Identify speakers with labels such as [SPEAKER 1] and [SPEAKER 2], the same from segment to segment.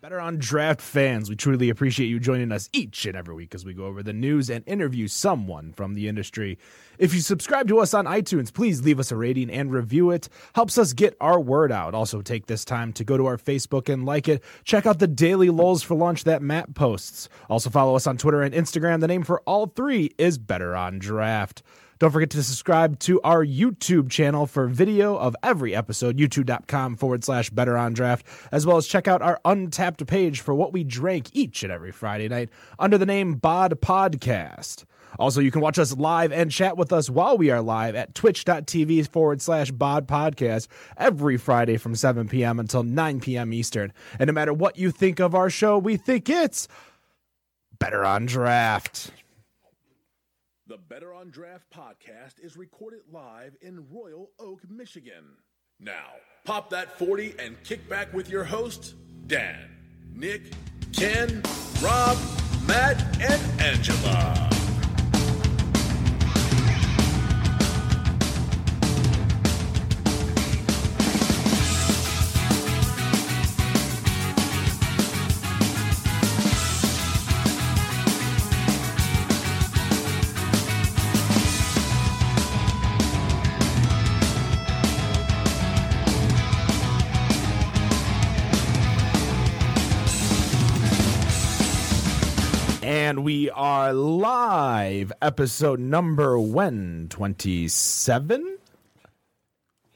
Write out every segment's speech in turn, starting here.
[SPEAKER 1] Better on Draft fans, we truly appreciate you joining us each and every week as we go over the news and interview someone from the industry. If you subscribe to us on iTunes, please leave us a rating and review it. Helps us get our word out. Also, take this time to go to our Facebook and like it. Check out the daily lulls for lunch that Matt posts. Also, follow us on Twitter and Instagram. The name for all three is Better on Draft. Don't forget to subscribe to our YouTube channel for video of every episode, youtube.com forward slash better on draft, as well as check out our untapped page for what we drank each and every Friday night under the name Bod Podcast. Also, you can watch us live and chat with us while we are live at twitch.tv forward slash bod podcast every Friday from 7 p.m. until 9 p.m. Eastern. And no matter what you think of our show, we think it's better on draft.
[SPEAKER 2] The Better on Draft podcast is recorded live in Royal Oak, Michigan. Now, pop that 40 and kick back with your hosts, Dan, Nick, Ken, Rob, Matt, and Angela.
[SPEAKER 1] And we are live, episode number 127.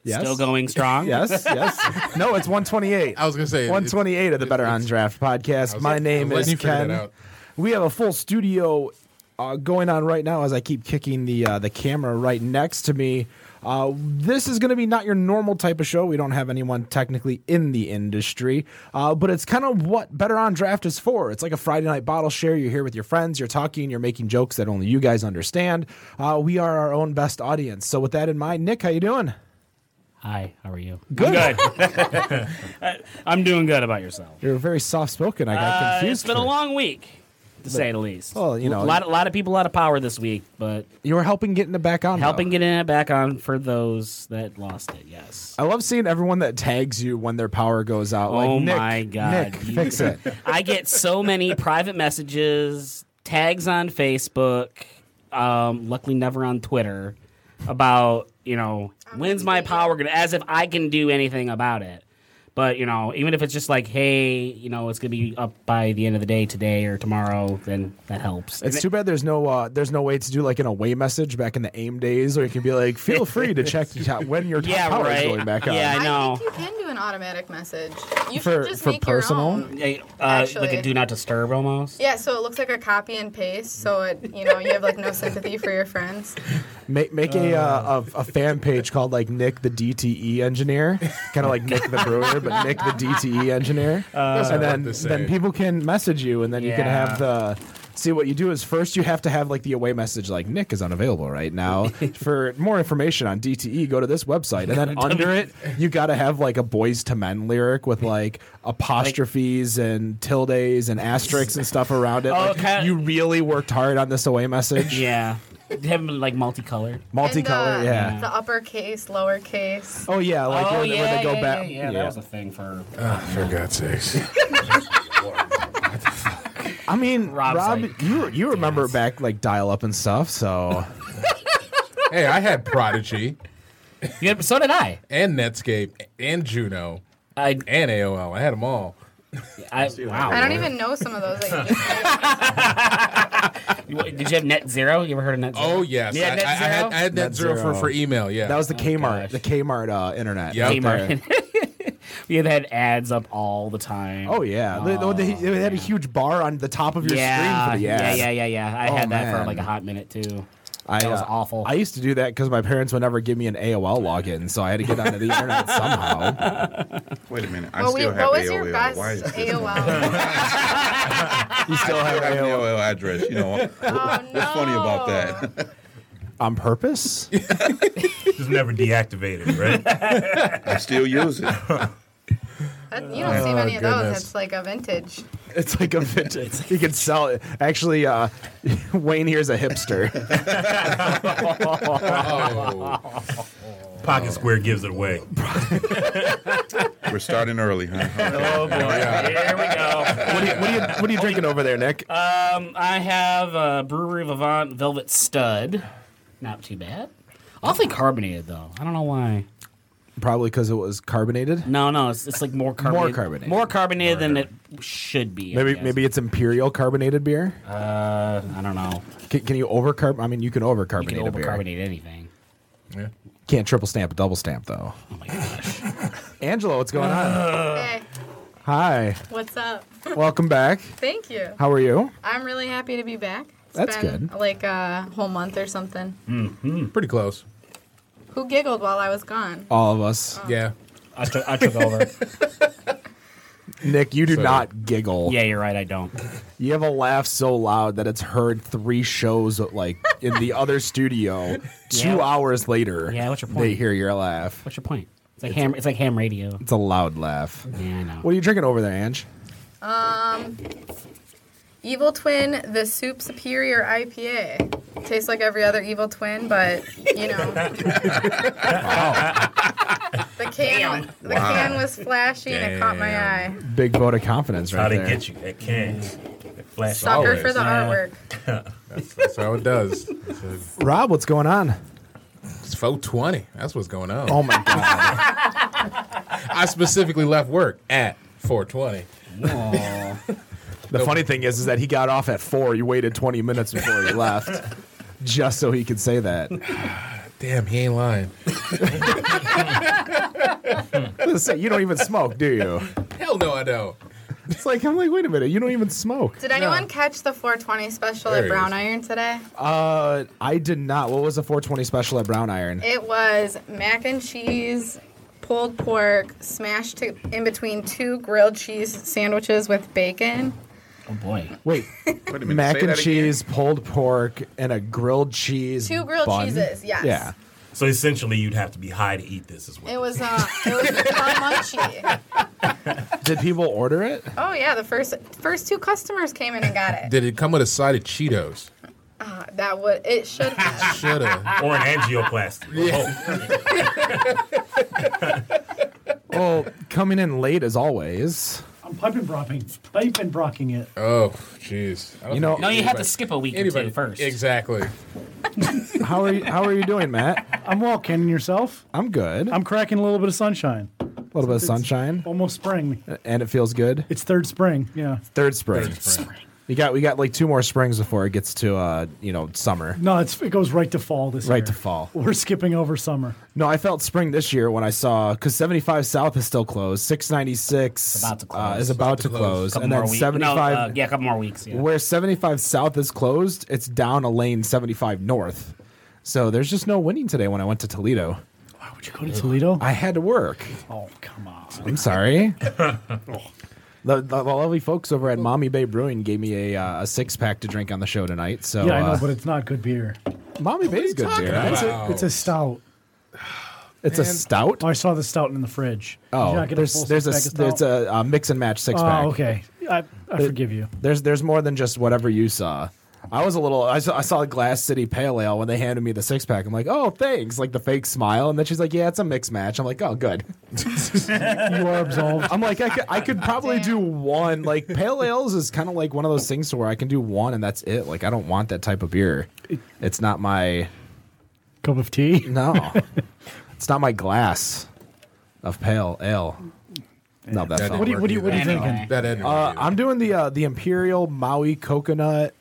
[SPEAKER 1] Yes.
[SPEAKER 3] Still going strong.
[SPEAKER 1] Yes, yes. no, it's 128.
[SPEAKER 4] I was gonna say,
[SPEAKER 1] 128 of the
[SPEAKER 4] it-
[SPEAKER 1] Better on
[SPEAKER 4] it's-
[SPEAKER 1] Draft podcast.
[SPEAKER 4] was-
[SPEAKER 1] My
[SPEAKER 4] I was
[SPEAKER 1] name
[SPEAKER 4] letting
[SPEAKER 1] is
[SPEAKER 4] you figure that
[SPEAKER 1] Ken.
[SPEAKER 4] out.
[SPEAKER 1] We have a full studio uh, going on right now as I keep kicking the uh, the camera right next to me. Uh, this is going to be not your normal type of show. We don't have anyone technically in the industry, uh, but it's kind of what Better on Draft is for. It's like a Friday night bottle share. You're here with your friends, you're talking, you're making jokes that only you guys understand. Uh, we are our own best audience. So with that in mind, Nick, how you doing?
[SPEAKER 3] Hi, how are you? Good. I- I'm doing good about yourself.
[SPEAKER 1] You're very soft spoken. I got
[SPEAKER 3] Uh,
[SPEAKER 1] confused.
[SPEAKER 3] it's been
[SPEAKER 1] for-
[SPEAKER 3] a long week, to say the least.
[SPEAKER 1] well, you know-
[SPEAKER 3] a lot, a lot of people out of power this week, but
[SPEAKER 1] You were helping getting it back on.
[SPEAKER 3] helping
[SPEAKER 1] though.
[SPEAKER 3] getting it back on for those that lost it. Yes.
[SPEAKER 1] I love seeing everyone that tags you when their power goes out. Like,
[SPEAKER 3] oh
[SPEAKER 1] "Nick,
[SPEAKER 3] my god!
[SPEAKER 1] Nick,
[SPEAKER 3] you-
[SPEAKER 1] fix it.
[SPEAKER 3] I get so many private messages, tags on Facebook, um, luckily never on Twitter, about you know when's my power gonna? As if I can do anything about it. But you know, even if it's just like, hey, you know, it's gonna be up by the end of the day today or tomorrow, then that helps.
[SPEAKER 1] It's too bad there's no uh, there's no way to do like an away message back in the AIM days, where you can be like, feel free to check your top- when your top
[SPEAKER 3] Yeah,
[SPEAKER 1] power
[SPEAKER 3] right.
[SPEAKER 1] is going back on.
[SPEAKER 3] Yeah, I know.
[SPEAKER 5] think you can do an automatic message. You
[SPEAKER 1] For-
[SPEAKER 5] should just
[SPEAKER 1] for
[SPEAKER 5] make
[SPEAKER 1] personal?
[SPEAKER 5] your own.
[SPEAKER 3] Hey, uh, like
[SPEAKER 5] Actually-
[SPEAKER 3] a do not disturb almost.
[SPEAKER 5] Yeah, so it looks like a copy and paste. So it, you know, you have like no sympathy for your friends.
[SPEAKER 1] Make make a, uh, a a fan page called like Nick the DTE engineer, kind of like Nick the Brewer, but Nick the DTE engineer. and then
[SPEAKER 4] Uh, what to
[SPEAKER 1] then
[SPEAKER 4] say.
[SPEAKER 1] people can message you, and then you can
[SPEAKER 3] Yeah.
[SPEAKER 1] have the. See what you do is first you have to have like the away message like Nick is unavailable right now. For more information on DTE, go to this website, and then under it you got to have like a boys to men lyric with like apostrophes and tildes and asterisks and stuff around it. Like,
[SPEAKER 3] kinda-
[SPEAKER 1] you really worked hard on this away message,
[SPEAKER 3] Yeah, have them like multicolored.
[SPEAKER 1] multicolor,
[SPEAKER 5] and the,
[SPEAKER 1] yeah.
[SPEAKER 5] The uppercase, lowercase.
[SPEAKER 1] Oh yeah, like
[SPEAKER 3] oh
[SPEAKER 1] when,
[SPEAKER 3] yeah,
[SPEAKER 1] when they go
[SPEAKER 3] yeah,
[SPEAKER 1] back.
[SPEAKER 3] yeah, yeah, that was a thing for
[SPEAKER 4] for God's sakes.
[SPEAKER 1] I mean,
[SPEAKER 3] Rob's
[SPEAKER 1] Rob,
[SPEAKER 3] like,
[SPEAKER 1] you you remember back like dial up and stuff. So
[SPEAKER 4] hey, I had Prodigy
[SPEAKER 3] Yeah, but so did I.
[SPEAKER 4] and Netscape and Juno
[SPEAKER 3] I,
[SPEAKER 4] and AOL. I had them all.
[SPEAKER 3] I wow.
[SPEAKER 5] I don't even know some of those. That you just named.
[SPEAKER 3] You- Did you have Net Zero? You ever heard of Net Zero?
[SPEAKER 4] Oh yes,
[SPEAKER 3] Yeah,
[SPEAKER 4] I,
[SPEAKER 3] Net
[SPEAKER 4] I, I had I had Net,
[SPEAKER 1] Net
[SPEAKER 4] Zero,
[SPEAKER 1] Zero.
[SPEAKER 4] for, for email. Yeah,
[SPEAKER 1] that was the Kmart,
[SPEAKER 3] Oh, gosh.
[SPEAKER 1] the Kmart uh, internet.
[SPEAKER 4] Yeah.
[SPEAKER 1] out
[SPEAKER 3] Kmart.
[SPEAKER 1] there.
[SPEAKER 3] we had had ads up all the time.
[SPEAKER 1] Oh yeah, They- they, they, had a huge bar on the top of your
[SPEAKER 3] yeah,
[SPEAKER 1] screen for the
[SPEAKER 3] yeah,
[SPEAKER 1] ads.
[SPEAKER 3] yeah, yeah, yeah. I
[SPEAKER 1] Oh,
[SPEAKER 3] had that
[SPEAKER 1] man.
[SPEAKER 3] for like a hot minute too.
[SPEAKER 1] I,
[SPEAKER 3] That was
[SPEAKER 1] uh,
[SPEAKER 3] awful.
[SPEAKER 1] I used to do that because my parents would never give me an AOL login, so I had to get onto the internet somehow.
[SPEAKER 6] Wait a minute. I
[SPEAKER 5] well, we,
[SPEAKER 6] still
[SPEAKER 5] what
[SPEAKER 6] have
[SPEAKER 5] was
[SPEAKER 6] AOL.
[SPEAKER 5] your best
[SPEAKER 6] Why is this?
[SPEAKER 5] AOL?
[SPEAKER 1] You still
[SPEAKER 6] I
[SPEAKER 1] have
[SPEAKER 6] have an
[SPEAKER 1] AOL
[SPEAKER 6] AOL address. You know, what's
[SPEAKER 5] oh no.
[SPEAKER 6] funny about that?
[SPEAKER 1] on purpose?
[SPEAKER 7] Just never deactivated, right?
[SPEAKER 6] I still use it.
[SPEAKER 5] That- you
[SPEAKER 1] Oh,
[SPEAKER 5] don't see many of those.
[SPEAKER 4] goodness.
[SPEAKER 5] That's like a vintage.
[SPEAKER 1] It's like a vintage. You could sell it. Actually, uh, Wayne here's a hipster.
[SPEAKER 4] Oh,
[SPEAKER 7] Pocket Square gives it away.
[SPEAKER 6] We're starting early, huh?
[SPEAKER 3] Oh boy, here we go.
[SPEAKER 8] What are you, what are you, what are you drinking over there, Nick?
[SPEAKER 3] Um, I have uh, Brewery of Avant Velvet Stud. Not too bad. Awfully carbonated though. I don't know why.
[SPEAKER 1] Probably because it was carbonated.
[SPEAKER 3] No, no, it's, it's like more carbonated.
[SPEAKER 1] carbonated.
[SPEAKER 3] More carbonated than it should be. I
[SPEAKER 1] Maybe
[SPEAKER 3] guess.
[SPEAKER 1] maybe it's imperial carbonated beer.
[SPEAKER 3] Uh, I don't know.
[SPEAKER 1] Can, can you overcarb? I mean, you can overcarbonate
[SPEAKER 3] You can
[SPEAKER 1] a beer.
[SPEAKER 3] overcarbonate anything.
[SPEAKER 4] Yeah.
[SPEAKER 1] Can't triple stamp, double stamp though.
[SPEAKER 3] Oh my gosh.
[SPEAKER 1] Angelo, what's going on?
[SPEAKER 5] Hey,
[SPEAKER 1] Hi,
[SPEAKER 5] what's up?
[SPEAKER 1] welcome back.
[SPEAKER 5] Thank you.
[SPEAKER 1] How are you?
[SPEAKER 5] I'm really happy to be back. It's
[SPEAKER 1] That's
[SPEAKER 5] been
[SPEAKER 1] good.
[SPEAKER 5] Like a whole month or something.
[SPEAKER 4] Pretty close.
[SPEAKER 5] Who giggled while I was gone?
[SPEAKER 1] All of us.
[SPEAKER 4] Yeah.
[SPEAKER 3] I took, I took over.
[SPEAKER 1] Nick, you do
[SPEAKER 4] So-
[SPEAKER 1] not giggle.
[SPEAKER 3] yeah, you're right. I don't.
[SPEAKER 1] You have a laugh so loud that it's heard three shows like in the other studio. Two
[SPEAKER 3] Yeah.
[SPEAKER 1] hours later,
[SPEAKER 3] Yeah, what's your
[SPEAKER 1] they
[SPEAKER 3] point?
[SPEAKER 1] hear your laugh.
[SPEAKER 3] What's your point? It's like ham. It's like ham radio.
[SPEAKER 1] It's a loud laugh.
[SPEAKER 3] Yeah, I know.
[SPEAKER 1] What are you drinking over there, Ange?
[SPEAKER 5] Evil Twin, the Soup Superior IPA. Tastes like every other Evil Twin, but you know. The can, the can was flashy and it caught my eye.
[SPEAKER 1] Big vote of confidence right
[SPEAKER 7] How they
[SPEAKER 1] there.
[SPEAKER 7] get you? That can. That flash.
[SPEAKER 5] Sucker for the
[SPEAKER 3] yeah.
[SPEAKER 5] artwork.
[SPEAKER 4] That's how it does. It's a-
[SPEAKER 1] Rob, what's going on?
[SPEAKER 4] It's 420. That's what's going on.
[SPEAKER 1] Oh my god.
[SPEAKER 4] I specifically left work at 420.
[SPEAKER 1] The funny thing is, is that he got off at four. You waited 20 minutes before he left, just so he could say that.
[SPEAKER 4] Damn, he ain't lying.
[SPEAKER 1] Say, you don't even smoke, do you?
[SPEAKER 4] Hell no, I don't.
[SPEAKER 1] It's like I'm like, wait a minute, you don't even smoke.
[SPEAKER 5] Did anyone catch the 420 special
[SPEAKER 4] There
[SPEAKER 5] at
[SPEAKER 4] it
[SPEAKER 5] Brown
[SPEAKER 4] is.
[SPEAKER 5] Iron today?
[SPEAKER 1] Uh, I did not. What was the 420 special at Brown Iron?
[SPEAKER 5] It was mac and cheese, pulled pork, smashed to, in between two grilled cheese sandwiches with bacon.
[SPEAKER 3] Oh boy.
[SPEAKER 1] Wait,
[SPEAKER 6] Wait a minute,
[SPEAKER 1] mac
[SPEAKER 6] say
[SPEAKER 1] and
[SPEAKER 6] that again.
[SPEAKER 1] cheese, pulled pork, and a grilled cheese.
[SPEAKER 5] Two grilled
[SPEAKER 1] bun?
[SPEAKER 5] cheeses, yes.
[SPEAKER 1] Yeah.
[SPEAKER 7] So essentially, you'd have to be high to eat this as well.
[SPEAKER 5] It was uh, it was a car munchie.
[SPEAKER 1] Did people order it?
[SPEAKER 5] Oh yeah, the first first two customers came in and got it.
[SPEAKER 4] Did it come with a side of Cheetos?
[SPEAKER 5] Uh, that would it should have.
[SPEAKER 4] Shoulda.
[SPEAKER 7] or an angioplasty. Oh,
[SPEAKER 1] Well, coming in late as always.
[SPEAKER 9] I'm pipe and brocking, pipe and brocking it.
[SPEAKER 4] Oh, jeez. I don't
[SPEAKER 1] You know-
[SPEAKER 4] think
[SPEAKER 1] No,
[SPEAKER 3] No, you have to
[SPEAKER 4] anybody-
[SPEAKER 3] skip a week or
[SPEAKER 4] Anybody
[SPEAKER 3] two first.
[SPEAKER 4] Exactly.
[SPEAKER 1] How are you? How are you doing, Matt?
[SPEAKER 9] I'm walking and yourself.
[SPEAKER 1] I'm good.
[SPEAKER 9] I'm Oh. cracking a little bit of sunshine.
[SPEAKER 1] a little bit of sunshine, Uh,
[SPEAKER 9] Almost spring.
[SPEAKER 1] and it feels good.
[SPEAKER 9] It's third spring. Yeah.
[SPEAKER 1] Third spring. We got we got like two more springs before it gets to uh you know summer.
[SPEAKER 9] No, it's it goes right to fall this year.
[SPEAKER 1] Right to fall.
[SPEAKER 9] We're skipping over summer.
[SPEAKER 1] No, I felt spring this year when I saw because 75 South is still closed. 696
[SPEAKER 3] About to
[SPEAKER 1] uh,
[SPEAKER 3] close.
[SPEAKER 1] is about to close,
[SPEAKER 3] Couple
[SPEAKER 1] and
[SPEAKER 3] more
[SPEAKER 1] then
[SPEAKER 3] weeks.
[SPEAKER 1] 75
[SPEAKER 3] No, uh, yeah, a couple more weeks. Yeah.
[SPEAKER 1] where 75 South is closed, it's down a lane 75 North. So there's just no winning today. When I went to Toledo,
[SPEAKER 9] Why would you go to Toledo?
[SPEAKER 1] I had to work.
[SPEAKER 9] oh come on.
[SPEAKER 1] I'm sorry. The, the, the lovely folks over at Mommy Bay Brewing gave me a, uh, a six pack to drink on the show tonight. So
[SPEAKER 9] Yeah, I know,
[SPEAKER 1] uh,
[SPEAKER 9] but it's not good beer.
[SPEAKER 1] Mommy Bay's good beer. It's a,
[SPEAKER 9] It's a stout.
[SPEAKER 1] it's a stout.
[SPEAKER 9] Oh, I saw the stout in the fridge. Did you
[SPEAKER 1] Oh,
[SPEAKER 9] not get
[SPEAKER 1] there's
[SPEAKER 9] full
[SPEAKER 1] there's a
[SPEAKER 9] six-pack
[SPEAKER 1] s-
[SPEAKER 9] of
[SPEAKER 1] there's
[SPEAKER 9] stout?
[SPEAKER 1] a, uh mix and match six pack.
[SPEAKER 9] Oh, okay. I, I forgive you.
[SPEAKER 1] There's there's more than just whatever you saw. I was a little. I saw, I saw Glass City Pale Ale when they handed me the six pack. I'm like, oh, thanks. Like the fake smile, and then she's like, yeah, it's a mix match. I'm like, oh, good.
[SPEAKER 9] You are absolved.
[SPEAKER 1] I'm like, I could, I could probably
[SPEAKER 5] Damn.
[SPEAKER 1] do one. Like pale ales is kind of like one of those things to where I can do one and that's it. Like I don't want that type of beer. It's not my
[SPEAKER 9] Cup of tea.
[SPEAKER 1] no. it's not my glass of pale ale. No, that's
[SPEAKER 4] That
[SPEAKER 1] not
[SPEAKER 4] didn't
[SPEAKER 9] What do you-
[SPEAKER 4] work
[SPEAKER 9] what do you- what do you
[SPEAKER 4] either.
[SPEAKER 3] drinking?
[SPEAKER 4] That didn't
[SPEAKER 1] Uh,
[SPEAKER 4] work either.
[SPEAKER 1] I'm doing the uh, the Imperial Maui Coconut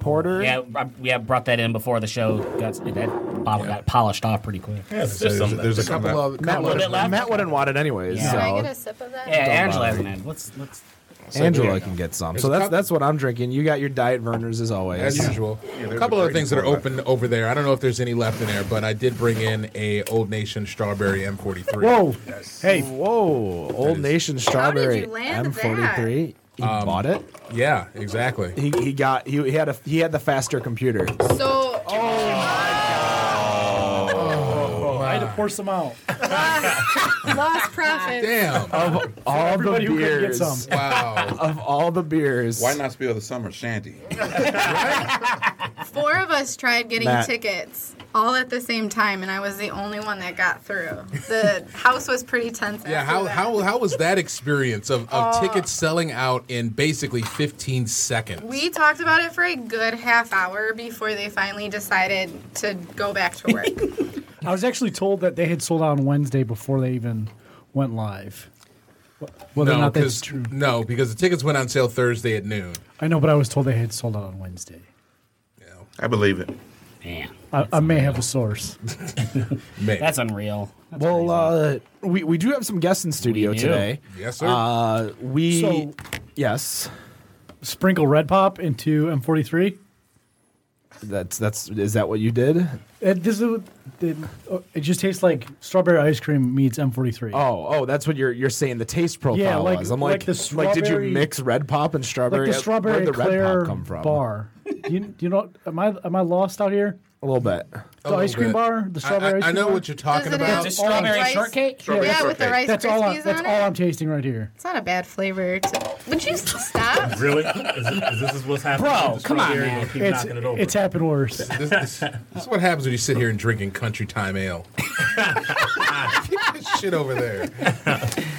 [SPEAKER 1] Porter.
[SPEAKER 3] Yeah, I, yeah, brought that in before the show. Got that bottle got polished off pretty quick. Yeah,
[SPEAKER 7] there's just some
[SPEAKER 4] There's a couple of.
[SPEAKER 1] Matt,
[SPEAKER 3] little bit
[SPEAKER 1] wouldn't,
[SPEAKER 3] left.
[SPEAKER 1] Matt wouldn't want it anyways.
[SPEAKER 3] Yeah.
[SPEAKER 5] Can I
[SPEAKER 1] So
[SPEAKER 5] get a sip of that?
[SPEAKER 3] Angela hasn't had. Let's let's.
[SPEAKER 1] Angela can get some. So
[SPEAKER 4] a
[SPEAKER 1] that's
[SPEAKER 4] couple-
[SPEAKER 1] that's what I'm drinking. You got your diet Verners as always.
[SPEAKER 4] As usual. a
[SPEAKER 6] there's
[SPEAKER 4] couple
[SPEAKER 6] a
[SPEAKER 4] other things that are
[SPEAKER 6] 34
[SPEAKER 4] open over there. I don't know if there's any left in there, but I did bring in a Old Nation Strawberry M43.
[SPEAKER 9] Whoa. Oh, Hey,
[SPEAKER 1] Whoa, Old
[SPEAKER 4] is- Um,
[SPEAKER 1] Nation Strawberry
[SPEAKER 5] land
[SPEAKER 1] M43. He bought it.
[SPEAKER 4] Yeah, exactly.
[SPEAKER 1] He, he got he, he had a he had the faster computer.
[SPEAKER 5] So
[SPEAKER 9] I had to pour some out.
[SPEAKER 5] lost profits.
[SPEAKER 4] Damn.
[SPEAKER 1] Of all the
[SPEAKER 9] everybody who couldn't get
[SPEAKER 1] beers,
[SPEAKER 9] some.
[SPEAKER 4] Wow.
[SPEAKER 1] of all the beers,
[SPEAKER 6] Why not spill the summer shanty?
[SPEAKER 5] Four of us tried getting
[SPEAKER 1] Matt.
[SPEAKER 5] tickets all at the same time, and I was the only one that got through. The house was pretty tense.
[SPEAKER 4] Yeah,
[SPEAKER 5] after
[SPEAKER 4] how,
[SPEAKER 5] that.
[SPEAKER 4] how how was that experience of, of tickets selling out in basically 15 seconds?
[SPEAKER 5] We talked about it for a good half hour before they finally decided to go back to work.
[SPEAKER 9] I was actually told that they had sold out on Wednesday before they even went live. Whether or
[SPEAKER 4] no,
[SPEAKER 9] not
[SPEAKER 4] because
[SPEAKER 9] that's true.
[SPEAKER 4] no, because the tickets went on sale Thursday at noon.
[SPEAKER 9] I know, but I was told they had sold out on Wednesday.
[SPEAKER 6] I believe it.
[SPEAKER 3] Man,
[SPEAKER 9] I, I may have a source.
[SPEAKER 4] Man.
[SPEAKER 3] that's unreal.
[SPEAKER 1] Well, uh, we we do have some guests in studio
[SPEAKER 3] We do.
[SPEAKER 1] today.
[SPEAKER 4] yes, sir.
[SPEAKER 1] Uh, we
[SPEAKER 9] So-
[SPEAKER 1] yes,
[SPEAKER 9] Sprinkle Red Pop into M43.
[SPEAKER 1] that's that's is that what you did?
[SPEAKER 9] It, Uh, this is what- it, oh, it just tastes like strawberry ice cream meets M43.
[SPEAKER 1] Oh, oh, that's what you're you're saying. The taste profile
[SPEAKER 9] Yeah, like-
[SPEAKER 1] was. I'm
[SPEAKER 9] like
[SPEAKER 1] like,
[SPEAKER 9] the
[SPEAKER 1] like, did you
[SPEAKER 9] strawberry-
[SPEAKER 1] mix red pop and
[SPEAKER 9] like
[SPEAKER 1] strawberry?
[SPEAKER 9] the strawberry
[SPEAKER 1] uh, Where'd the red
[SPEAKER 9] Eclair
[SPEAKER 1] pop come from?
[SPEAKER 9] bar. Do you, do you know? Am I am I lost out here?
[SPEAKER 1] A little bit.
[SPEAKER 4] A
[SPEAKER 9] The
[SPEAKER 4] little
[SPEAKER 9] ice cream
[SPEAKER 4] bit.
[SPEAKER 9] bar, the
[SPEAKER 4] I-
[SPEAKER 9] strawberry
[SPEAKER 4] I,
[SPEAKER 9] ice
[SPEAKER 4] I
[SPEAKER 9] cream
[SPEAKER 4] know
[SPEAKER 9] bar?
[SPEAKER 4] what you're talking
[SPEAKER 5] Doesn't
[SPEAKER 4] about.
[SPEAKER 5] have
[SPEAKER 3] Just strawberry
[SPEAKER 5] rice-
[SPEAKER 3] shortcake?
[SPEAKER 5] Yeah, with the rice
[SPEAKER 9] That's
[SPEAKER 5] krispies
[SPEAKER 9] all. I,
[SPEAKER 5] on
[SPEAKER 9] that's
[SPEAKER 5] it.
[SPEAKER 9] all I'm tasting right here.
[SPEAKER 5] It's not a bad flavor. It's- Would you stop?
[SPEAKER 7] Really? Is, it- is this is what's happening?
[SPEAKER 3] Bro,
[SPEAKER 7] with the
[SPEAKER 3] come on,
[SPEAKER 7] strawberry?
[SPEAKER 3] man.
[SPEAKER 7] You'll keep
[SPEAKER 9] It's
[SPEAKER 7] knocking it over.
[SPEAKER 9] it's happened worse.
[SPEAKER 4] This, this, this is what happens when you sit here and drinking country time ale. Keep that shit over there.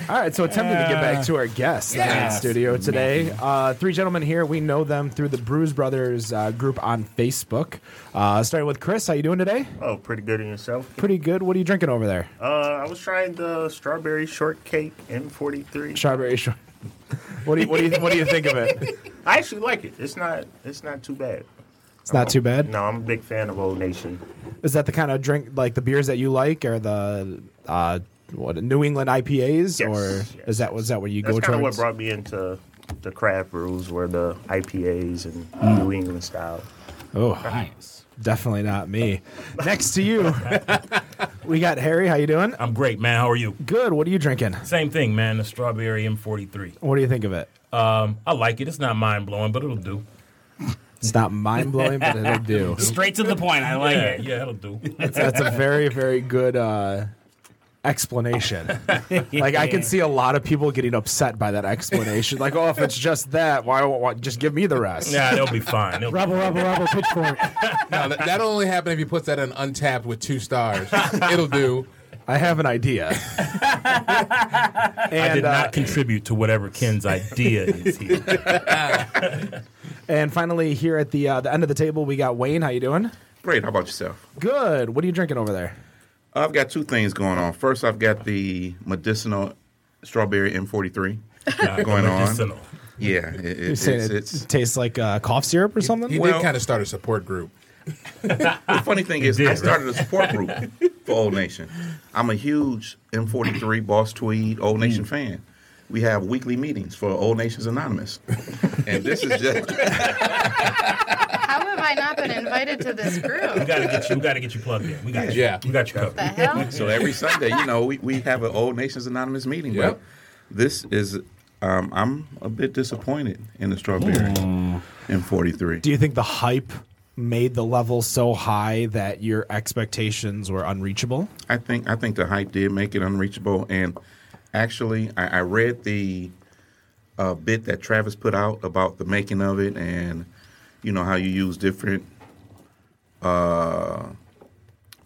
[SPEAKER 1] All right, so attempting to get back to our guests that are in
[SPEAKER 3] Yes.
[SPEAKER 1] studio today. Uh, three gentlemen here. We know them through the Bruise Brothers uh, group on Facebook. Uh, starting with Chris. How you doing today?
[SPEAKER 10] Oh, pretty good in yourself.
[SPEAKER 1] Pretty good. What are you drinking over there?
[SPEAKER 10] Uh, I was trying the strawberry shortcake M43.
[SPEAKER 1] Strawberry short. What do you what do you what do you think of it?
[SPEAKER 10] I actually like it. It's not. It's not too bad.
[SPEAKER 1] It's not too bad.
[SPEAKER 10] No, I'm a big fan of Old Nation.
[SPEAKER 1] Is that the kind of drink like the beers that you like, or the uh, what New England IPAs,
[SPEAKER 10] Yes,
[SPEAKER 1] or
[SPEAKER 10] yes,
[SPEAKER 1] is that was that what you
[SPEAKER 10] That's
[SPEAKER 1] go
[SPEAKER 10] kind of what
[SPEAKER 1] towards?
[SPEAKER 10] brought me into the craft brews, were the IPAs and New England style.
[SPEAKER 1] oh,
[SPEAKER 3] Nice.
[SPEAKER 1] definitely not me. Next to you, we got Harry. How you doing?
[SPEAKER 7] I'm great, man. How are you?
[SPEAKER 1] Good. What are you drinking?
[SPEAKER 7] Same thing, man. The strawberry M43.
[SPEAKER 1] What do you think of it?
[SPEAKER 7] I like it. It's not mind blowing, but it'll do.
[SPEAKER 1] It's not mind blowing, but it'll do.
[SPEAKER 3] Straight to the point. I like
[SPEAKER 7] Yeah,
[SPEAKER 3] it.
[SPEAKER 7] yeah, it'll do.
[SPEAKER 1] That's a very very good. Uh, explanation like i can see a lot of people getting upset by that explanation like oh if it's just that why, why just give me the rest
[SPEAKER 7] Nah, they'll be fine. They'll-
[SPEAKER 9] Rabble, rabble, rabble, pitchfork.
[SPEAKER 4] No, that, that'll only happen if you put that on untapped with two stars. It'll do.
[SPEAKER 1] I have an idea. and,
[SPEAKER 7] I did
[SPEAKER 1] uh,
[SPEAKER 7] not contribute to whatever Ken's idea is here.
[SPEAKER 1] and finally, here at the uh, the end of the table, we got Wayne. How you doing?
[SPEAKER 6] Great. How about yourself?
[SPEAKER 1] Good. What are you drinking over there?
[SPEAKER 6] I've got two things going on. First, I've got the medicinal strawberry M43 going on.
[SPEAKER 7] Medicinal.
[SPEAKER 6] Yeah, it, it,
[SPEAKER 1] You
[SPEAKER 6] it's,
[SPEAKER 1] saying it
[SPEAKER 6] it's
[SPEAKER 1] tastes like uh, cough syrup or something?
[SPEAKER 4] He
[SPEAKER 6] Well-
[SPEAKER 4] did kind of start a support group.
[SPEAKER 6] the funny thing is,
[SPEAKER 7] did,
[SPEAKER 6] I
[SPEAKER 7] right?
[SPEAKER 6] started a support group for Old Nation. I'm a huge M43 Boss Tweed Old Nation fan. We have weekly meetings for Old Nations Anonymous, and this is just
[SPEAKER 5] How have I not been invited to this
[SPEAKER 7] We
[SPEAKER 5] group?
[SPEAKER 7] gotta get you. We gotta get you plugged in. We got you.
[SPEAKER 4] Yeah.
[SPEAKER 7] we got you covered.
[SPEAKER 5] The hell?
[SPEAKER 6] So every Sunday, you know, we, we have an Old Nations Anonymous meeting.
[SPEAKER 4] Yep.
[SPEAKER 6] But this is, um, I'm a bit disappointed in the strawberry in 43.
[SPEAKER 1] Do you think the hype made the level so high that your expectations were unreachable?
[SPEAKER 6] I think I think the hype did make it unreachable. And actually, I, I read the uh, bit that Travis put out about the making of it, and you know how you use different uh,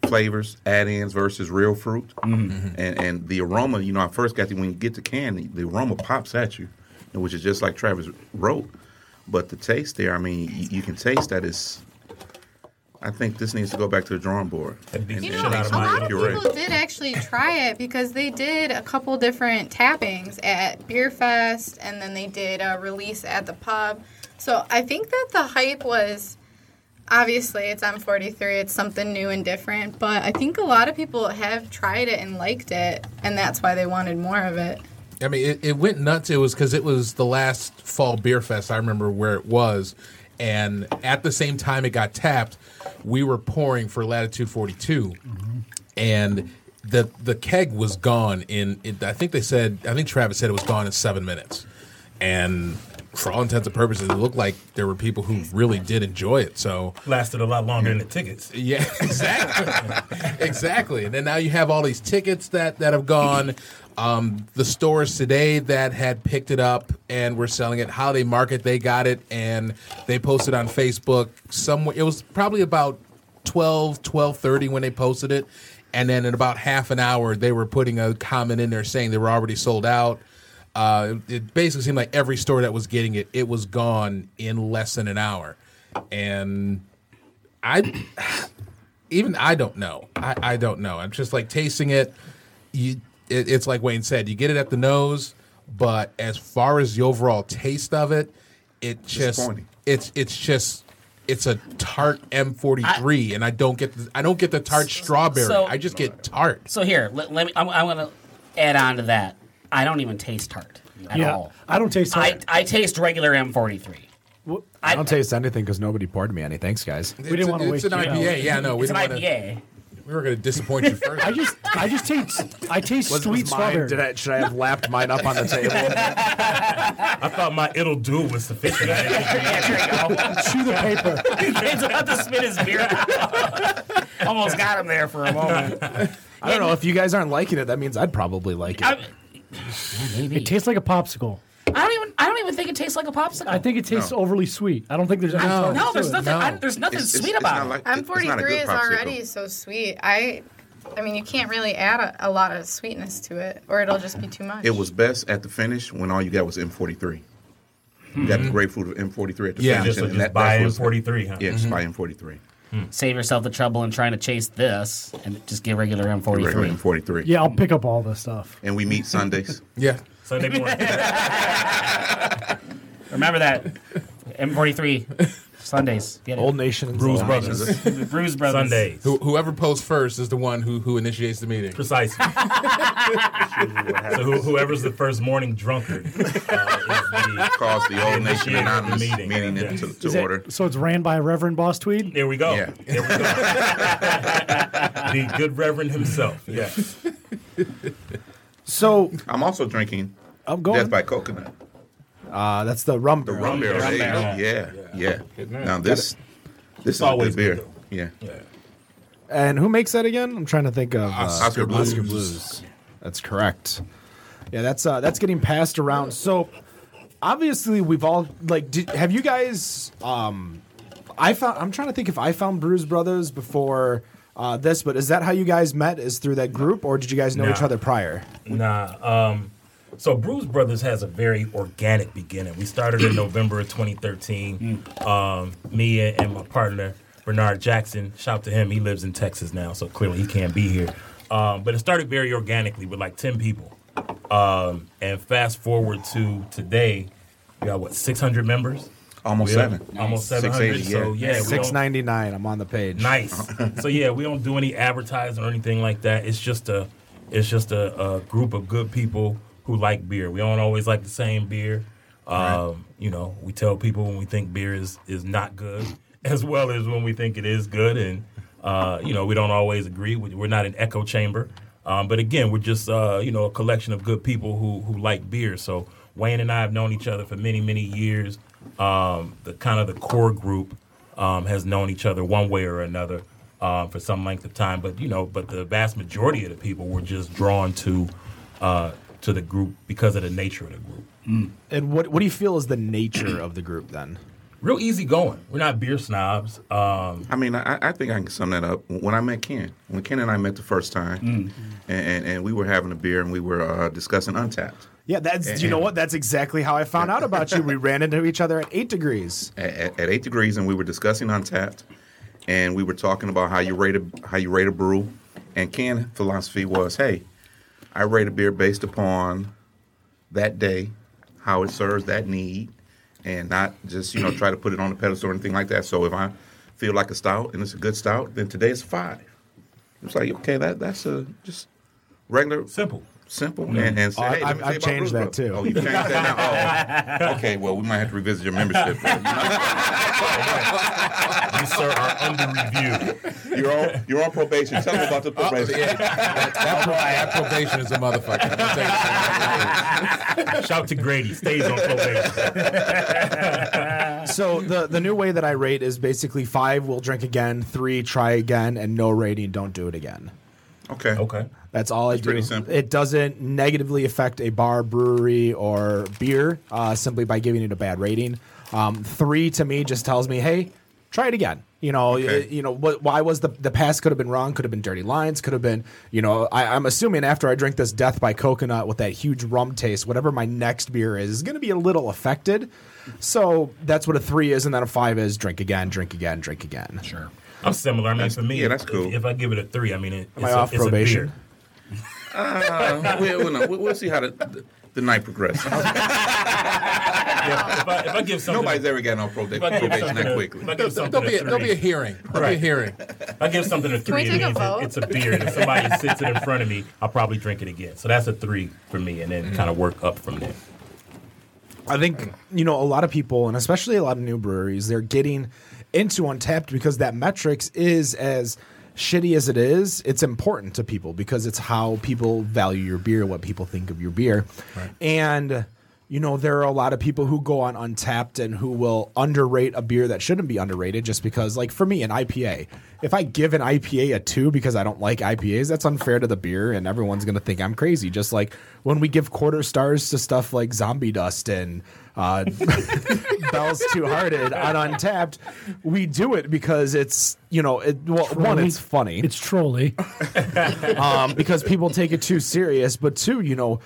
[SPEAKER 6] flavors, add-ins versus real fruit, and and the aroma. You know, I first got the when you get the can, the, the aroma pops at you, and which is just like Travis wrote. But the taste there, I mean, you, you can taste that it's. I think this needs to go back to the drawing board.
[SPEAKER 7] That beats
[SPEAKER 5] You
[SPEAKER 7] the
[SPEAKER 5] know,
[SPEAKER 7] shit out
[SPEAKER 5] a
[SPEAKER 7] of my
[SPEAKER 5] lot of
[SPEAKER 6] You're right.
[SPEAKER 5] people did actually try it because they did a couple different tappings at Beer Fest and then they did a release at the pub. So I think that the hype was obviously it's on 43, it's something new and different, but I think a lot of people have tried it and liked it, and that's why they wanted more of it.
[SPEAKER 4] I mean, it, it went nuts. It was because it was the last fall beer fest. I remember where it was. And at the same time it got tapped, we were pouring for Latitude 42. And the the keg was gone in, it, I think they said, I think Travis said it was gone in seven minutes. And for all intents and purposes, it looked like there were people who really did enjoy it. So,
[SPEAKER 7] lasted a lot longer than the tickets.
[SPEAKER 4] yeah, exactly, exactly. And then now you have all these tickets that that have gone. Um, the stores today that had picked it up and were selling it. Holiday Market they got it and they posted on Facebook. Somewhere it was probably about 12, 12.30 when they posted it. And then in about half an hour, they were putting a comment in there saying they were already sold out. Uh, it, it basically seemed like every store that was getting it, it was gone in less than an hour. And I even I don't know. I, I don't know. I'm just like tasting it. You, it, it's like Wayne said, you get it at the nose, but as far as the overall taste of it, it just
[SPEAKER 6] Disappointing.
[SPEAKER 4] it's it's just it's a tart M43, and I don't get the, I don't get the tart strawberry.
[SPEAKER 3] so-
[SPEAKER 4] I just get tart.
[SPEAKER 3] So here, let, let me. I'm, I'm gonna add on to that. I don't even taste tart at
[SPEAKER 9] yeah,
[SPEAKER 3] all.
[SPEAKER 9] I don't taste
[SPEAKER 3] I,
[SPEAKER 9] tart.
[SPEAKER 3] I taste regular M43.
[SPEAKER 1] I don't taste anything because nobody poured me any. Thanks, guys.
[SPEAKER 4] We
[SPEAKER 9] didn't wanna
[SPEAKER 4] It's
[SPEAKER 9] waste
[SPEAKER 4] an
[SPEAKER 9] you.
[SPEAKER 4] IPA. Yeah, no, we
[SPEAKER 3] It's an
[SPEAKER 4] didn't wanna-
[SPEAKER 3] IPA.
[SPEAKER 4] We were going to disappoint you first.
[SPEAKER 9] I just I just taste I taste sweet strawberry.
[SPEAKER 1] Did I, should I have lapped mine up on the table?
[SPEAKER 7] I thought my it'll do was sufficient.
[SPEAKER 3] Yeah, there you go.
[SPEAKER 9] Chew the paper.
[SPEAKER 3] He's about to spit his beer. out. Almost got him there for a moment.
[SPEAKER 1] I don't know. If you guys aren't liking it, that means I'd probably like it.
[SPEAKER 3] I,
[SPEAKER 9] It tastes like a popsicle.
[SPEAKER 3] I don't even. I don't even think it tastes like a popsicle.
[SPEAKER 9] I think it tastes overly sweet. I don't think there's any
[SPEAKER 4] No.
[SPEAKER 9] tartness
[SPEAKER 3] no, there's
[SPEAKER 9] to it.
[SPEAKER 3] nothing.
[SPEAKER 4] No.
[SPEAKER 3] I, there's nothing
[SPEAKER 6] It's- it's-
[SPEAKER 3] sweet
[SPEAKER 6] it's not
[SPEAKER 3] about it.
[SPEAKER 6] like-
[SPEAKER 5] I'm
[SPEAKER 6] it's not a
[SPEAKER 5] 43
[SPEAKER 6] good
[SPEAKER 5] is
[SPEAKER 6] popsicle.
[SPEAKER 5] already so sweet. I, I mean, you can't really add a, a lot of sweetness to it, or it'll just be too much.
[SPEAKER 6] It was best at the finish when all you got was M43. You got the grapefruit of M43 at the
[SPEAKER 4] Yeah.
[SPEAKER 6] finish.
[SPEAKER 7] Just, just
[SPEAKER 6] that-
[SPEAKER 7] buy
[SPEAKER 6] that's
[SPEAKER 7] in
[SPEAKER 6] what's-
[SPEAKER 7] 43, huh?
[SPEAKER 6] Yeah, just buy M43.
[SPEAKER 3] Save yourself the trouble in trying to chase this, and just get regular
[SPEAKER 6] Regular
[SPEAKER 3] M43.
[SPEAKER 6] M43.
[SPEAKER 9] Yeah, I'll pick up all this stuff.
[SPEAKER 6] And we meet Sundays.
[SPEAKER 4] yeah.
[SPEAKER 7] Sunday morning.
[SPEAKER 3] Remember that M43 Sundays. Get it.
[SPEAKER 1] Old Nation and
[SPEAKER 7] Bruise
[SPEAKER 1] Zone.
[SPEAKER 7] Brothers.
[SPEAKER 3] Bruise Brothers.
[SPEAKER 7] Sundays.
[SPEAKER 4] Who, whoever posts first is the one who who initiates the meeting.
[SPEAKER 7] Precisely. so who, whoever's the first morning drunkard uh, is the,
[SPEAKER 6] Calls the Old Nation
[SPEAKER 7] Yeah,
[SPEAKER 6] Anonymous
[SPEAKER 7] meeting.
[SPEAKER 6] meeting,
[SPEAKER 7] Yeah.
[SPEAKER 6] to,
[SPEAKER 9] Is
[SPEAKER 6] to
[SPEAKER 9] it-
[SPEAKER 6] order.
[SPEAKER 9] so it's ran by Reverend Boss Tweed.
[SPEAKER 7] there we go.
[SPEAKER 6] Yeah.
[SPEAKER 7] There we go. the good Reverend himself. Yes.
[SPEAKER 1] So
[SPEAKER 6] I'm also drinking
[SPEAKER 1] I'm
[SPEAKER 6] Death
[SPEAKER 1] going.
[SPEAKER 6] by Coconut.
[SPEAKER 1] Oh, Uh, that's the rum.
[SPEAKER 6] The
[SPEAKER 1] barrel.
[SPEAKER 6] rum barrel.
[SPEAKER 7] Rum
[SPEAKER 6] there you go.
[SPEAKER 7] barrel.
[SPEAKER 6] Yeah, yeah.
[SPEAKER 4] man.
[SPEAKER 6] Now this, this is a
[SPEAKER 7] always
[SPEAKER 6] good beer.
[SPEAKER 7] good,
[SPEAKER 6] Yeah.
[SPEAKER 1] And who makes that again? I'm trying to think of uh,
[SPEAKER 6] Oscar Blues.
[SPEAKER 1] Oscar Blues. That's correct. Yeah, that's uh, that's getting passed around. So obviously, we've all like. Did, have you guys? Um, I found. I'm trying to think if I found Bruise Brothers before uh, this, but is that how you guys met? Is through that group, or did you guys know
[SPEAKER 7] No.
[SPEAKER 1] each other prior?
[SPEAKER 7] Nah. Um, so Bruise Brothers has a very organic beginning. We started in November of 2013.
[SPEAKER 1] Mm.
[SPEAKER 7] Um, me and, and my partner Bernard Jackson. Shout to him. He lives in Texas now, so clearly he can't be here. Um, but it started very organically with like 10 people. Um, and fast forward to today, we got what 600 members.
[SPEAKER 6] Almost
[SPEAKER 7] We are-
[SPEAKER 6] seven.
[SPEAKER 7] Almost
[SPEAKER 6] Nice.
[SPEAKER 7] 700.
[SPEAKER 6] 680,
[SPEAKER 7] So
[SPEAKER 6] yeah.
[SPEAKER 7] yeah, we
[SPEAKER 1] Six
[SPEAKER 7] don't-
[SPEAKER 1] ninety nine. I'm on the page.
[SPEAKER 7] Nice. so yeah, we don't do any advertising or anything like that. It's just a, it's just a, a group of good people who like beer. We don't always like the same beer. Um, You know, we tell people when we think beer is is not good, as well as when we think it is good, and uh, you know, we don't always agree. We- We're not an echo chamber. Um, but again, we're just uh, you know a collection of good people who who like beer. So Wayne and I have known each other for many many years. Um, the kind of the core group um, has known each other one way or another um, for some length of time. But you know, but the vast majority of the people were just drawn to uh, to the group because of the nature of the group.
[SPEAKER 1] And what what do you feel is the nature of the group then?
[SPEAKER 7] Real easy going. We're not beer snobs. Um,
[SPEAKER 6] I mean, I, I think I can sum that up. When I met Ken, when Ken and I met the first time, and, and, and we were having a beer and we were uh, discussing Untapped
[SPEAKER 1] Yeah, that's you know what? That's exactly how I found out about you. We ran into each other at eight degrees.
[SPEAKER 6] at, at, at eight degrees, and we were discussing Untapped, and we were talking about how you rate a how you rate a brew, and Ken's philosophy was, hey, I rate a beer based upon that day, how it serves that need, and not just you know try to put it on a pedestal or anything like that. So if I feel like a stout and it's a good stout, then today it's a five. It's like okay, that that's a just regular
[SPEAKER 7] simple.
[SPEAKER 6] simple and, and say,
[SPEAKER 1] Oh,
[SPEAKER 6] hey,
[SPEAKER 1] I-
[SPEAKER 6] let me
[SPEAKER 1] I've-
[SPEAKER 6] tell you
[SPEAKER 1] I've changed
[SPEAKER 6] about Bruce
[SPEAKER 1] that, too.
[SPEAKER 6] Brothers. Oh, you changed that now. Oh, okay. Well, we might have to revisit your membership.
[SPEAKER 7] You sir are under review.
[SPEAKER 6] You're on you're on probation. Tell me about the probation.
[SPEAKER 4] that, that pro- that probation is a motherfucker. I'll tell you that.
[SPEAKER 7] Shout to Grady. Stays on probation.
[SPEAKER 1] So the the new way that I rate is basically five, we'll drink again, three, try again, and no rating, don't do it again.
[SPEAKER 6] Okay.
[SPEAKER 7] Okay.
[SPEAKER 1] That's all I do.
[SPEAKER 6] pretty simple.
[SPEAKER 1] It doesn't negatively affect a bar, brewery, or beer uh, simply by giving it a bad rating. Um, three to me just tells me, hey, try it again. You You know,
[SPEAKER 6] Okay.
[SPEAKER 1] y- you know, what, why was the the pass could have been wrong? Could have been dirty lines. Could have been, you know, I, I'm assuming after I drink this Death by Coconut with that huge rum taste, whatever my next beer is, is going to be a little affected. So that's what a three is, and then a five is drink again, drink again, drink again. Sure.
[SPEAKER 7] I'm similar. I mean, for me,
[SPEAKER 6] yeah, that's
[SPEAKER 7] if-
[SPEAKER 6] cool.
[SPEAKER 7] If, I give it a three, I mean, it, it's,
[SPEAKER 1] I
[SPEAKER 7] a,
[SPEAKER 1] off
[SPEAKER 7] it's a
[SPEAKER 1] probation?
[SPEAKER 7] beer.
[SPEAKER 6] Uh, we, we'll, know. We- we'll see how the, the, the night progresses.
[SPEAKER 7] If I, if I give something,
[SPEAKER 6] Nobody's ever gotten on proba-
[SPEAKER 7] if I give
[SPEAKER 6] probation
[SPEAKER 7] something,
[SPEAKER 6] that
[SPEAKER 7] a,
[SPEAKER 6] quickly.
[SPEAKER 7] if I give something
[SPEAKER 4] There'll be,
[SPEAKER 7] a
[SPEAKER 4] a, there'll be a
[SPEAKER 7] three,
[SPEAKER 4] hearing. There'll be a hearing.
[SPEAKER 7] if I give something a three,
[SPEAKER 5] we
[SPEAKER 7] it
[SPEAKER 5] take a
[SPEAKER 7] means it-
[SPEAKER 5] vote?
[SPEAKER 7] it's a beer. And if somebody sits it in front of me, I'll probably drink it again. So that's a three for me, and then
[SPEAKER 9] Mm.
[SPEAKER 7] kind of work up from there.
[SPEAKER 1] I think you know a lot of people, and especially a lot of new breweries, they're getting into Untapped because that metrics is as shitty as it is. It's important to people because it's how people value your beer, what people think of your beer, and you know there are a lot of people who go on Untapped and who will underrate a beer that shouldn't be underrated just because, like for me, an IPA. If I give an IPA a two because I don't like IPAs, that's unfair to the beer, and everyone's gonna think I'm crazy. Just like when we give quarter stars to stuff like Zombie Dust and uh, Bells Too Hearted on Untapped, we do it because it's you know it, well one it's funny
[SPEAKER 9] It's trolley.
[SPEAKER 1] um, because people take it too serious. But two, you know,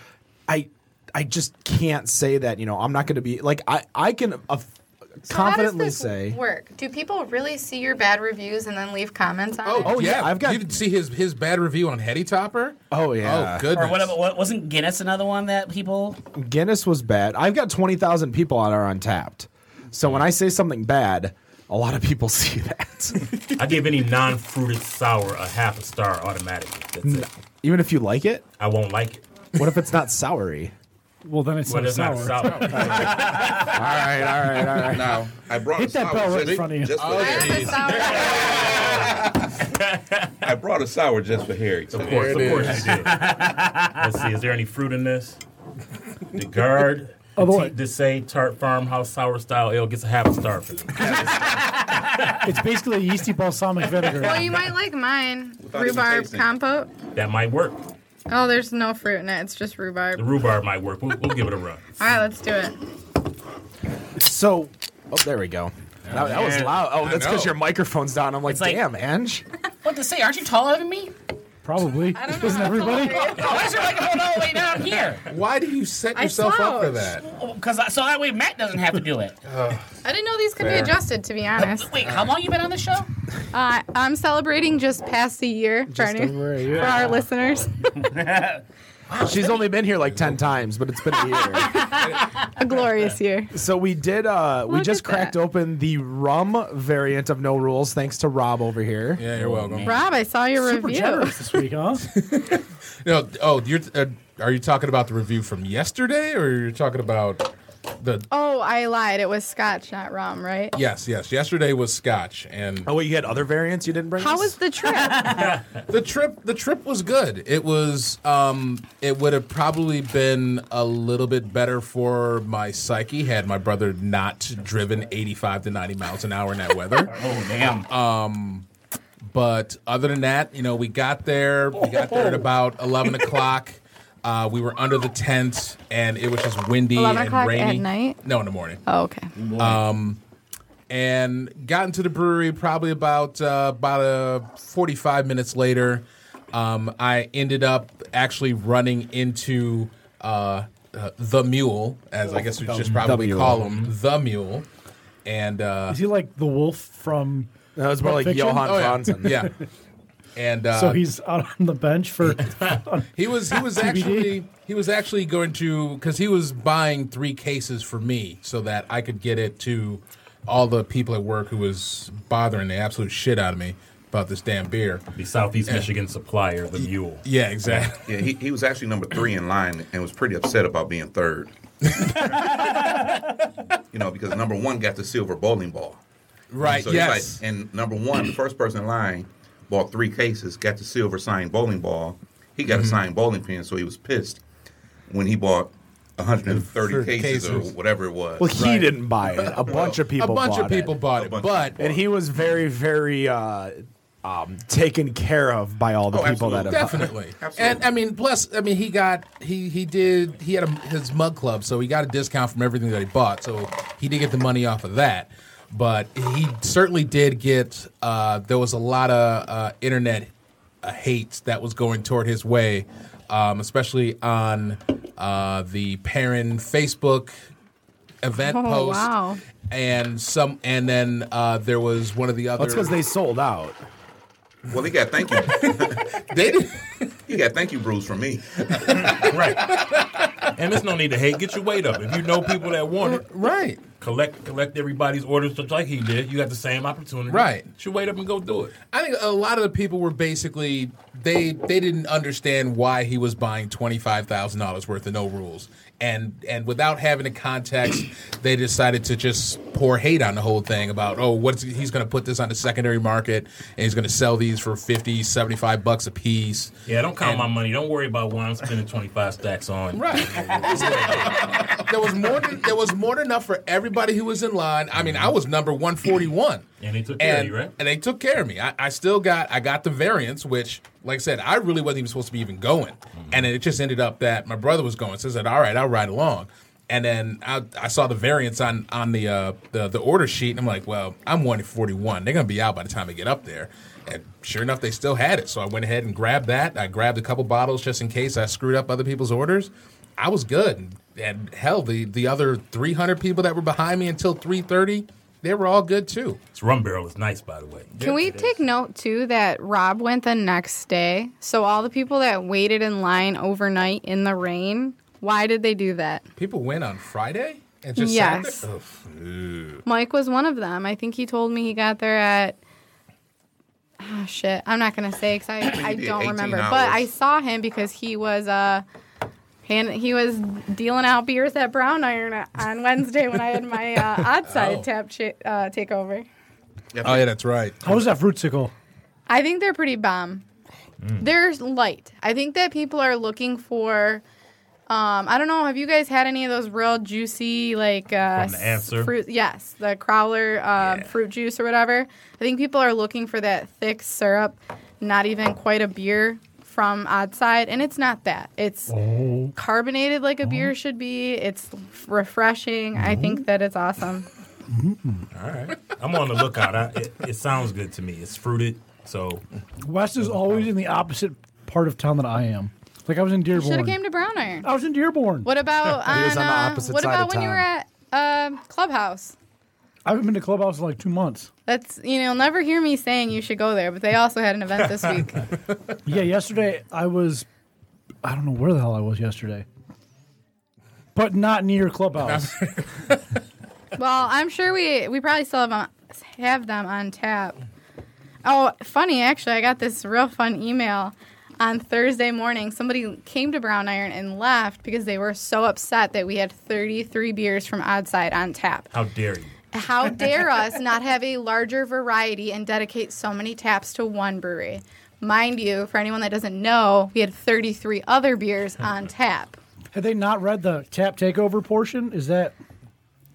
[SPEAKER 1] I I just can't say that. You know, I'm not going to be like I I can uh,
[SPEAKER 5] So how
[SPEAKER 1] confidently
[SPEAKER 5] does this
[SPEAKER 1] say.
[SPEAKER 5] work? Do people really see your bad reviews and then leave comments on it?
[SPEAKER 1] Oh, yeah, I've got-
[SPEAKER 4] You didn't see his his bad review on Hetty Topper.
[SPEAKER 1] Oh, yeah.
[SPEAKER 4] Oh goodness.
[SPEAKER 3] Or whatever. What, wasn't Guinness another one that people?
[SPEAKER 1] Guinness was bad. I've got twenty thousand people on our Untapped, so when I say something bad, a lot of people see that.
[SPEAKER 7] I give any non-fruited sour a half a star automatically. That's it.
[SPEAKER 1] Even if you like it,
[SPEAKER 7] I won't like it.
[SPEAKER 1] what if it's not soury?
[SPEAKER 9] Well, then it's
[SPEAKER 7] Well,
[SPEAKER 9] not
[SPEAKER 7] it's
[SPEAKER 9] sour.
[SPEAKER 7] not sour.
[SPEAKER 1] All right, all right, all right.
[SPEAKER 6] Now, I brought
[SPEAKER 9] Hit
[SPEAKER 6] a
[SPEAKER 9] that
[SPEAKER 6] sour
[SPEAKER 9] bell right
[SPEAKER 6] just,
[SPEAKER 9] in front of you.
[SPEAKER 6] just for
[SPEAKER 4] Oh,
[SPEAKER 5] Why
[SPEAKER 6] Harry.
[SPEAKER 5] is it sour?
[SPEAKER 6] I brought a sour just for Harry. So
[SPEAKER 7] Of course,
[SPEAKER 4] There it
[SPEAKER 7] of course you do. Let's see, is there any fruit in this? The guard.
[SPEAKER 9] Oh, boy.
[SPEAKER 7] The say tart farmhouse sour style ale gets a half a star for me.
[SPEAKER 9] It's basically a yeasty balsamic
[SPEAKER 5] well,
[SPEAKER 9] vinegar.
[SPEAKER 5] you might like mine.
[SPEAKER 6] Without even
[SPEAKER 5] Rhubarb
[SPEAKER 6] tasting.
[SPEAKER 5] compote.
[SPEAKER 7] That might work.
[SPEAKER 5] Oh, there's no fruit in it. It's just
[SPEAKER 7] The
[SPEAKER 5] rhubarb. All
[SPEAKER 7] rhubarb might work. We'll, we'll give it a run.
[SPEAKER 5] right, let's do it.
[SPEAKER 1] So, oh, there we go. That, that was loud. Oh, that's
[SPEAKER 4] know.
[SPEAKER 1] because your microphone's down. I'm like,
[SPEAKER 3] like-
[SPEAKER 1] damn, Ange.
[SPEAKER 3] What to say? Aren't you taller than me?
[SPEAKER 9] Probably. Isn't everybody?
[SPEAKER 3] Why is your microphone all the way down here?
[SPEAKER 4] Why do you set
[SPEAKER 5] I
[SPEAKER 4] yourself up for
[SPEAKER 5] slouched.
[SPEAKER 4] that?
[SPEAKER 3] Because so that way Matt doesn't have to do it.
[SPEAKER 5] I didn't know these could
[SPEAKER 4] Fair.
[SPEAKER 5] be adjusted, to be honest.
[SPEAKER 3] Wait, how long you been on the show?
[SPEAKER 5] Uh, I'm celebrating just past a year for, our, new-
[SPEAKER 1] over a
[SPEAKER 5] for our listeners.
[SPEAKER 1] She's only been here like ten times, but it's been a year.
[SPEAKER 5] A glorious year.
[SPEAKER 1] so we did. uh We
[SPEAKER 5] Look
[SPEAKER 1] just
[SPEAKER 5] at
[SPEAKER 1] cracked
[SPEAKER 5] that.
[SPEAKER 1] open the rum variant of No Rules, thanks to Rob over here.
[SPEAKER 4] Yeah, you're welcome.
[SPEAKER 5] Rob, I saw your
[SPEAKER 9] Super
[SPEAKER 5] review.
[SPEAKER 9] generous this week, huh?
[SPEAKER 4] No, oh, you're uh, are you talking about the review from yesterday, or you're talking about the?
[SPEAKER 5] Oh, I lied. It was scotch, not rum, right?
[SPEAKER 4] Yes, yes. Yesterday was Scotch, and
[SPEAKER 1] Oh, wait, you had other variants you didn't bring.
[SPEAKER 5] How
[SPEAKER 1] us?
[SPEAKER 5] was the trip?
[SPEAKER 4] the trip the trip was good. It was um, it would have probably been a little bit better for my psyche had my brother not driven 85 to 90 miles an hour in that weather. Um,
[SPEAKER 3] Oh damn!
[SPEAKER 4] But other than that, you know, we got there. We got there at
[SPEAKER 3] Oh.
[SPEAKER 4] about eleven o'clock. Uh, we were under the tent, and it was just windy
[SPEAKER 5] 11
[SPEAKER 4] and
[SPEAKER 5] o'clock at
[SPEAKER 4] rainy.
[SPEAKER 5] night?
[SPEAKER 4] No, in the morning.
[SPEAKER 5] Oh, okay.
[SPEAKER 4] And got into the brewery probably about uh, about uh, forty five minutes later. Um, I ended up actually running into uh, uh, the mule, as I guess we should probably
[SPEAKER 1] mule.
[SPEAKER 4] call him, the mule. And uh,
[SPEAKER 9] Is he like the wolf from?
[SPEAKER 1] That was more
[SPEAKER 9] Pulp
[SPEAKER 1] like
[SPEAKER 9] Fiction?
[SPEAKER 1] Johan
[SPEAKER 4] oh yeah,
[SPEAKER 1] Franzen.
[SPEAKER 4] yeah. And uh,
[SPEAKER 9] So he's out on the bench for.
[SPEAKER 4] He was he was actually he was actually going to because he was buying three cases for me so that I could get it to all the people at work who was bothering the absolute shit out of me about this damn beer.
[SPEAKER 7] The Southeast Michigan supplier, the Mule.
[SPEAKER 4] Yeah, exactly.
[SPEAKER 6] yeah, he, he was actually number three in line and was pretty upset about being third. you know, because number one got the silver bowling ball.
[SPEAKER 4] Right.
[SPEAKER 6] So he's
[SPEAKER 4] yes.
[SPEAKER 6] like- and number one, the first person in line bought three cases, got the silver signed bowling ball. He got a
[SPEAKER 4] Mm-hmm.
[SPEAKER 6] signed bowling pin, so he was pissed when he bought 130
[SPEAKER 4] For
[SPEAKER 6] cases, or
[SPEAKER 4] cases.
[SPEAKER 6] whatever it was.
[SPEAKER 1] Well, he didn't buy it. A bunch of
[SPEAKER 4] a
[SPEAKER 1] people.
[SPEAKER 4] bunch of
[SPEAKER 1] bought it.
[SPEAKER 4] people bought
[SPEAKER 6] A
[SPEAKER 4] it,
[SPEAKER 6] bunch of
[SPEAKER 4] but
[SPEAKER 6] people
[SPEAKER 1] and he was very, very uh um taken care of by all the
[SPEAKER 6] Oh,
[SPEAKER 1] people that
[SPEAKER 6] absolutely.
[SPEAKER 1] have.
[SPEAKER 4] definitely.
[SPEAKER 6] Absolutely.
[SPEAKER 4] and I mean, plus, I mean, he got he he did he had a, his mug club, so he got a discount from everything that he bought, so he did get the money off of that. But he certainly did get. Uh, there was a lot of uh, internet uh, hate that was going toward his way, um, especially on uh, the Perrin Facebook event
[SPEAKER 5] Oh,
[SPEAKER 4] post.
[SPEAKER 5] wow.
[SPEAKER 4] And some, and then uh, there was one of the other.
[SPEAKER 1] That's because they sold out.
[SPEAKER 6] Well, he got thank you.
[SPEAKER 4] they did,
[SPEAKER 6] He got thank you, Bruce, from me.
[SPEAKER 7] right. And there's no need to hate. Get your weight up. If you know people that want it,
[SPEAKER 4] right,
[SPEAKER 7] collect collect everybody's orders just like he did. You got the same opportunity.
[SPEAKER 4] Right.
[SPEAKER 7] Get your weight up and go do it.
[SPEAKER 4] I think a lot of the people were basically they they didn't understand why he was buying twenty five thousand dollars worth of no rules, and and without having a context, they decided to just pour hate on the whole thing about oh what's he's going to put this on the secondary market and he's going to sell these for 50, 75 bucks a piece.
[SPEAKER 7] Yeah, don't count
[SPEAKER 4] And-
[SPEAKER 7] my money. Don't worry about why I'm spending 25 stacks on.
[SPEAKER 4] Right. there was more. Than, there was more than enough for everybody who was in line. I mean, I was number one forty one,
[SPEAKER 7] And they took care of you, right?
[SPEAKER 4] And they took care of me. I, I still got. I got the variance, which, like I said, I really wasn't even supposed to be even going. And it just ended up that my brother was going. So I said, "All right, I'll ride along." And then I, I saw the variance on on the, uh, the the order sheet, and I'm like, "Well, I'm one forty one. They're gonna be out by the time I get up there." And sure enough, they still had it. So I went ahead and grabbed that. I grabbed a couple bottles just in case I screwed up other people's orders. I was good, and, and hell, the the other three hundred people that were behind me until three thirty, they were all good too.
[SPEAKER 7] This rum barrel is nice, by the way.
[SPEAKER 5] Can we take note too that Rob went the next day? So all the people that waited in line overnight in the rain, why did they do that?
[SPEAKER 4] People went on Friday and just
[SPEAKER 5] Yes.
[SPEAKER 4] sat there. Ugh.
[SPEAKER 5] Mike was one of them. I think he told me he got there at. Oh, shit. I'm not going to say because I, I
[SPEAKER 6] did
[SPEAKER 5] don't
[SPEAKER 6] 18
[SPEAKER 5] remember.
[SPEAKER 6] hours.
[SPEAKER 5] But I saw him because he was. Uh, hand, he was dealing out beers at Brown Iron on Wednesday when I had my uh, odd side
[SPEAKER 6] Oh.
[SPEAKER 5] tap cha- uh, takeover.
[SPEAKER 4] Oh yeah, that's right.
[SPEAKER 9] How was that fruitsicle?
[SPEAKER 5] I think they're pretty bomb.
[SPEAKER 7] Mm.
[SPEAKER 5] They're light. I think that people are looking for. Um, I don't know. Have you guys had any of those real juicy like uh,
[SPEAKER 7] From the answer?
[SPEAKER 5] fruit? Yes, the crowler um, fruit juice or whatever. I think people are looking for that thick syrup, not even quite a beer from outside, and it's not that. It's
[SPEAKER 7] Oh.
[SPEAKER 5] carbonated like a beer should be. It's refreshing. I
[SPEAKER 7] Oh.
[SPEAKER 5] think that it's awesome.
[SPEAKER 7] I'm on the lookout. I, it, it sounds good to me. It's fruited, so
[SPEAKER 9] West is always in the opposite part of town that I am. Like I was in
[SPEAKER 5] Should have
[SPEAKER 9] Dearborn.
[SPEAKER 5] came to Brown Iron.
[SPEAKER 9] I was in Dearborn.
[SPEAKER 5] What about on,
[SPEAKER 8] He was on the
[SPEAKER 5] uh,
[SPEAKER 8] opposite
[SPEAKER 5] what
[SPEAKER 8] side
[SPEAKER 5] about
[SPEAKER 8] of
[SPEAKER 5] when you were at um Clubhouse?
[SPEAKER 9] I haven't been to clubhouse in like two months.
[SPEAKER 5] That's you know, you'll never hear me saying you should go there, but they also had an event this week.
[SPEAKER 9] Yeah, yesterday I was. I don't know where the hell I was yesterday, but not near clubhouse.
[SPEAKER 5] well, I'm sure we we probably still have on, have them on tap. Oh, funny actually, I got this real fun email on Thursday morning. Somebody came to Brown Iron and left because they were so upset that we had 33 beers from Oddside on tap.
[SPEAKER 7] how dare you?
[SPEAKER 5] How dare us not have a larger variety and dedicate so many taps to one brewery? Mind you, for anyone that doesn't know, we had 33 other beers on tap.
[SPEAKER 9] Had they not read the tap takeover portion? Is that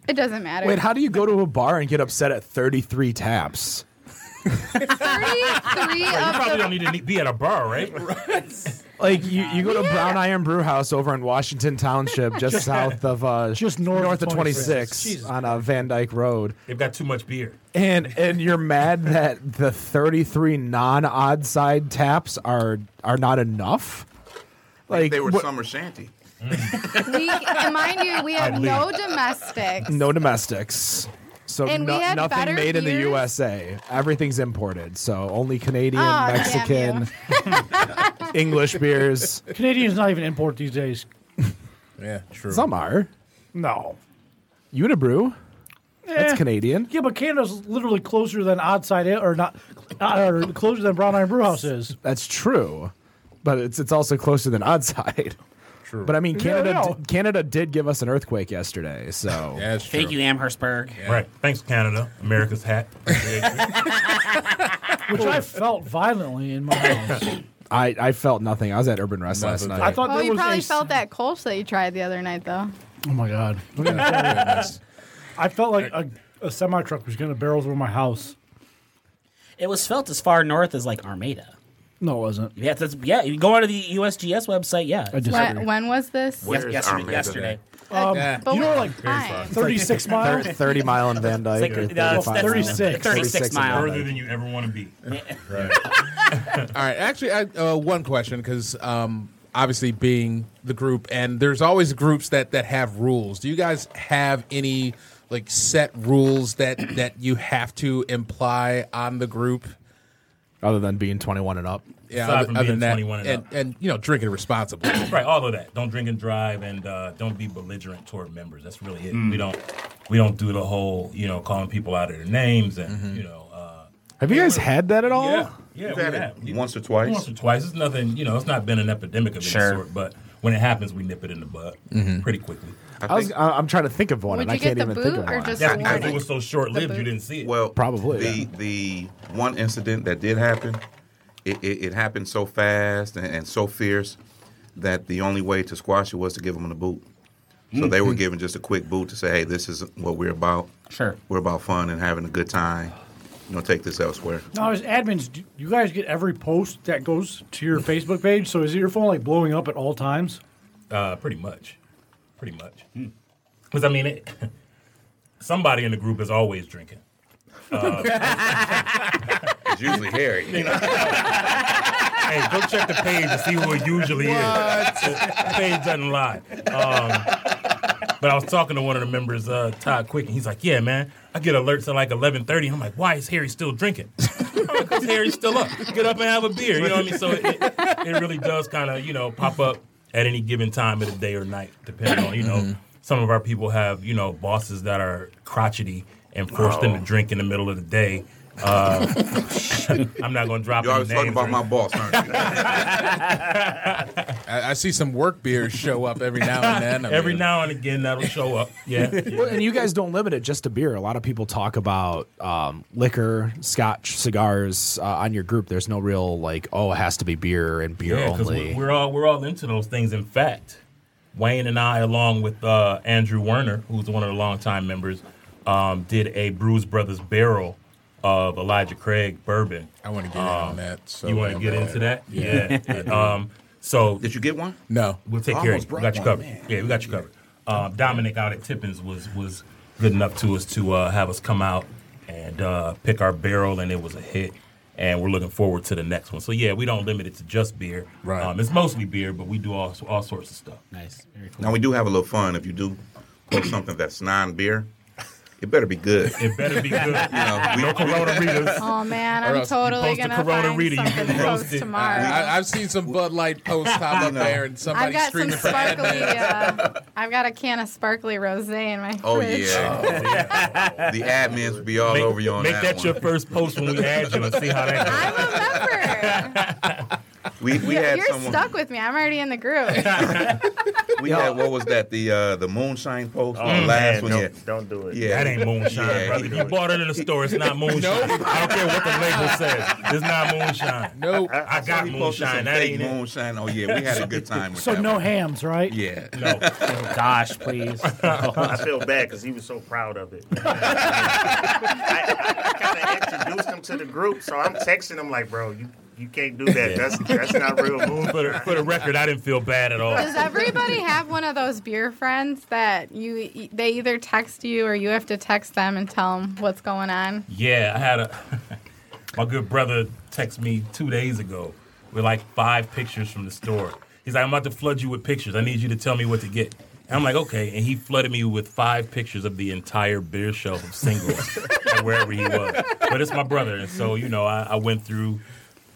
[SPEAKER 5] It doesn't matter.
[SPEAKER 8] Wait, how do you go to a bar and get upset at 33 taps?
[SPEAKER 5] 33
[SPEAKER 7] You probably
[SPEAKER 5] of
[SPEAKER 7] don't need to ne- be at a bar, right?
[SPEAKER 8] Like you, you go to Brown Iron Brew House over in Washington Township, just south of uh,
[SPEAKER 9] Just north
[SPEAKER 8] of
[SPEAKER 9] of 26.
[SPEAKER 8] 26
[SPEAKER 9] Jesus
[SPEAKER 8] on uh, Van Dyke Road,
[SPEAKER 7] They've got too much beer.
[SPEAKER 8] and and you're mad that the 33 non-odd side taps are are not enough. Like
[SPEAKER 6] They were
[SPEAKER 8] what-
[SPEAKER 6] summer shanty.
[SPEAKER 5] the we, and mind you, we have no domestics.
[SPEAKER 8] no domestics. So
[SPEAKER 5] And we
[SPEAKER 8] no-
[SPEAKER 5] had better
[SPEAKER 8] nothing made in the
[SPEAKER 5] beers?
[SPEAKER 8] USA. Everything is imported. So only Canadian,
[SPEAKER 5] Ah, damn
[SPEAKER 8] Mexican, English beers.
[SPEAKER 9] Canadians not even import these days?
[SPEAKER 4] Yeah, true.
[SPEAKER 8] Some are.
[SPEAKER 9] No.
[SPEAKER 8] Unibrew.
[SPEAKER 9] Eh.
[SPEAKER 8] That's Canadian.
[SPEAKER 9] Yeah, but Canada's literally closer than Oddside i- or not, uh, or closer than Brown Iron Brewhouse is.
[SPEAKER 8] That's true, but it's it's also closer than Oddside. True. But I mean, Canada
[SPEAKER 9] no.
[SPEAKER 8] d- Canada did give us an earthquake yesterday, so
[SPEAKER 4] Yeah, that's true.
[SPEAKER 3] Thank you, Amherstburg.
[SPEAKER 7] Right. Thanks, Canada. America's hat.
[SPEAKER 9] Which I felt violently in my house.
[SPEAKER 8] I, I felt nothing. I was at Urban Rest last
[SPEAKER 4] Nothing.
[SPEAKER 8] night.
[SPEAKER 9] I thought
[SPEAKER 5] Well,
[SPEAKER 9] there
[SPEAKER 5] you
[SPEAKER 9] was
[SPEAKER 5] probably
[SPEAKER 9] a,
[SPEAKER 5] felt that Kolsch that you tried the other night, though.
[SPEAKER 9] Oh my god! I felt like a, a semi truck was going to barrel through my house.
[SPEAKER 3] It was felt as far north as like Armada.
[SPEAKER 9] No, it wasn't.
[SPEAKER 3] Yeah, that's yeah. You go onto the USGS website. Yeah,
[SPEAKER 9] I disagree.
[SPEAKER 5] When, when was this?
[SPEAKER 6] Where is
[SPEAKER 3] yesterday.
[SPEAKER 6] Armada
[SPEAKER 3] yesterday.
[SPEAKER 9] Um,
[SPEAKER 4] Yeah.
[SPEAKER 5] But
[SPEAKER 9] you know,
[SPEAKER 5] what
[SPEAKER 9] like
[SPEAKER 5] time?
[SPEAKER 9] 36 mile.
[SPEAKER 8] Thir- 30 mile in Van Dyke.
[SPEAKER 3] It's like,
[SPEAKER 8] or
[SPEAKER 3] uh, that's-
[SPEAKER 8] 35
[SPEAKER 3] that's-
[SPEAKER 8] mile in-
[SPEAKER 9] 36.
[SPEAKER 3] 36
[SPEAKER 8] in Van
[SPEAKER 3] mile.
[SPEAKER 8] Dyke.
[SPEAKER 7] Further than you ever want to be.
[SPEAKER 4] All right. Actually, I, uh, one question because um, obviously being the group, and there's always groups that that have rules. Do you guys have any like set rules that that you have to imply on the group?
[SPEAKER 1] Other than being 21 and up.
[SPEAKER 4] Yeah,
[SPEAKER 7] Aside from being 21 and
[SPEAKER 4] and,
[SPEAKER 7] up.
[SPEAKER 4] and you know, drinking responsibly.
[SPEAKER 7] Right, all of that. Don't drink and drive, and uh, don't be belligerent toward members. That's really it.
[SPEAKER 6] Mm.
[SPEAKER 7] We don't we don't do the whole you know calling people out of their names and you know. Uh,
[SPEAKER 1] Have you guys had that at all?
[SPEAKER 7] yeah, yeah,
[SPEAKER 6] You've
[SPEAKER 7] we
[SPEAKER 6] Mm-hmm. had
[SPEAKER 7] have.
[SPEAKER 6] it once or twice.
[SPEAKER 7] Once or twice. It's nothing. You know, it's not been an epidemic of
[SPEAKER 3] Sure.
[SPEAKER 7] any sort, but when it happens, we nip it in the bud
[SPEAKER 6] Mm-hmm.
[SPEAKER 7] pretty quickly.
[SPEAKER 6] I
[SPEAKER 1] I was,
[SPEAKER 6] think-
[SPEAKER 1] I- I'm trying to think of one,
[SPEAKER 5] Would
[SPEAKER 1] and
[SPEAKER 5] you
[SPEAKER 1] I can't
[SPEAKER 5] get the
[SPEAKER 1] even think of
[SPEAKER 5] boot or
[SPEAKER 1] one.
[SPEAKER 5] just
[SPEAKER 7] That's
[SPEAKER 5] the
[SPEAKER 7] because it
[SPEAKER 5] warning?
[SPEAKER 7] was so short lived.
[SPEAKER 5] The
[SPEAKER 7] You
[SPEAKER 5] boot.
[SPEAKER 7] didn't see it.
[SPEAKER 6] Well,
[SPEAKER 1] Probably,
[SPEAKER 6] the
[SPEAKER 1] yeah.
[SPEAKER 6] the one incident that did happen, it, it, it happened so fast and, and so fierce that the only way to squash it was to give them the boot. So they were
[SPEAKER 7] Mm-hmm.
[SPEAKER 6] given just a quick boot to say, "Hey, this is what we're about.
[SPEAKER 3] Sure.
[SPEAKER 6] we're about fun and having a good time. You know, take this elsewhere."
[SPEAKER 9] No, as admins, do you guys get every post that goes to your Facebook page? So is your phone like blowing up at all times?
[SPEAKER 7] Uh, pretty much, pretty much.
[SPEAKER 6] Hmm.
[SPEAKER 7] Because I mean, it, somebody in the group is always drinking.
[SPEAKER 6] It's usually Harry.
[SPEAKER 7] hey, go check the page to see who it usually is. The page doesn't lie. Um, but I was talking to one of the members, uh, Todd Quick, and he's like, "Yeah, man, I get alerts at like 11:30, and I'm like, why is Harry still drinking? Because Harry's still up. Get up and have a beer. You know what I mean? So it, it, it really does kind of you know pop up at any given time of the day or night, depending on you
[SPEAKER 6] Mm-hmm.
[SPEAKER 7] know. Some of our people have you know bosses that are crotchety and force
[SPEAKER 6] Oh.
[SPEAKER 7] them to drink in the middle of the day. Uh, I'm not going to drop.
[SPEAKER 6] You
[SPEAKER 7] any
[SPEAKER 6] always talking
[SPEAKER 7] names
[SPEAKER 6] about
[SPEAKER 7] or
[SPEAKER 6] my boss, aren't you?
[SPEAKER 4] I, I see some work beers show up every now and then. I
[SPEAKER 7] Every
[SPEAKER 4] mean,
[SPEAKER 7] now and again, that'll show up. Yeah. yeah.
[SPEAKER 1] Well, and you guys don't limit it just to beer. A lot of people talk about um, liquor, scotch, cigars uh, on your group. There's no real like, oh, it has to be beer and beer
[SPEAKER 7] Yeah, 'cause
[SPEAKER 1] only.
[SPEAKER 7] we- We're all we're all into those things. In fact, Wayne and I, along with uh, Andrew Werner, who's one of the longtime members, um, did a Bruise Brothers barrel of Elijah Craig bourbon.
[SPEAKER 4] I want to get in on that. So
[SPEAKER 7] Oh. you want to get
[SPEAKER 4] bad.
[SPEAKER 7] into that? Yeah. um, so
[SPEAKER 6] Did you get one?
[SPEAKER 4] No.
[SPEAKER 7] we'll take
[SPEAKER 6] I
[SPEAKER 7] care of
[SPEAKER 6] almost
[SPEAKER 7] you. We
[SPEAKER 6] brought
[SPEAKER 7] got you
[SPEAKER 6] one,
[SPEAKER 7] covered. Yeah, we got you covered. Um, Dominic out at Tippins was was good enough to us to uh, have us come out and uh, pick our barrel, and it was a hit. And we're looking forward to the next one. So yeah, we don't limit it to just beer.
[SPEAKER 4] Right.
[SPEAKER 7] Um, it's mostly beer, but we do all all sorts of stuff.
[SPEAKER 3] Nice. Very cool.
[SPEAKER 6] Now we do have a little fun. If you do cook something that's non-beer, it better be good.
[SPEAKER 7] It better be good.
[SPEAKER 6] You know, we-
[SPEAKER 7] no Corona readers.
[SPEAKER 5] Oh man,
[SPEAKER 4] Or
[SPEAKER 5] I'm
[SPEAKER 4] else you
[SPEAKER 5] totally
[SPEAKER 7] post a
[SPEAKER 5] gonna
[SPEAKER 7] Corona
[SPEAKER 5] find
[SPEAKER 7] reading, you
[SPEAKER 5] something
[SPEAKER 7] can
[SPEAKER 5] to
[SPEAKER 7] roast
[SPEAKER 5] post
[SPEAKER 7] it.
[SPEAKER 5] tomorrow.
[SPEAKER 4] I, I've seen some Bud Light post hop up there, and
[SPEAKER 5] I've
[SPEAKER 4] somebody
[SPEAKER 5] got some
[SPEAKER 4] screaming for Ed
[SPEAKER 5] sparkly.
[SPEAKER 4] Mad.
[SPEAKER 5] Uh, I've got a can of sparkly rosé in my
[SPEAKER 6] Oh
[SPEAKER 5] fridge.
[SPEAKER 6] yeah, the admins will be all
[SPEAKER 7] Make,
[SPEAKER 6] over you on
[SPEAKER 7] make
[SPEAKER 6] that,
[SPEAKER 7] that,
[SPEAKER 6] one.
[SPEAKER 7] your first post when we add you and see how that goes.
[SPEAKER 5] I'm a member.
[SPEAKER 6] we we
[SPEAKER 5] You're-
[SPEAKER 6] had
[SPEAKER 5] You're
[SPEAKER 6] someone.
[SPEAKER 5] stuck with me. I'm already in the group.
[SPEAKER 6] We had what was that? The uh, the moonshine post on
[SPEAKER 10] Man,
[SPEAKER 6] the last one. Yeah,
[SPEAKER 10] don't, don't do it.
[SPEAKER 6] yeah.
[SPEAKER 7] That ain't moonshine,
[SPEAKER 6] Yeah,
[SPEAKER 7] brother.
[SPEAKER 6] he-
[SPEAKER 7] You bought it in the store. It's not moonshine. I don't care what the label says. It's not moonshine.
[SPEAKER 4] Nope.
[SPEAKER 7] I
[SPEAKER 6] So
[SPEAKER 7] got
[SPEAKER 6] he posted
[SPEAKER 7] moonshine.
[SPEAKER 6] some
[SPEAKER 7] That
[SPEAKER 6] fake
[SPEAKER 7] ain't it.
[SPEAKER 6] moonshine. Oh yeah, we had a good time with
[SPEAKER 9] So
[SPEAKER 6] that.
[SPEAKER 9] no
[SPEAKER 6] one.
[SPEAKER 9] hams, right?
[SPEAKER 6] Yeah,
[SPEAKER 7] No.
[SPEAKER 3] Oh, gosh, please.
[SPEAKER 10] I feel bad because he was so proud of it. I, I kind of introduced him to the group, so I'm texting him like, "Bro, you, you can't do that. That's that's not real move."
[SPEAKER 7] For the, for the record, I didn't feel bad at all.
[SPEAKER 5] Does everybody have one of those beer friends that you they either text you or you have to text them and tell them what's going on?
[SPEAKER 7] Yeah, I had a. my good brother texted me two days ago with like five pictures from the store. He's like, I'm about to flood you with pictures. I need you to tell me what to get. And I'm like, okay. And he flooded me with five pictures of the entire beer shelf of singles and wherever he was. But it's my brother, and so you know, I, I went through.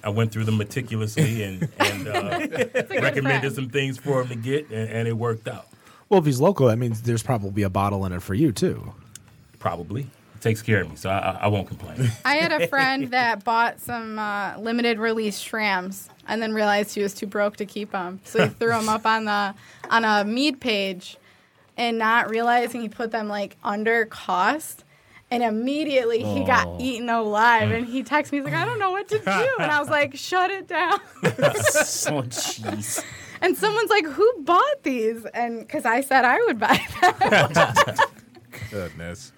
[SPEAKER 7] I went through them meticulously and, and uh, recommended
[SPEAKER 5] friend.
[SPEAKER 7] some things for him to get, and, and it worked out.
[SPEAKER 1] well, if he's local, that means there's probably a bottle in it for you too.
[SPEAKER 7] Probably. He takes care of me, so I, I- I won't complain.
[SPEAKER 5] I had a friend that bought some uh, limited release shrams and then realized he was too broke to keep them, so he threw them up on the on a mead page, and not realizing he put them like under cost. And immediately he got eaten alive, and he texted me. He's like, "I don't know what to do," and I was like, "Shut it down."
[SPEAKER 3] Oh, jeez.
[SPEAKER 5] And someone's like, "Who bought these?" And because I said I would buy them.
[SPEAKER 4] Goodness.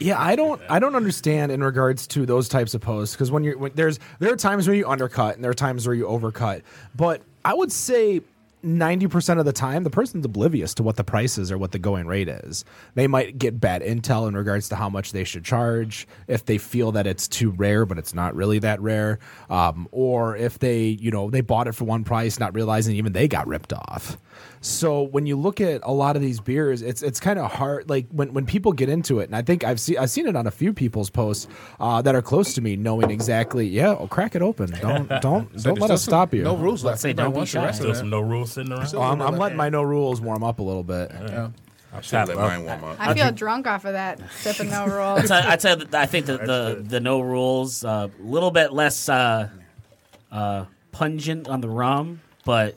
[SPEAKER 1] Yeah, I don't I don't understand in regards to those types of posts because when you're when there's there are times where you undercut and there are times where you overcut, but I would say 90% of the time, the person's oblivious to what the price is or what the going rate is. They might get bad intel in regards to how much they should charge if they feel that it's too rare, but it's not really that rare. Um, or if they, you know, they bought it for one price, not realizing even they got ripped off. So when you look at a lot of these beers, it's it's kind of hard. Like when, when people get into it, and I think I've seen I've seen it on a few people's posts uh, that are close to me, knowing exactly. Yeah, oh, crack it open. Don't don't don't let us stop you.
[SPEAKER 4] No rules left.
[SPEAKER 3] say
[SPEAKER 4] Everybody
[SPEAKER 3] don't be
[SPEAKER 4] wants the
[SPEAKER 3] shy.
[SPEAKER 4] rest of
[SPEAKER 7] Still
[SPEAKER 4] that.
[SPEAKER 7] some no rules sitting around.
[SPEAKER 1] Oh, I'm, I'm letting my no rules warm up a little bit.
[SPEAKER 6] I should let mine warm up.
[SPEAKER 5] I feel drunk off of that sip and no roll.
[SPEAKER 3] So I, I'd say that I think the, the, the no rules a little bit less uh, uh, pungent on the rum, but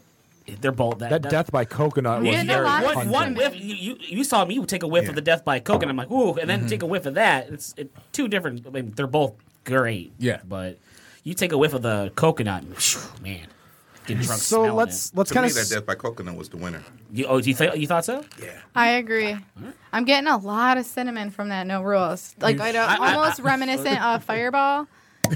[SPEAKER 3] they're both that,
[SPEAKER 1] That death by coconut was
[SPEAKER 5] Yeah, no,
[SPEAKER 1] very
[SPEAKER 5] I-
[SPEAKER 1] pungent.
[SPEAKER 3] One,
[SPEAKER 5] One-
[SPEAKER 3] one whiff, you, you, you saw me take a whiff of the death by coke, and I'm like, ooh, and then
[SPEAKER 9] Mm-hmm.
[SPEAKER 3] take a whiff of that. It's it, two different. I mean, they're both great.
[SPEAKER 4] Yeah.
[SPEAKER 3] but you take a whiff of the coconut, and, whew, man, get drunk.
[SPEAKER 1] So
[SPEAKER 3] smelling
[SPEAKER 1] let's let's
[SPEAKER 6] To
[SPEAKER 1] kind
[SPEAKER 6] me,
[SPEAKER 1] of
[SPEAKER 6] that Death by Coconut was the winner.
[SPEAKER 3] it. You, oh, do you think you thought so?
[SPEAKER 5] I agree. I'm getting a lot of cinnamon from that no rules. Like I don't, almost reminiscent of Fireball.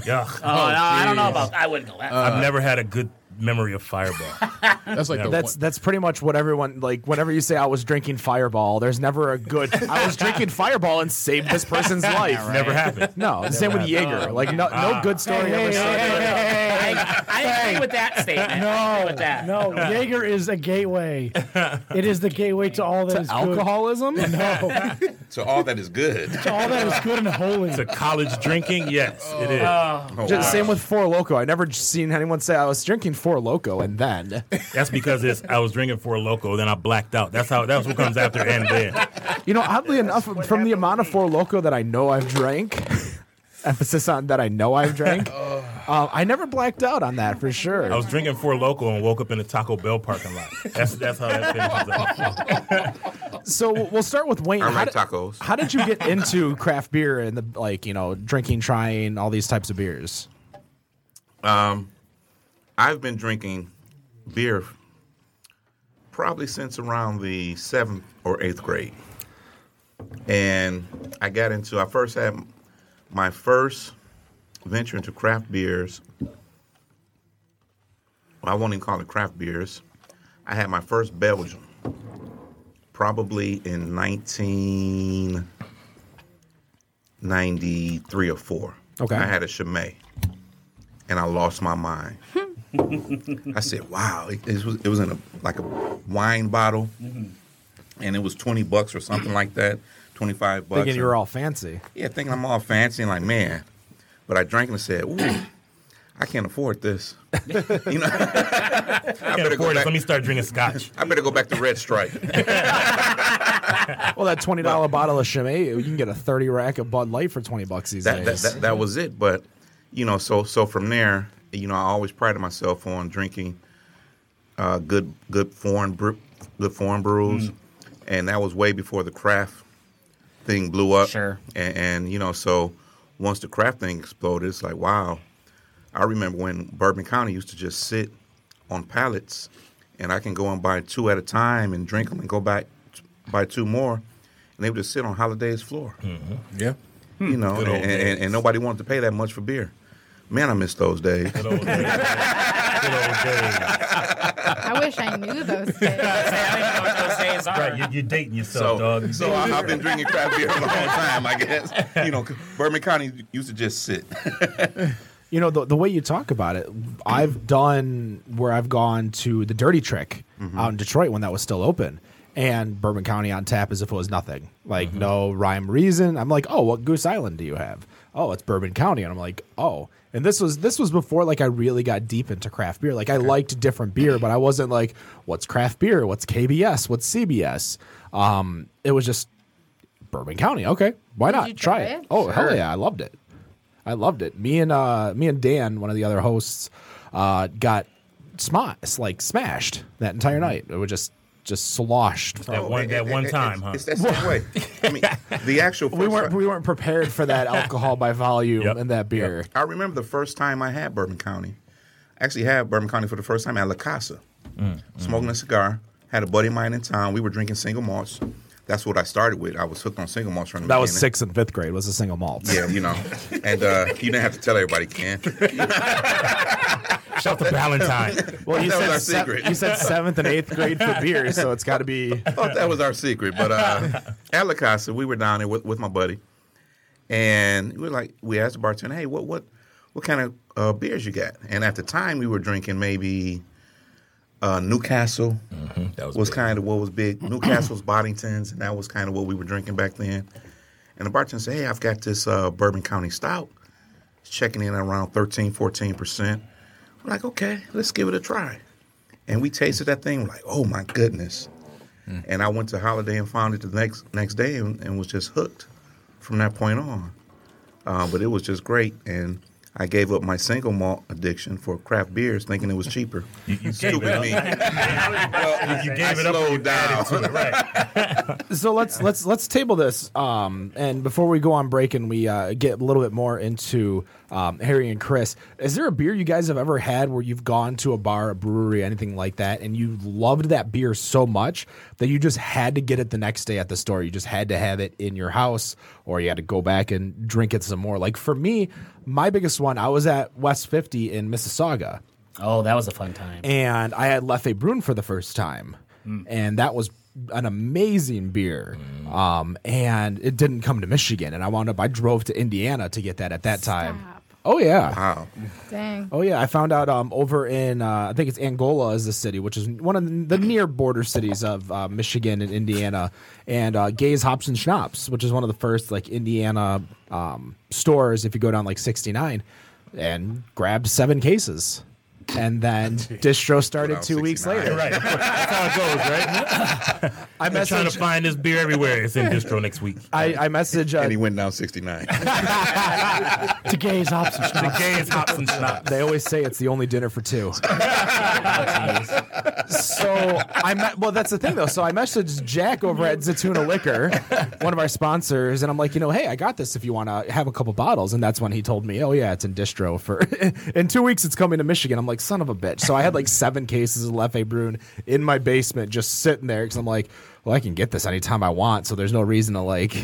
[SPEAKER 7] Yeah.
[SPEAKER 3] Oh, no, I don't know about. I wouldn't go that.
[SPEAKER 9] Uh,
[SPEAKER 3] far.
[SPEAKER 7] I've never had a good memory of Fireball.
[SPEAKER 4] That's like the
[SPEAKER 1] That's
[SPEAKER 4] one-
[SPEAKER 1] that's pretty much what everyone like. Whenever you say I was drinking Fireball, there's never a good. I was drinking Fireball and saved this person's life.
[SPEAKER 7] Never happened.
[SPEAKER 1] No, same with Jaeger. Like no, no good story
[SPEAKER 9] Hey,
[SPEAKER 1] ever.
[SPEAKER 9] hey,
[SPEAKER 1] started.
[SPEAKER 9] hey, hey, hey, hey.
[SPEAKER 3] I, I agree with that statement. I agree with that.
[SPEAKER 9] No, Jaeger is a gateway. It is the gateway to all that is
[SPEAKER 1] Alcoholism?
[SPEAKER 9] good. No,
[SPEAKER 6] So all that is good.
[SPEAKER 9] all that is good and holy.
[SPEAKER 7] To college drinking, yes, it is.
[SPEAKER 6] Oh,
[SPEAKER 1] Just
[SPEAKER 6] wow.
[SPEAKER 1] same with Four Loco. I never seen anyone say I was drinking Four Loco and then.
[SPEAKER 7] That's because it's, I was drinking for a loco, then I blacked out. That's how. That's what comes after and then.
[SPEAKER 1] You know, oddly enough, from the amount of Four Loco that I know I've drank, emphasis on that I know I've drank, uh, I never blacked out on that for sure.
[SPEAKER 7] I was drinking for a loco and woke up in a Taco Bell parking lot. That's that's how that finishes up.
[SPEAKER 1] so we'll start with Wayne.
[SPEAKER 6] I
[SPEAKER 1] How
[SPEAKER 6] like
[SPEAKER 1] did-
[SPEAKER 6] tacos.
[SPEAKER 1] How did you get into craft beer and the like, you know, drinking, trying all these types of beers?
[SPEAKER 6] I've been drinking beer probably since around the seventh or eighth grade. And I got into, I first had my first venture into craft beers. I won't even call it craft beers. I had my first Belgian probably in 1993 or 4.
[SPEAKER 1] Okay.
[SPEAKER 6] I had a Chimay and I lost my mind. I said, "Wow!" It, it was it was in a like a wine bottle, and it was twenty bucks or something like that, twenty five bucks.
[SPEAKER 1] Thinking you were all fancy.
[SPEAKER 6] yeah, thinking I'm all fancy and like man, but I drank and said, "Ooh, I can't afford this." you know, I
[SPEAKER 7] Can't
[SPEAKER 6] better go
[SPEAKER 7] afford it.
[SPEAKER 6] back.
[SPEAKER 7] Let me start drinking scotch.
[SPEAKER 6] I better go back to Red Stripe.
[SPEAKER 1] Well, that twenty dollar bottle of Chimay, you can get a thirty rack of Bud Light for twenty bucks these
[SPEAKER 6] that, that,
[SPEAKER 1] days.
[SPEAKER 6] that that was it. But you know, so so from there, you know, I always prided myself on drinking uh, good good foreign bre- good foreign brews, and that was way before the craft thing blew up.
[SPEAKER 3] Sure.
[SPEAKER 6] and, and you know, so once the craft thing exploded, it's like wow. I remember when Bourbon County used to just sit on pallets, and I can go and buy two at a time and drink them, and go back buy two more, and they would just sit on Holiday's floor
[SPEAKER 4] yeah.
[SPEAKER 6] you know, and,
[SPEAKER 7] Good old days.
[SPEAKER 6] and, and nobody wanted to pay that much for beer. Man, I miss those days.
[SPEAKER 7] Good old days. Good old days.
[SPEAKER 5] I wish I knew those things.
[SPEAKER 3] I don't know what those days are.
[SPEAKER 7] Right, you, you're dating
[SPEAKER 6] So,
[SPEAKER 7] yourself, dog.
[SPEAKER 6] so I, have been drinking craft beer for a long time, I guess. You know, 'cause Bourbon County used to just sit.
[SPEAKER 1] you know the, the way you talk about it i've done where i've gone to the dirty trick out in detroit when that was still open and bourbon county on tap as if it was nothing like no rhyme reason i'm like oh what goose island do you have oh it's bourbon county and i'm like oh and this was this was before like i really got deep into craft beer like i liked different beer but i wasn't like what's craft beer what's kbs what's cbs um it was just bourbon county okay why not
[SPEAKER 5] you
[SPEAKER 1] try
[SPEAKER 5] try
[SPEAKER 1] it
[SPEAKER 5] it?
[SPEAKER 1] oh hell yeah i loved it I loved it. Me and uh, me and Dan, one of the other hosts, uh, got smas like smashed that entire night. It was just just sloshed.
[SPEAKER 7] That
[SPEAKER 6] Oh,
[SPEAKER 7] one, that one time, huh?
[SPEAKER 6] It's, it's that same way. I mean, the actual first
[SPEAKER 1] We weren't
[SPEAKER 6] time-
[SPEAKER 1] we weren't prepared for that alcohol by volume
[SPEAKER 7] Yep.
[SPEAKER 1] and that beer.
[SPEAKER 6] I remember the first time I had Bourbon County. I actually had Bourbon County for the first
[SPEAKER 7] Mm,
[SPEAKER 6] time at La Casa. Smoking a cigar. Had a buddy of mine in town. We were drinking single malts. that's what I started with. I was hooked on single malts from the
[SPEAKER 1] That was
[SPEAKER 6] beginning.
[SPEAKER 1] sixth and fifth grade. Was a single malt.
[SPEAKER 6] Yeah, you know, and uh, you didn't have to tell everybody, Ken.
[SPEAKER 7] Shout to Valentine.
[SPEAKER 1] Well, you
[SPEAKER 6] That was
[SPEAKER 1] said
[SPEAKER 6] our
[SPEAKER 1] se-
[SPEAKER 6] secret.
[SPEAKER 1] you said seventh and eighth grade for beer, so it's got to be.
[SPEAKER 6] I thought that was our secret. But uh, at La Casa, we were down there with, with my buddy, and we were like, we asked the bartender, "Hey, what what what kind of uh, beers you got?" And at the time, we were drinking maybe uh, Newcastle
[SPEAKER 1] Mm-hmm.
[SPEAKER 7] That was,
[SPEAKER 6] was
[SPEAKER 7] big.
[SPEAKER 6] kind of what was big. Newcastle's Boddingtons, and that was kind of what we were drinking back then. And the bartender said, "Hey, I've got this uh, Bourbon County Stout. It's checking in at around 13, 14 percent." We're like, "Okay, let's give it a try." And we tasted that thing. We're like, "Oh my goodness!"
[SPEAKER 7] Hmm.
[SPEAKER 6] And I went to Holiday and found it the next next day and, and was just hooked from that point on. Uh, but it was just great, and I gave up my single malt addiction for craft beers, thinking it was cheaper. Stupid me.
[SPEAKER 10] Well,
[SPEAKER 7] You gave
[SPEAKER 6] I
[SPEAKER 7] it up.
[SPEAKER 6] slowed down.
[SPEAKER 1] So let's let's let's table this. Um, and before we go on break and we uh, get a little bit more into um, Harry and Chris, is there a beer you guys have ever had where you've gone to a bar, a brewery, anything like that, and you loved that beer so much that you just had to get it the next day at the store? You just had to have it in your house, or you had to go back and drink it some more. Like for me, my biggest one, I was at West Fifty in Mississauga
[SPEAKER 3] Oh, that was a fun time.
[SPEAKER 1] and I had Leffe Brun for the first time, and that was an amazing beer. Um, and it didn't come to Michigan, and I wound up I drove to Indiana to get that at that time.
[SPEAKER 5] Stop.
[SPEAKER 1] Oh yeah.
[SPEAKER 6] Wow.
[SPEAKER 5] Dang.
[SPEAKER 1] Oh yeah, I found out um, over in uh, I think it's Angola is the city, which is one of the near border cities of uh, Michigan and Indiana, and uh, Gay's Hops and Schnapps, which is one of the first like Indiana um, stores. If you go down like 69, and grab seven cases, and then distro started
[SPEAKER 6] down
[SPEAKER 1] two weeks
[SPEAKER 6] 69.
[SPEAKER 1] later.
[SPEAKER 7] Right. That's how it goes, right?
[SPEAKER 1] I
[SPEAKER 7] I'm trying to
[SPEAKER 1] message.
[SPEAKER 7] find this beer everywhere. It's in distro next week.
[SPEAKER 1] I, I message. Uh,
[SPEAKER 6] And he went down 69.
[SPEAKER 9] to gaze opposite.
[SPEAKER 7] The gay is hops and schnapps.
[SPEAKER 1] they always say it's the only dinner for two. so I me- well, that's the thing though. So I messaged Jack over at Zatuna Liquor, one of our sponsors, and I'm like, you know, hey, I got this if you want to have a couple bottles. And that's when he told me, oh yeah, it's in distro for in two weeks. It's coming to Michigan. I'm like, son of a bitch. So I had like seven cases of Leffe Brune in my basement, just sitting there because I'm like, well, I can get this anytime I want. So there's no reason to like,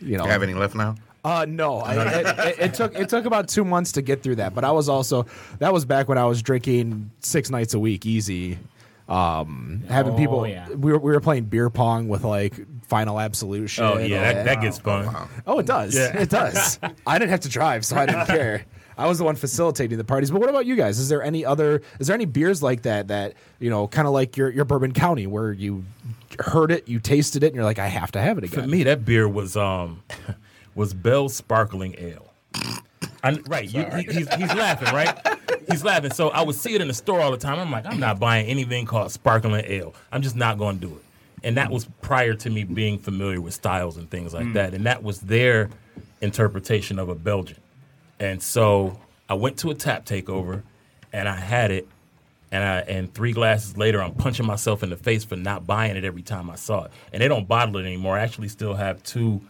[SPEAKER 1] you know,
[SPEAKER 6] You have any left now?
[SPEAKER 1] uh, no, I, it, it, it took it took about two months to get through that. But I was also that was back when I was drinking six nights a week, easy. Um, having
[SPEAKER 3] Oh,
[SPEAKER 1] people,
[SPEAKER 3] yeah.
[SPEAKER 1] we were we were playing beer pong with like Final Absolution.
[SPEAKER 7] Oh yeah, that,
[SPEAKER 1] and-
[SPEAKER 7] that gets fun.
[SPEAKER 1] oh, it does,
[SPEAKER 7] Yeah.
[SPEAKER 1] it does. I didn't have to drive, so I didn't care. I was the one facilitating the parties. But what about you guys? Is there any other? Is there any beers like that that you know, kind of like your your Bourbon County, where you heard it, you tasted it, and you're like, I have to have it again.
[SPEAKER 7] For me, that beer was um was Bell's sparkling ale. I, right, you, he- he's, he's laughing, right? He's laughing. So I would see it in the store all the time. I'm like, I'm not buying anything called sparkling ale. I'm just not going to do it. And that was prior to me being familiar with styles and things like that. And that was their interpretation of a Belgian. And so I went to a tap takeover, and I had it. And I and three glasses later, I'm punching myself in the face for not buying it every time I saw it. And they don't bottle it anymore. I actually still have two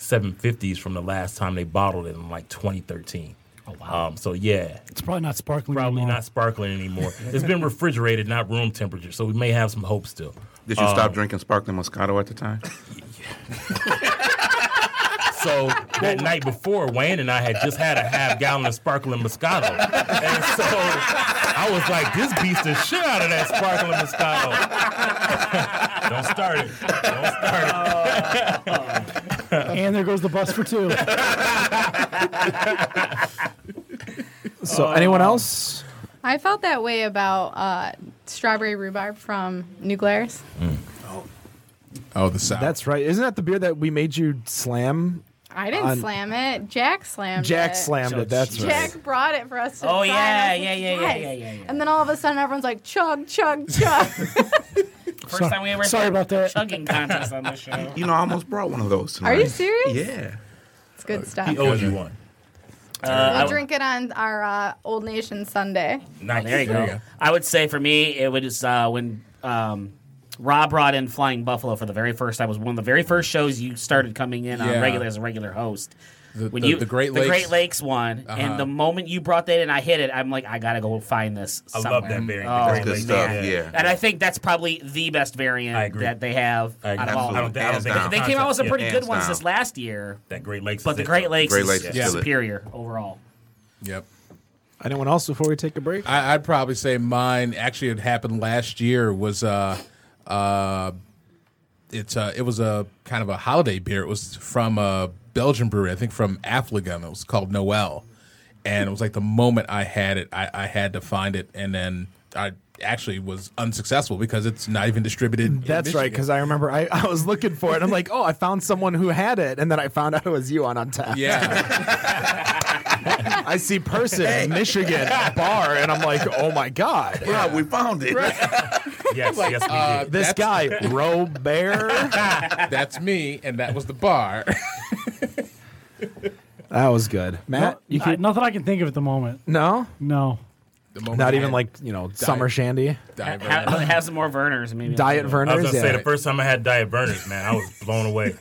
[SPEAKER 7] 750s from the last time they bottled it in like 2013. Oh wow! Um, so yeah,
[SPEAKER 9] It's probably not sparkling.
[SPEAKER 7] probably
[SPEAKER 9] anymore.
[SPEAKER 7] not sparkling anymore. it's been refrigerated, not room temperature, so we may have some hope still.
[SPEAKER 6] Did you stop drinking sparkling Moscato at the time?
[SPEAKER 7] So that night before, Wayne and I had just had a half gallon of sparkling Moscato. And so I was like, this beats the shit out of that sparkling Moscato. Don't start it. Don't start it.
[SPEAKER 9] And there goes the bus for two.
[SPEAKER 7] uh,
[SPEAKER 1] So anyone else?
[SPEAKER 5] I felt that way about uh, strawberry rhubarb from New Glarus.
[SPEAKER 4] Oh, the South.
[SPEAKER 1] That's right. Isn't that the beer that we made you slam?
[SPEAKER 5] I didn't
[SPEAKER 1] On-
[SPEAKER 5] slam it. Jack slammed it.
[SPEAKER 1] Jack slammed it. That's
[SPEAKER 5] Jack
[SPEAKER 1] right.
[SPEAKER 5] brought it for us to
[SPEAKER 3] Oh,
[SPEAKER 5] try, and
[SPEAKER 3] yeah,
[SPEAKER 5] I was
[SPEAKER 3] yeah, yeah,
[SPEAKER 5] like,
[SPEAKER 3] yeah,
[SPEAKER 5] "Yes."
[SPEAKER 3] yeah, yeah, yeah.
[SPEAKER 5] And then all of a sudden, everyone's like, chug, chug, chug.
[SPEAKER 3] First time we ever
[SPEAKER 9] sorry
[SPEAKER 3] had
[SPEAKER 9] about that.
[SPEAKER 3] chugging contest on this show.
[SPEAKER 6] You know, I almost brought one of those tonight.
[SPEAKER 5] Are you serious?
[SPEAKER 6] Yeah.
[SPEAKER 5] It's good stuff.
[SPEAKER 7] He owes you one.
[SPEAKER 3] Oh, Uh,
[SPEAKER 5] we'll drink it on our uh, Old Nation Sunday.
[SPEAKER 7] Nice.
[SPEAKER 3] There you go. I would say for me, it was uh, when um, Rob brought in Flying Buffalo for the very first time. It was one of the very first shows you started coming in on
[SPEAKER 4] Yeah.
[SPEAKER 3] regular as a regular host.
[SPEAKER 4] The-
[SPEAKER 3] when
[SPEAKER 4] the-
[SPEAKER 3] you
[SPEAKER 4] the Great
[SPEAKER 3] the Great
[SPEAKER 4] Lakes. Uh-huh.
[SPEAKER 3] Lakes one, and the moment you brought that in, I hit it. I'm like, I gotta go find this.
[SPEAKER 7] I
[SPEAKER 3] somewhere.
[SPEAKER 7] love that variant.
[SPEAKER 3] Oh,
[SPEAKER 7] the Great
[SPEAKER 6] good
[SPEAKER 7] Lakes.
[SPEAKER 6] stuff, yeah.
[SPEAKER 3] And I think that's probably the best variant
[SPEAKER 7] I agree.
[SPEAKER 3] that they have
[SPEAKER 7] I agree.
[SPEAKER 3] out of all.
[SPEAKER 7] I don't, thi- I don't
[SPEAKER 6] Hands
[SPEAKER 7] think
[SPEAKER 6] down.
[SPEAKER 3] They came out with some
[SPEAKER 7] Yeah.
[SPEAKER 3] pretty good
[SPEAKER 6] Hands
[SPEAKER 3] ones
[SPEAKER 6] down.
[SPEAKER 3] this last year,
[SPEAKER 7] That Great Lakes,
[SPEAKER 3] but
[SPEAKER 7] is
[SPEAKER 3] the
[SPEAKER 7] it,
[SPEAKER 3] Great
[SPEAKER 7] though.
[SPEAKER 3] Lakes,
[SPEAKER 6] Great
[SPEAKER 3] is,
[SPEAKER 6] Lakes is
[SPEAKER 3] is
[SPEAKER 6] still it.
[SPEAKER 3] superior overall.
[SPEAKER 4] Yep.
[SPEAKER 11] Anyone else before we take a break?
[SPEAKER 4] I, I'd probably say mine. Actually, it happened last year. Was uh, uh, it's uh, it was a kind of a holiday beer. It was from a Belgian brewery, I think from Affligem. It was called Noel, and it was like the moment I had it, I, I had to find it, and then I actually was unsuccessful because it's not even distributed. in
[SPEAKER 1] That's right,
[SPEAKER 4] Michigan.
[SPEAKER 1] because I remember I, I was looking for it. I'm like, oh, I found someone who had it, and then I found out it was you on on tap.
[SPEAKER 4] yeah,
[SPEAKER 1] I see person, Michigan bar, and I'm like, oh my god,
[SPEAKER 6] Wow, we found it.
[SPEAKER 7] Yes, yes, we
[SPEAKER 3] uh,
[SPEAKER 7] did.
[SPEAKER 1] this guy Robert.
[SPEAKER 4] that's me, and that was the bar.
[SPEAKER 1] That was good, Matt. you
[SPEAKER 9] I,
[SPEAKER 1] keep,
[SPEAKER 9] nothing I can think of at the moment.
[SPEAKER 1] no,
[SPEAKER 9] No.
[SPEAKER 4] The moment
[SPEAKER 1] not
[SPEAKER 4] I
[SPEAKER 1] even
[SPEAKER 4] had
[SPEAKER 1] like you know summer shandy,
[SPEAKER 4] Diet Vernon.
[SPEAKER 3] Have, have some more Verners, maybe.
[SPEAKER 1] diet
[SPEAKER 7] I was
[SPEAKER 1] Verner's.
[SPEAKER 7] gonna say
[SPEAKER 1] Yeah.
[SPEAKER 7] the first time I had Diet Burners, man, I was blown away.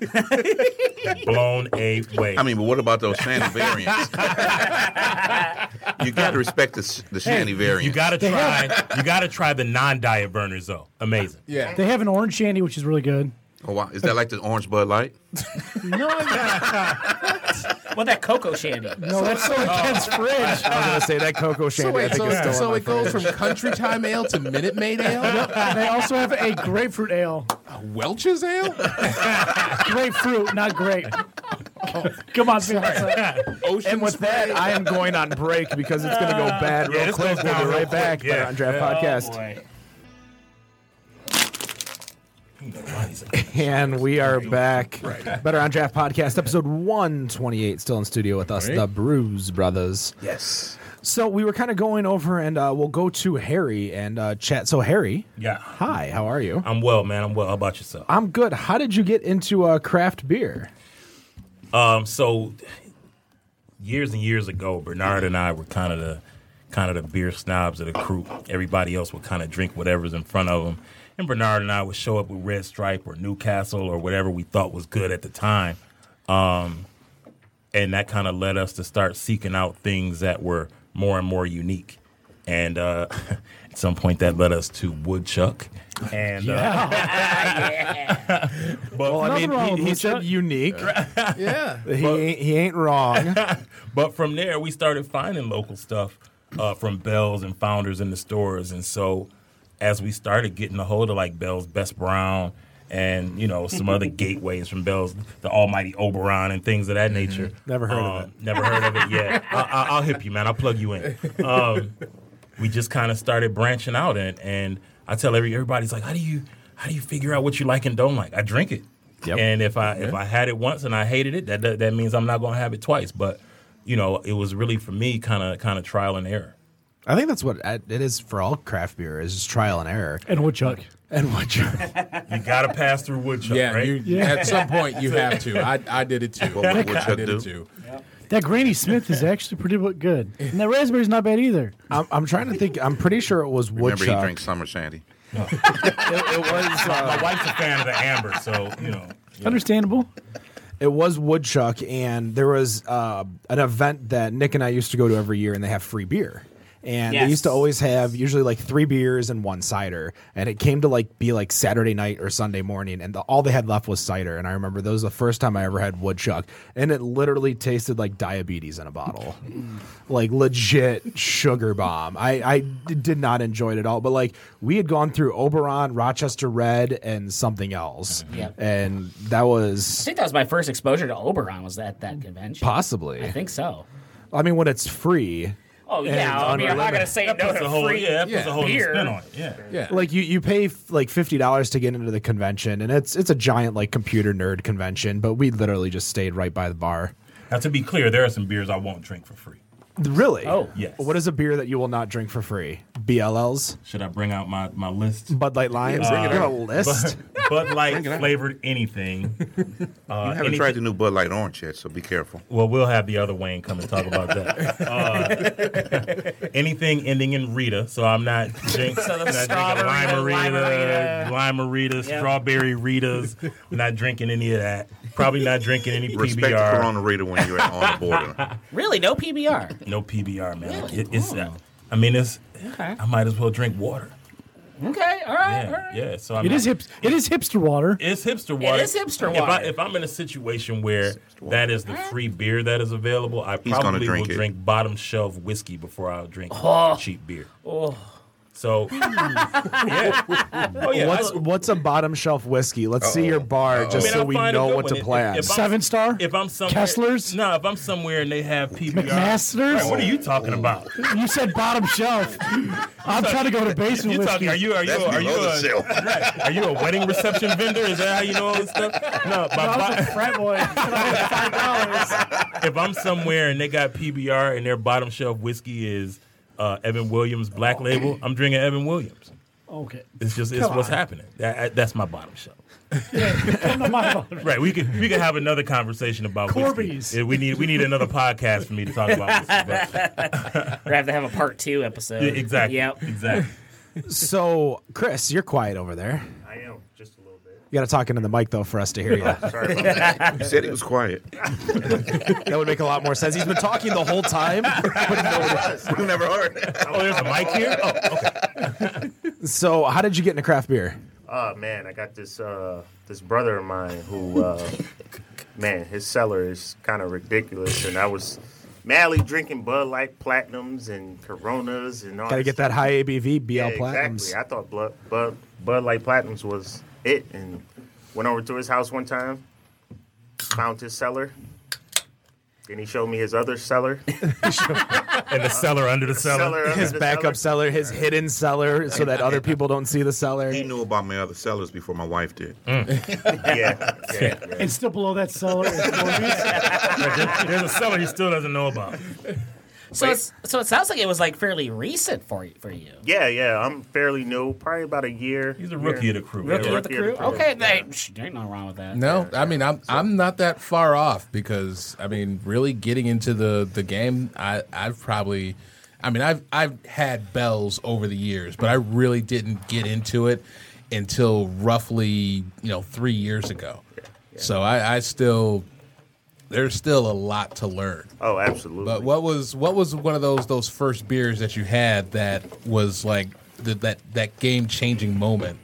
[SPEAKER 7] blown away.
[SPEAKER 6] I mean, but what about those Shandy variants? you got to respect the, s- the Shandy variants.
[SPEAKER 7] you gotta try. you gotta try the non-diet Burners though. Amazing.
[SPEAKER 4] yeah.
[SPEAKER 9] They have an orange shandy, which is really good.
[SPEAKER 6] Oh, wow. Is that like the orange Bud Light?
[SPEAKER 3] Well, that cocoa shandy.
[SPEAKER 9] No, that's so intense
[SPEAKER 7] Oh.
[SPEAKER 9] fridge.
[SPEAKER 1] I was gonna say that cocoa shandy.
[SPEAKER 4] So wait,
[SPEAKER 1] I think is
[SPEAKER 4] so,
[SPEAKER 1] still
[SPEAKER 4] so
[SPEAKER 1] on my
[SPEAKER 4] it goes from country time ale to Minute Maid ale,
[SPEAKER 9] they also have a grapefruit ale.
[SPEAKER 4] Welch's ale,
[SPEAKER 9] Grapefruit, not grape. Come on, fiance.
[SPEAKER 4] Ocean
[SPEAKER 1] And with that, I am going on break because it's going to go bad
[SPEAKER 7] Yeah,
[SPEAKER 1] real
[SPEAKER 7] this
[SPEAKER 1] quick.
[SPEAKER 7] goes
[SPEAKER 1] We'll
[SPEAKER 7] down
[SPEAKER 1] be
[SPEAKER 7] real
[SPEAKER 1] right back
[SPEAKER 7] quick, yeah.
[SPEAKER 1] on Draft
[SPEAKER 3] Oh,
[SPEAKER 1] Podcast.
[SPEAKER 3] boy.
[SPEAKER 1] and we are back. Better on Draft Podcast, episode 128, still in studio with us, the Bruise Brothers.
[SPEAKER 6] Yes.
[SPEAKER 1] So we were kind of going over, and uh, we'll go to Harry and uh, chat. So, Harry,
[SPEAKER 7] Yeah.
[SPEAKER 1] hi, how are you?
[SPEAKER 7] I'm well, man. I'm well. How about yourself?
[SPEAKER 1] I'm good. How did you get into uh, craft beer?
[SPEAKER 7] Um, so years and years ago, Bernard and I were kind of the kind of the beer snobs of the crew. Everybody else would kind of drink whatever's in front of them, and Bernard and I would show up with Red Stripe or Newcastle or whatever we thought was good at the time. Um, and that kind of led us to start seeking out things that were more and more unique. And uh, at some point, that led us to Woodchuck. And uh, but
[SPEAKER 1] I mean,
[SPEAKER 9] Nothing wrong
[SPEAKER 1] he,
[SPEAKER 9] with
[SPEAKER 1] he
[SPEAKER 9] that.
[SPEAKER 1] said unique.
[SPEAKER 4] yeah.
[SPEAKER 1] he, ain't, he ain't wrong.
[SPEAKER 7] But from there, we started finding local stuff uh, from Bell's and Founders in the stores. And so, as we started getting a hold of like Bell's Best Brown and you know some other gateways from Bell's, the Almighty Oberon and things of that nature.
[SPEAKER 1] Mm-hmm. Never heard of
[SPEAKER 7] Um, Never heard of it yet. I, I, I'll hip you, man. I'll plug you in. Um, we just kind of started branching out, and and I tell every everybody's like, how do you how do you figure out what you like and don't like? I drink it.
[SPEAKER 1] Yep.
[SPEAKER 7] And if I if I had it once and I hated it, that that, that means I'm not going to have it twice. But you know, it was really for me kind of kind of trial and error.
[SPEAKER 1] I think that's what uh, it is for all craft beer is just trial and error.
[SPEAKER 9] And woodchuck.
[SPEAKER 1] And what you
[SPEAKER 7] You got to pass through woodchuck,
[SPEAKER 4] Yeah,
[SPEAKER 7] right?
[SPEAKER 4] you, at some point you have to. I, I did it too.
[SPEAKER 6] What would
[SPEAKER 4] I
[SPEAKER 6] Woodchuck
[SPEAKER 4] did
[SPEAKER 6] do?
[SPEAKER 4] it too.
[SPEAKER 9] That Granny Smith is actually pretty bu- good. And that raspberry's not bad either.
[SPEAKER 1] I'm, I'm trying to think. I'm pretty sure it was
[SPEAKER 6] Remember,
[SPEAKER 1] woodchuck.
[SPEAKER 6] he drinks summer shandy.
[SPEAKER 1] It, it was
[SPEAKER 7] My
[SPEAKER 1] uh,
[SPEAKER 7] wife's a fan of the amber, so you know.
[SPEAKER 9] Understandable.
[SPEAKER 1] it was woodchuck, and there was uh, an event that Nick and I used to go to every year, and they have free beer. And they
[SPEAKER 3] Yes.
[SPEAKER 1] used to always have usually like three beers and one cider, and it came to like be like Saturday night or Sunday morning, and the, all they had left was cider. And I remember that was the first time I ever had woodchuck, and it literally tasted like diabetes in a bottle. like legit sugar bomb. I, I d- did not enjoy it at all. But like we had gone through Oberon, Rochester Red, and something else,
[SPEAKER 3] Yeah.
[SPEAKER 1] and that was
[SPEAKER 3] I think that was my first exposure to Oberon was at that convention.
[SPEAKER 1] possibly.
[SPEAKER 3] I think so.
[SPEAKER 1] I mean, when it's free,
[SPEAKER 3] Oh
[SPEAKER 1] it's
[SPEAKER 3] yeah, I mean, I'm not
[SPEAKER 1] unlimited.
[SPEAKER 3] gonna say no
[SPEAKER 7] That's
[SPEAKER 3] to
[SPEAKER 7] a whole,
[SPEAKER 3] free.
[SPEAKER 7] yeah, that puts a
[SPEAKER 4] Yeah.
[SPEAKER 7] whole new
[SPEAKER 3] beer.
[SPEAKER 7] spin on it. Yeah.
[SPEAKER 4] Yeah.
[SPEAKER 1] like you you pay f- like fifty dollars to get into the convention, and it's it's a giant like computer nerd convention. But we literally just stayed right by the bar.
[SPEAKER 7] Now, to be clear, there are some beers I won't drink for free.
[SPEAKER 1] Really?
[SPEAKER 3] Oh.
[SPEAKER 7] Yes.
[SPEAKER 1] What is a beer that you will not drink for free? BLLs,
[SPEAKER 7] Should I bring out my, my list?
[SPEAKER 1] Bud Light
[SPEAKER 7] Uh,
[SPEAKER 1] Lions. you got a list.
[SPEAKER 7] Bud Light flavored anything.
[SPEAKER 6] you haven't
[SPEAKER 7] anything-
[SPEAKER 6] tried the new Bud Light orange yet, so be careful.
[SPEAKER 7] Well, we'll have the other Wayne come and talk about that. Uh, anything ending in Rita, so I'm not drink,
[SPEAKER 3] So the
[SPEAKER 7] not drinking
[SPEAKER 3] strawberry,
[SPEAKER 7] lime
[SPEAKER 3] lime
[SPEAKER 7] Rita,
[SPEAKER 3] Rita.
[SPEAKER 7] lime Rita,
[SPEAKER 3] Yep.
[SPEAKER 7] strawberry Ritas. I'm not drinking any of that. Probably not drinking any
[SPEAKER 6] Respect the
[SPEAKER 7] PBR.
[SPEAKER 6] Corona Raider when you're at on the border.
[SPEAKER 3] Really, no PBR.
[SPEAKER 7] No PBR, man.
[SPEAKER 3] Really?
[SPEAKER 7] It- it's.
[SPEAKER 3] Oh.
[SPEAKER 7] I mean, it's.
[SPEAKER 3] Okay.
[SPEAKER 7] I might as well drink water.
[SPEAKER 3] Okay, all right, all
[SPEAKER 7] Yeah,
[SPEAKER 3] right.
[SPEAKER 7] yeah. So I'm
[SPEAKER 9] It
[SPEAKER 7] not-
[SPEAKER 9] is hip. It is hipster water.
[SPEAKER 7] It's hipster water.
[SPEAKER 3] is hipster
[SPEAKER 7] If, I,
[SPEAKER 3] water.
[SPEAKER 7] if I'm in a situation where that is the free beer that is available, I
[SPEAKER 6] gonna
[SPEAKER 7] probably
[SPEAKER 6] drink
[SPEAKER 7] will
[SPEAKER 6] it.
[SPEAKER 7] drink bottom shelf whiskey before I'll drink cheap beer.
[SPEAKER 3] Oh.
[SPEAKER 7] So, yeah. Oh, yeah.
[SPEAKER 1] What's
[SPEAKER 7] I-
[SPEAKER 1] what's a bottom shelf whiskey? Let's see your bar
[SPEAKER 7] I
[SPEAKER 1] just
[SPEAKER 7] mean,
[SPEAKER 1] so
[SPEAKER 7] I'll
[SPEAKER 1] we
[SPEAKER 7] find a
[SPEAKER 1] know
[SPEAKER 7] good
[SPEAKER 1] what
[SPEAKER 7] one.
[SPEAKER 1] to
[SPEAKER 7] If-
[SPEAKER 1] plan.
[SPEAKER 7] if I'm-
[SPEAKER 9] Seven star?
[SPEAKER 7] If I'm somewhere,
[SPEAKER 9] Kessler's?
[SPEAKER 7] No, if I'm somewhere and they have PBR,
[SPEAKER 9] McMaster's?
[SPEAKER 7] Right, what are you talking about?
[SPEAKER 9] You said bottom shelf. I'm trying to go to basement
[SPEAKER 7] You
[SPEAKER 9] whiskey.
[SPEAKER 7] talking? Are you? Are you?
[SPEAKER 6] That's
[SPEAKER 7] Are you?
[SPEAKER 6] below the
[SPEAKER 7] A,
[SPEAKER 6] shelf.
[SPEAKER 7] right. Are you a wedding reception vendor? Is that how you know all this stuff? No, my,
[SPEAKER 9] I was
[SPEAKER 7] my-
[SPEAKER 9] a frat boy.
[SPEAKER 7] if I'm somewhere and they got PBR and their bottom shelf whiskey is uh, Evan Williams Black Label, I'm drinking Evan Williams.
[SPEAKER 9] okay.
[SPEAKER 7] It's just it's
[SPEAKER 9] Oh. Come
[SPEAKER 7] what's
[SPEAKER 9] on.
[SPEAKER 7] happening. That, I- that's my bottom shelf.
[SPEAKER 9] Come to my bottom.
[SPEAKER 7] Right. We could we could have another conversation about
[SPEAKER 9] Corby's.
[SPEAKER 7] whiskey. Yeah, we need we need another podcast for me to talk about whiskey. But,
[SPEAKER 3] We're gonna have to have a part two episode.
[SPEAKER 7] Yeah, exactly.
[SPEAKER 3] Yep.
[SPEAKER 7] Exactly.
[SPEAKER 1] So, Chris, you're quiet over there.
[SPEAKER 10] I am just a little bit.
[SPEAKER 1] You got to talk into the mic though for us to hear you. that
[SPEAKER 10] Sorry about that.
[SPEAKER 6] You said it was quiet.
[SPEAKER 1] would make a lot more sense. He's been talking the whole time.
[SPEAKER 6] You never heard.
[SPEAKER 7] Oh, there's a mic here. Oh, okay.
[SPEAKER 1] So, how did you get into craft beer?
[SPEAKER 10] Oh man, I got this uh, this brother of mine who, uh, man, his cellar is kind of ridiculous, and I was madly drinking Bud Light Platinums and Coronas and all.
[SPEAKER 1] Got to
[SPEAKER 10] this
[SPEAKER 1] get that high ABV BL
[SPEAKER 10] Yeah,
[SPEAKER 1] platinums.
[SPEAKER 10] Exactly. I thought Bud, Bud, Bud Light Platinums was it, and went over to his house one time, found his cellar. Then he showed me his other cellar,
[SPEAKER 7] And the cellar under the cellar.
[SPEAKER 10] cellar
[SPEAKER 1] His backup cellar, his hidden cellar, so that other people don't see the cellar.
[SPEAKER 6] He knew about my other sellers before my wife did.
[SPEAKER 10] cellar. Yeah, yeah, yeah.
[SPEAKER 9] And still below that cellar is Corby's.
[SPEAKER 7] There's a cellar he still doesn't know about.
[SPEAKER 3] So it's, so it sounds like it was like fairly recent for you for you.
[SPEAKER 10] yeah, yeah. I'm fairly new, probably about a year.
[SPEAKER 7] He's a rookie of the crew.
[SPEAKER 3] Rookie
[SPEAKER 10] Yeah,
[SPEAKER 3] with the
[SPEAKER 10] rookie
[SPEAKER 3] crew.
[SPEAKER 10] of the crew.
[SPEAKER 3] Okay, they, shh, there ain't nothing wrong with that.
[SPEAKER 4] No, I mean I'm I'm not that far off because I mean really getting into the the game I I've probably I mean I've I've had bells over the years but I really didn't get into it until roughly you know three years ago. So I, I still there's still a lot to learn.
[SPEAKER 10] Oh, absolutely.
[SPEAKER 4] But what was what was one of those those first beers that you had that was like the, that that game changing moment?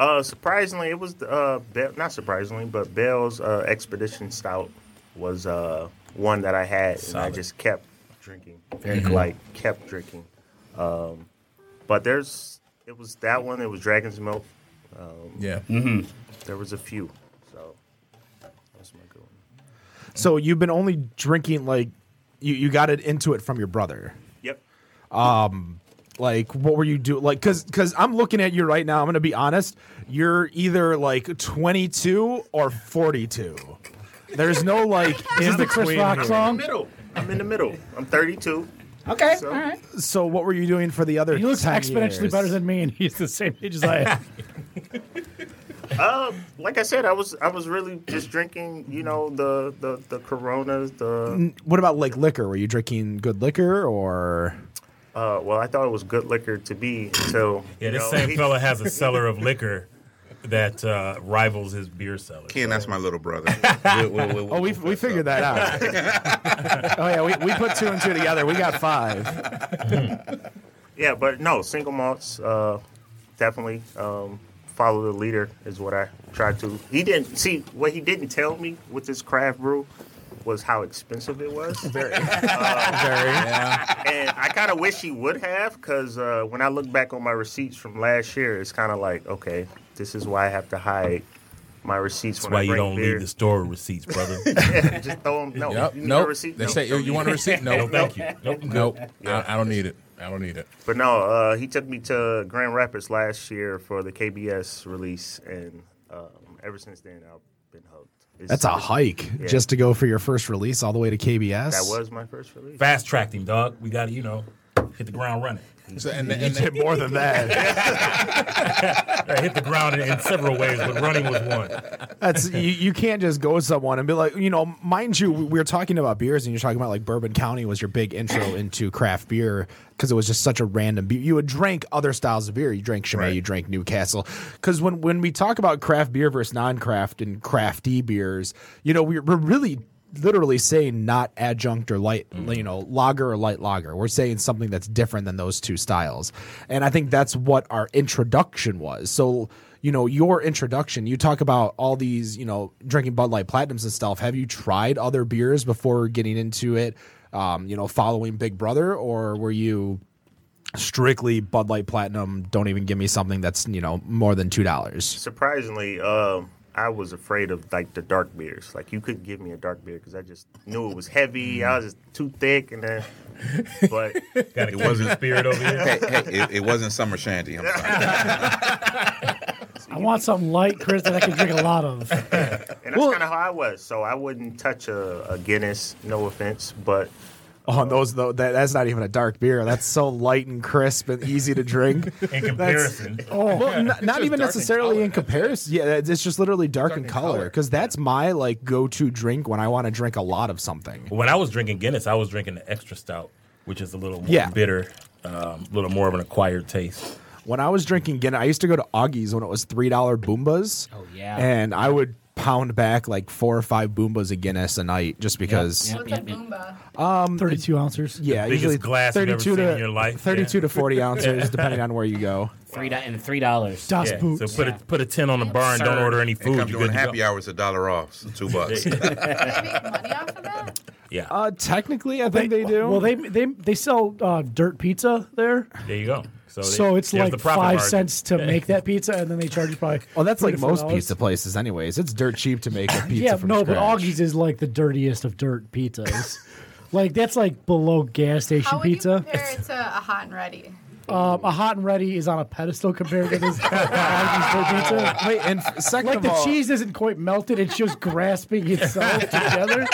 [SPEAKER 10] Uh, surprisingly, it was uh, Be- not surprisingly, but Bell's uh, Expedition Stout was uh, one that I had, and
[SPEAKER 7] Solid.
[SPEAKER 10] I just kept drinking, like kept drinking. Um, but there's, it was that one. It was Dragon's Milk.
[SPEAKER 4] Yeah.
[SPEAKER 10] There was a few, so that's my good one.
[SPEAKER 1] So you've been only drinking like you, you got it into it from your brother. Um,
[SPEAKER 10] Yep.
[SPEAKER 1] Like what were you doing? Like cuz cuz I'm looking at you right now. I'm going to be honest. You're either like 22 or 42. There's no like
[SPEAKER 9] This
[SPEAKER 1] in
[SPEAKER 9] is the Chris
[SPEAKER 1] between.
[SPEAKER 9] Rock
[SPEAKER 1] here.
[SPEAKER 9] song.
[SPEAKER 10] Middle. I'm in the middle. I'm 32.
[SPEAKER 3] Okay,
[SPEAKER 10] So-
[SPEAKER 3] all right.
[SPEAKER 1] So what were you doing for the other
[SPEAKER 9] He looks
[SPEAKER 1] 10
[SPEAKER 9] exponentially
[SPEAKER 1] years?
[SPEAKER 9] better than me, and he's the same age as I am.
[SPEAKER 10] Like I said, I was I was really just drinking, you know, the the the Coronas, the
[SPEAKER 1] What about like liquor? Were you drinking good liquor or
[SPEAKER 10] uh, well, I thought it was good liquor to be until
[SPEAKER 7] Yeah,
[SPEAKER 10] you
[SPEAKER 7] this
[SPEAKER 10] know,
[SPEAKER 7] same
[SPEAKER 10] he-
[SPEAKER 7] fella has a cellar of liquor that uh, rivals his beer cellar.
[SPEAKER 6] Ken, that's my little brother.
[SPEAKER 1] Oh, we, we figured that out. oh yeah, we, we put two and two together. We got five.
[SPEAKER 10] Yeah, but no, single malts uh, definitely um, follow the leader is what I try to. He didn't see what he didn't tell me with this craft brew was how expensive it was, Uh,
[SPEAKER 4] Yeah.
[SPEAKER 10] and I kind of wish he would have because uh, when I look back on my receipts from last year, it's kind of like okay, this is why I have to hide my receipts
[SPEAKER 7] That's
[SPEAKER 10] when
[SPEAKER 7] why
[SPEAKER 10] I
[SPEAKER 7] you
[SPEAKER 10] bring
[SPEAKER 7] don't
[SPEAKER 10] beer.
[SPEAKER 7] leave the store receipts, brother.
[SPEAKER 10] Yeah, just throw them. No,
[SPEAKER 4] Yep.
[SPEAKER 10] you need a
[SPEAKER 4] Nope.
[SPEAKER 10] receipt.
[SPEAKER 4] They
[SPEAKER 10] No,
[SPEAKER 4] say
[SPEAKER 10] don't
[SPEAKER 4] "Oh, you
[SPEAKER 10] need
[SPEAKER 4] want a receipt? No.
[SPEAKER 7] no, thank you. Nope.
[SPEAKER 4] Nope. I, I don't need it. I don't need it.
[SPEAKER 10] But no, uh, he took me to Grand Rapids last year for the KBS release, and um, ever since then I've been hooked. It's-
[SPEAKER 1] That's a
[SPEAKER 10] it's-
[SPEAKER 1] hike
[SPEAKER 10] Yeah.
[SPEAKER 1] just to go for your first release all the way to KBS.
[SPEAKER 10] That was my first release.
[SPEAKER 7] Fast tracked him, dog. We got to, you know, hit the ground running.
[SPEAKER 4] So, and, and,
[SPEAKER 1] Did more than that.
[SPEAKER 7] I hit the ground in, in several ways, but running was one.
[SPEAKER 1] That's you, you can't just go with someone and be like, you know, mind you, we we were talking about beers and you're talking about like Bourbon County was your big intro into craft beer because it was just such a random beer. You had drank other styles of beer. You drank Chimay,
[SPEAKER 6] Right.
[SPEAKER 1] you drank Newcastle. Because when, when we talk about craft beer versus non craft and crafty beers, you know, we're, we're really literally saying not adjunct or light, you know, lager or light lager. We're saying something that's different than those two styles. And I think that's what our introduction was. So, you know, your introduction, you talk about all these, you know, drinking Bud Light Platinums and stuff. Have you tried other beers before getting into it? Um, you know, following Big Brother, or were you strictly Bud Light Platinum? Don't even give me something that's you know more than two dollars.
[SPEAKER 12] Surprisingly, um, I was afraid of like the dark beers. Like you couldn't give me a dark beer because I just knew it was heavy.
[SPEAKER 7] Mm.
[SPEAKER 12] I was just too thick, and then but
[SPEAKER 7] Got to keep
[SPEAKER 6] wasn't-
[SPEAKER 7] the spirit over here.
[SPEAKER 6] hey, hey, it, it wasn't summer shanty. I'm sorry.
[SPEAKER 9] I want something light, Chris, that I can drink a lot of.
[SPEAKER 12] and that's kind of how I was. So I wouldn't touch a, a Guinness. No offense, but
[SPEAKER 1] Oh, and those though, that, that's not even a dark beer. That's so light and crisp and easy to drink.
[SPEAKER 7] In comparison,
[SPEAKER 1] Oh, well, n- not
[SPEAKER 4] just
[SPEAKER 1] even
[SPEAKER 4] dark in
[SPEAKER 1] necessarily
[SPEAKER 4] color,
[SPEAKER 1] in
[SPEAKER 4] that's it.
[SPEAKER 1] comparison. Yeah, that- it's just literally dark,
[SPEAKER 4] Dark
[SPEAKER 1] in
[SPEAKER 4] in
[SPEAKER 1] color
[SPEAKER 4] color.
[SPEAKER 1] because that's my like go-to drink when I want to drink a lot of something.
[SPEAKER 7] when I was drinking Guinness, I was drinking the extra stout, which is a little more
[SPEAKER 1] Yeah.
[SPEAKER 7] bitter, um, a little more of an acquired taste.
[SPEAKER 1] When I was drinking Guinness, I used to go to Augie's when it was three dollar boombas.
[SPEAKER 3] Oh, yeah.
[SPEAKER 1] and I would pound back like four or five boombas of Guinness a night just because.
[SPEAKER 3] Yep,
[SPEAKER 5] What's
[SPEAKER 3] yep,
[SPEAKER 5] a
[SPEAKER 3] yep.
[SPEAKER 5] boomba?
[SPEAKER 9] Thirty-two ounces.
[SPEAKER 1] Yeah,
[SPEAKER 7] biggest
[SPEAKER 1] usually
[SPEAKER 7] glass you've ever seen in your life, yeah.
[SPEAKER 1] Thirty-two to forty ounces, depending on where you go.
[SPEAKER 3] Three do- and three dollars.
[SPEAKER 9] Das
[SPEAKER 7] Yeah. So
[SPEAKER 9] Boots.
[SPEAKER 7] put a put a ten on the bar and don't
[SPEAKER 3] Absurd.
[SPEAKER 7] order any
[SPEAKER 6] And
[SPEAKER 7] food.
[SPEAKER 6] come
[SPEAKER 7] You're good
[SPEAKER 6] during
[SPEAKER 7] to
[SPEAKER 6] happy
[SPEAKER 7] go.
[SPEAKER 6] hours, a dollar off, so two bucks.
[SPEAKER 5] Do they make money off of that?
[SPEAKER 7] Yeah,
[SPEAKER 1] Uh, technically, I think they, do.
[SPEAKER 9] Well, they they they sell uh, dirt pizza there,
[SPEAKER 1] Oh,
[SPEAKER 7] there you go. So, they-
[SPEAKER 9] so it's
[SPEAKER 7] there's
[SPEAKER 9] like
[SPEAKER 7] the
[SPEAKER 9] five
[SPEAKER 7] profit margin.
[SPEAKER 9] cents to make that pizza, and then they charge you probably.
[SPEAKER 1] Well, Oh, that's
[SPEAKER 9] three
[SPEAKER 1] like
[SPEAKER 9] to four
[SPEAKER 1] most
[SPEAKER 9] dollars.
[SPEAKER 1] pizza places, anyways. It's dirt cheap to make a pizza.
[SPEAKER 9] yeah,
[SPEAKER 1] from
[SPEAKER 9] no, but
[SPEAKER 1] scratch.
[SPEAKER 9] Augie's is like the dirtiest of dirt pizzas. like that's like below gas station
[SPEAKER 5] How would you
[SPEAKER 9] pizza.
[SPEAKER 5] compare it to a hot and ready?
[SPEAKER 9] Um, a hot and ready is on a pedestal compared to this Augie's dirt pizza.
[SPEAKER 1] Wait, and f- second
[SPEAKER 9] Like
[SPEAKER 1] of
[SPEAKER 9] the
[SPEAKER 1] all,
[SPEAKER 9] cheese isn't quite melted; it's just grasping itself together.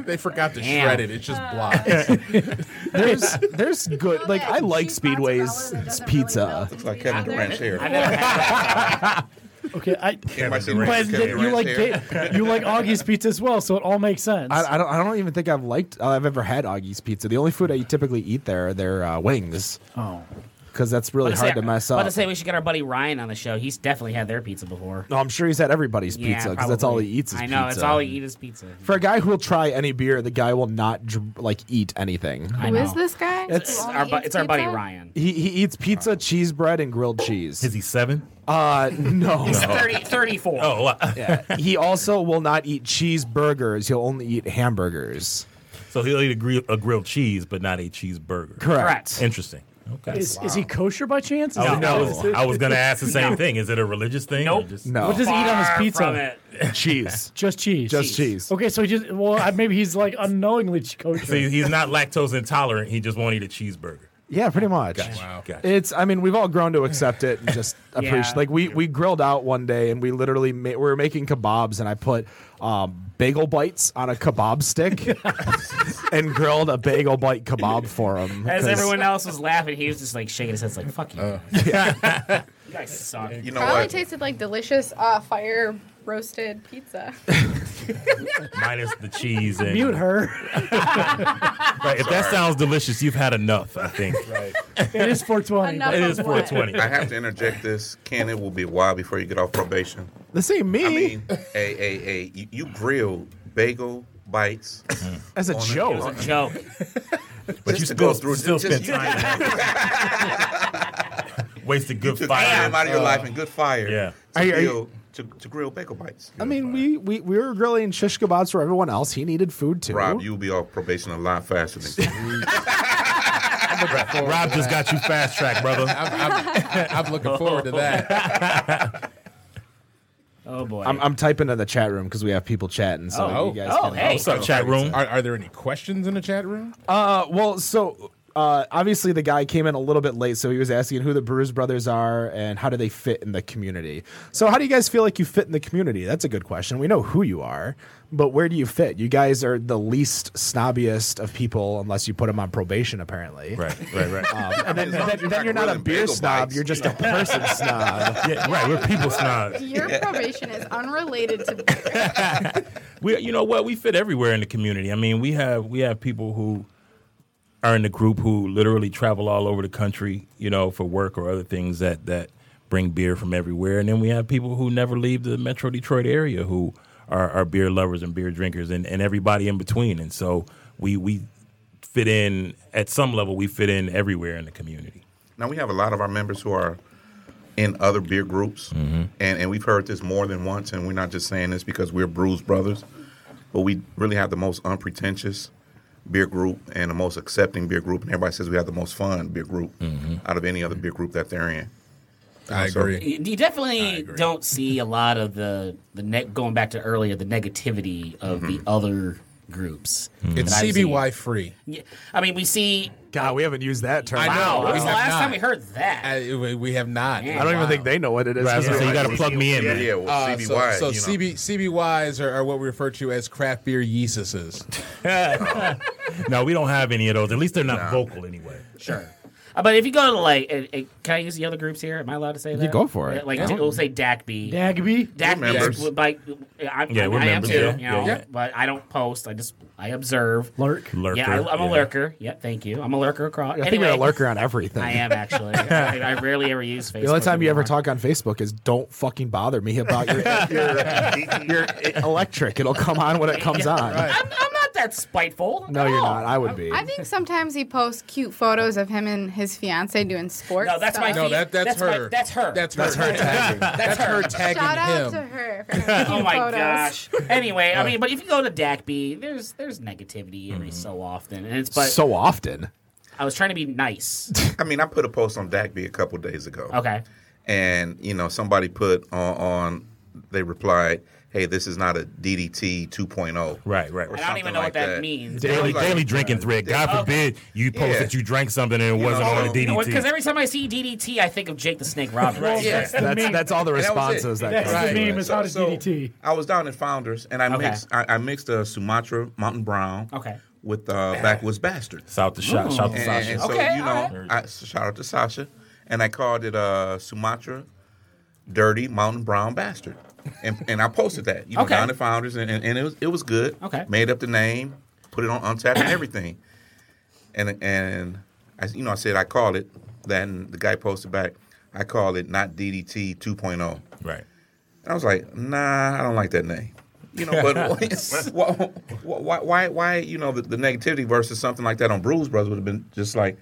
[SPEAKER 4] they forgot to
[SPEAKER 3] Damn.
[SPEAKER 4] shred it. It's just blocks.
[SPEAKER 1] there's there's good. Like
[SPEAKER 5] that
[SPEAKER 1] I like
[SPEAKER 5] cheese mozzarella
[SPEAKER 1] Speedway's
[SPEAKER 5] that doesn't really
[SPEAKER 1] pizza.
[SPEAKER 5] melt into
[SPEAKER 6] like
[SPEAKER 5] each
[SPEAKER 6] Kevin
[SPEAKER 5] other?
[SPEAKER 6] Durant's hair.
[SPEAKER 3] I never had
[SPEAKER 9] Okay, I.
[SPEAKER 6] Anybody seen
[SPEAKER 9] But
[SPEAKER 6] Kevin
[SPEAKER 9] then you
[SPEAKER 6] Durant's
[SPEAKER 9] like
[SPEAKER 6] hair?
[SPEAKER 9] ga- you like Augie's pizza as well, so it all makes sense.
[SPEAKER 1] I, I don't. I don't even think I've liked. uh, I've ever had Augie's pizza. The only food I typically eat there are their uh, wings. Oh, because that's really hard to mess
[SPEAKER 3] About
[SPEAKER 1] up.
[SPEAKER 3] to say we should get our buddy Ryan on the show. He's definitely had their pizza before.
[SPEAKER 1] no, I'm sure he's had everybody's
[SPEAKER 3] Yeah,
[SPEAKER 1] pizza because that's all
[SPEAKER 3] probably.
[SPEAKER 1] he eats. Is
[SPEAKER 3] I know
[SPEAKER 1] pizza.
[SPEAKER 3] it's all he eats is pizza.
[SPEAKER 1] For a guy who will try any beer, the guy will not dr- like eat anything.
[SPEAKER 3] I
[SPEAKER 5] Who
[SPEAKER 3] know.
[SPEAKER 5] is this guy?
[SPEAKER 1] It's
[SPEAKER 5] Who only
[SPEAKER 3] Our bu-
[SPEAKER 5] eats
[SPEAKER 3] it's our buddy
[SPEAKER 5] pizza?
[SPEAKER 3] Ryan.
[SPEAKER 1] He he eats pizza, cheese bread, and grilled cheese.
[SPEAKER 7] Is he seven?
[SPEAKER 1] uh, no.
[SPEAKER 3] He's 30, 34.
[SPEAKER 7] Oh, wow.
[SPEAKER 1] he also will not eat cheeseburgers. He'll only eat hamburgers.
[SPEAKER 7] so he'll eat a, grill, a grilled cheese, but not a cheeseburger.
[SPEAKER 3] Correct.
[SPEAKER 7] Interesting. Okay.
[SPEAKER 9] is, is he kosher by chance? Is
[SPEAKER 7] Oh,
[SPEAKER 9] he- is
[SPEAKER 7] no,
[SPEAKER 9] it-
[SPEAKER 7] I was gonna ask the same thing. Is it a religious thing? or
[SPEAKER 3] Nope.
[SPEAKER 7] just-
[SPEAKER 1] No.
[SPEAKER 9] What does he eat on his
[SPEAKER 3] Far
[SPEAKER 9] pizza?
[SPEAKER 3] from it.
[SPEAKER 1] cheese?
[SPEAKER 9] Just cheese.
[SPEAKER 1] Just cheese.
[SPEAKER 9] Okay, so he just well I- maybe he's like unknowingly kosher.
[SPEAKER 7] So he- he's not lactose intolerant. He just won't eat a cheeseburger.
[SPEAKER 1] Yeah, pretty much.
[SPEAKER 7] Wow. Gotcha.
[SPEAKER 1] It's. I mean, we've all grown to accept it and just appreciate. Like we we grilled out one day and we literally ma- we were making kebabs and I put um, bagel bites on a kebab stick and grilled a bagel bite kebab for him.
[SPEAKER 3] As everyone else was laughing, he was just like shaking his head, like "Fuck you." you guys suck.
[SPEAKER 6] You know
[SPEAKER 5] Probably
[SPEAKER 6] what?
[SPEAKER 5] tasted like delicious uh, fire roasted pizza.
[SPEAKER 7] Minus the cheese and
[SPEAKER 9] Mute her.
[SPEAKER 7] Right, if that sounds delicious, you've had enough. I think
[SPEAKER 9] It is 420.
[SPEAKER 5] Enough
[SPEAKER 7] it is
[SPEAKER 5] of what?
[SPEAKER 7] 420.
[SPEAKER 6] I have to interject this. Ken, it will be a while before you get off probation.
[SPEAKER 1] This ain't me
[SPEAKER 6] I mean, hey, hey, hey, you, you grilled bagel bites.
[SPEAKER 1] as a
[SPEAKER 6] on a-
[SPEAKER 1] joke.
[SPEAKER 3] Joke.
[SPEAKER 6] But you
[SPEAKER 7] Still-
[SPEAKER 6] go through
[SPEAKER 7] still
[SPEAKER 6] just,
[SPEAKER 7] spent time. Wasted good
[SPEAKER 6] took
[SPEAKER 7] fire.
[SPEAKER 6] time out of your life and good fire.
[SPEAKER 7] yeah.
[SPEAKER 6] To,
[SPEAKER 1] Are you- are you-
[SPEAKER 6] grill, to, to grill bagel bites.
[SPEAKER 1] I mean, we, we we were grilling shish kebabs for everyone else. He needed food too.
[SPEAKER 6] Rob, you'll be off probation a lot faster than
[SPEAKER 7] Rob just got you fast track, brother.
[SPEAKER 4] I'm, I'm, I'm looking forward to that.
[SPEAKER 3] Oh boy.
[SPEAKER 1] I'm, I'm typing in the chat room because we have people chatting. So
[SPEAKER 3] Oh.
[SPEAKER 1] you guys
[SPEAKER 3] Oh,
[SPEAKER 1] can
[SPEAKER 3] hey.
[SPEAKER 7] What's up, chat room?
[SPEAKER 4] Are, are there any questions in the chat room?
[SPEAKER 1] Uh, well, so uh, obviously the guy came in a little bit late, so he was asking who the Bruise Brothers are and how do they fit in the community. So, how do you guys feel like you fit in the community? That's a good question. We know who you are, but where do you fit? You guys are the least snobbiest of people, unless you put them on probation, apparently.
[SPEAKER 7] Right, right, right.
[SPEAKER 6] Uh,
[SPEAKER 1] Um, and then,
[SPEAKER 6] As long as
[SPEAKER 1] then, then
[SPEAKER 6] you're not
[SPEAKER 1] you're not a
[SPEAKER 6] grilling
[SPEAKER 1] beer
[SPEAKER 6] bagel
[SPEAKER 1] snob;
[SPEAKER 6] bites,
[SPEAKER 1] you're just a person snob.
[SPEAKER 7] yeah, right. We're people snobs.
[SPEAKER 5] Your probation is unrelated to beer.
[SPEAKER 7] we you know what we fit everywhere in the community. I mean, we have we have people who are in the group who literally travel all over the country, you know, for work or other things that that bring beer from everywhere. And then we have people who never leave the Metro Detroit area who are, are beer lovers and beer drinkers and, and everybody in between. And so we we fit in at some level we fit in everywhere in the community.
[SPEAKER 6] Now we have a lot of our members who are in other beer groups, and and we've heard this more than once, and we're not just saying this because we're Brews Brothers, but we really have the most unpretentious beer group and the most accepting beer group, and everybody says we have the most fun beer group out of any other beer group that they're in.
[SPEAKER 4] I agree.
[SPEAKER 3] You you definitely don't see a lot of the the ne- going back to earlier the negativity of the other groups.
[SPEAKER 4] It's
[SPEAKER 3] that I've seen.
[SPEAKER 4] CBY free.
[SPEAKER 3] Yeah, I mean, we see.
[SPEAKER 1] God, we haven't used that term.
[SPEAKER 4] I
[SPEAKER 3] Wow,
[SPEAKER 4] know,
[SPEAKER 3] when
[SPEAKER 4] we
[SPEAKER 3] was the
[SPEAKER 4] have
[SPEAKER 3] last
[SPEAKER 4] not.
[SPEAKER 3] time we heard that?
[SPEAKER 4] I, we we have not.
[SPEAKER 3] Yeah.
[SPEAKER 1] I don't
[SPEAKER 4] Wow.
[SPEAKER 1] even think they know what it is.
[SPEAKER 7] So you got to plug me in,
[SPEAKER 6] Yeah,
[SPEAKER 7] man.
[SPEAKER 6] yeah well,
[SPEAKER 4] Uh,
[SPEAKER 6] CBY.
[SPEAKER 4] so so
[SPEAKER 6] you know.
[SPEAKER 4] CB, CBYs are, are what we refer to as craft beer yeastuses.
[SPEAKER 7] No, we don't have any of those. At least they're not vocal anyway.
[SPEAKER 3] Sure. Uh, But if you go to like, uh, uh, can I use the other groups here? Am I allowed to say that?
[SPEAKER 8] go for it.
[SPEAKER 3] Yeah, Like, we'll say DACB.
[SPEAKER 9] Dagby.
[SPEAKER 3] DACB
[SPEAKER 6] members.
[SPEAKER 3] is by, I,
[SPEAKER 7] Yeah,
[SPEAKER 3] I,
[SPEAKER 7] we're
[SPEAKER 3] I am
[SPEAKER 7] members,
[SPEAKER 3] too.
[SPEAKER 7] yeah.
[SPEAKER 3] You know,
[SPEAKER 4] Yeah.
[SPEAKER 3] but I don't post. I just I observe.
[SPEAKER 9] Lurk.
[SPEAKER 7] Lurker.
[SPEAKER 3] Yeah, I, I'm a lurker. Yeah, thank you. I'm a lurker
[SPEAKER 1] I
[SPEAKER 3] across.
[SPEAKER 1] think
[SPEAKER 3] anyway,
[SPEAKER 1] you're a lurker on everything.
[SPEAKER 3] I am actually. I, I rarely ever use Facebook.
[SPEAKER 1] The only time you ever
[SPEAKER 3] anymore.
[SPEAKER 1] talk on Facebook is "Don't fucking bother me about your, your, your electric." It'll come on when it comes on.
[SPEAKER 3] I'm, I'm not that spiteful.
[SPEAKER 1] No,
[SPEAKER 3] at
[SPEAKER 1] you're
[SPEAKER 3] all.
[SPEAKER 1] not. I would be.
[SPEAKER 5] I think sometimes he posts cute photos of him and his fiance doing sports.
[SPEAKER 3] No, that's my
[SPEAKER 5] stuff.
[SPEAKER 4] No, that that's,
[SPEAKER 3] That's
[SPEAKER 4] her.
[SPEAKER 3] my- that's her.
[SPEAKER 4] That's her. tagging. That's her tagging
[SPEAKER 5] Shout
[SPEAKER 4] him.
[SPEAKER 5] out to her. For her
[SPEAKER 3] Oh
[SPEAKER 5] cute
[SPEAKER 3] my
[SPEAKER 5] photos.
[SPEAKER 3] gosh. Anyway, I mean, but if you go to DACB, there's there's negativity every so often, and it's but
[SPEAKER 1] so often.
[SPEAKER 3] I was trying to be nice.
[SPEAKER 6] I mean, I put a post on Dakby a couple days ago.
[SPEAKER 3] Okay.
[SPEAKER 6] and you know somebody put on, on they replied hey this is not a ddt 2.0
[SPEAKER 7] Right, right.
[SPEAKER 6] or
[SPEAKER 3] I don't even
[SPEAKER 6] something
[SPEAKER 3] know what
[SPEAKER 6] like
[SPEAKER 3] that, means.
[SPEAKER 6] Yeah,
[SPEAKER 7] daily,
[SPEAKER 6] like-
[SPEAKER 7] daily drinking thread. God forbid you post
[SPEAKER 6] Yeah.
[SPEAKER 7] that you drank something and it wasn't
[SPEAKER 6] know,
[SPEAKER 7] on the
[SPEAKER 6] you
[SPEAKER 7] DDT.
[SPEAKER 3] Because every time I see DDT, I think of Jake the Snake Roberts.
[SPEAKER 9] That's the
[SPEAKER 1] That's
[SPEAKER 9] meme.
[SPEAKER 1] that's all the
[SPEAKER 6] that was it.
[SPEAKER 1] responses that,
[SPEAKER 9] That's
[SPEAKER 1] come.
[SPEAKER 9] the
[SPEAKER 4] Right.
[SPEAKER 9] meme. Is how does DDT?
[SPEAKER 6] i was down in founders and i
[SPEAKER 3] Okay.
[SPEAKER 6] mixed I, I mixed a sumatra mountain brown
[SPEAKER 3] Okay.
[SPEAKER 6] with uh backwoods bastard
[SPEAKER 7] South to shot, shout
[SPEAKER 6] and,
[SPEAKER 7] to Oh, Sasha.
[SPEAKER 6] and so
[SPEAKER 3] Okay,
[SPEAKER 6] you
[SPEAKER 3] all
[SPEAKER 6] know I, shout out to sasha and i called it uh sumatra dirty mountain brown bastard and, and I posted that, you know,
[SPEAKER 3] Okay.
[SPEAKER 6] down at Founders, and, and, and it was it was good.
[SPEAKER 3] Okay.
[SPEAKER 6] made up the name, put it on Untapped and everything. and and I, you know, I said I call it. Then the guy posted back, I call it not DDT 2.0. oh. And
[SPEAKER 7] Right.
[SPEAKER 6] I was like, nah, I don't like that name. You know, but why, why, why, why, you know, the, the negativity versus something like that on Bruise Brothers would have been just like,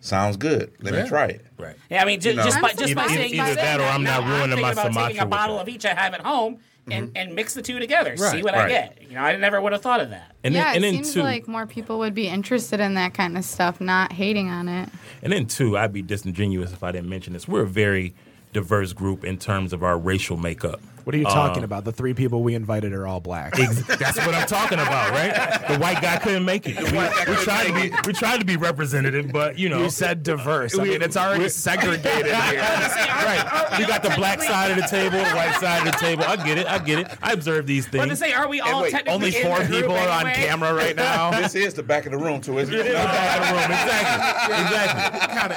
[SPEAKER 6] sounds good. Let
[SPEAKER 4] Yeah.
[SPEAKER 6] me try it.
[SPEAKER 7] Right.
[SPEAKER 3] Yeah, I mean, ju-
[SPEAKER 6] You know.
[SPEAKER 3] just by
[SPEAKER 5] I'm
[SPEAKER 3] just by
[SPEAKER 5] surprised
[SPEAKER 3] saying
[SPEAKER 5] by
[SPEAKER 3] by
[SPEAKER 5] that.
[SPEAKER 3] saying
[SPEAKER 7] Either that or I'm not
[SPEAKER 3] now,
[SPEAKER 7] ruining
[SPEAKER 3] thinking
[SPEAKER 7] my
[SPEAKER 3] about taking
[SPEAKER 7] Sumatra
[SPEAKER 3] a
[SPEAKER 7] with
[SPEAKER 3] bottle
[SPEAKER 7] that.
[SPEAKER 3] of each I have at home and, and mix the two together. See
[SPEAKER 4] Right,
[SPEAKER 3] what I
[SPEAKER 6] right.
[SPEAKER 3] get. You know, I never would have thought of that.
[SPEAKER 7] And
[SPEAKER 5] yeah,
[SPEAKER 7] then, and
[SPEAKER 5] it
[SPEAKER 7] then
[SPEAKER 5] seems
[SPEAKER 7] too,
[SPEAKER 5] like more people would be interested in that kind of stuff, not hating on it.
[SPEAKER 7] and then too, I'd be disingenuous if I didn't mention this. We're a very diverse group in terms of our racial makeup.
[SPEAKER 1] What are you talking about? The three people we invited are all black.
[SPEAKER 7] That's what I'm talking about, right? The white guy couldn't make it. We, we tried to be, we tried to be representative, but you know,
[SPEAKER 1] You said diverse. I mean, it's already segregated here.
[SPEAKER 7] right? We got the black side of the table, the white side of the table. I get it. I get it. I observe these
[SPEAKER 3] But to
[SPEAKER 7] things.
[SPEAKER 3] say, are we all
[SPEAKER 6] wait,
[SPEAKER 3] technically
[SPEAKER 1] Only
[SPEAKER 3] in
[SPEAKER 1] four
[SPEAKER 3] the group
[SPEAKER 1] people are on
[SPEAKER 3] anyway?
[SPEAKER 1] camera right now.
[SPEAKER 6] This is the back of the room, too, isn't it?
[SPEAKER 7] Back of the room, exactly, exactly.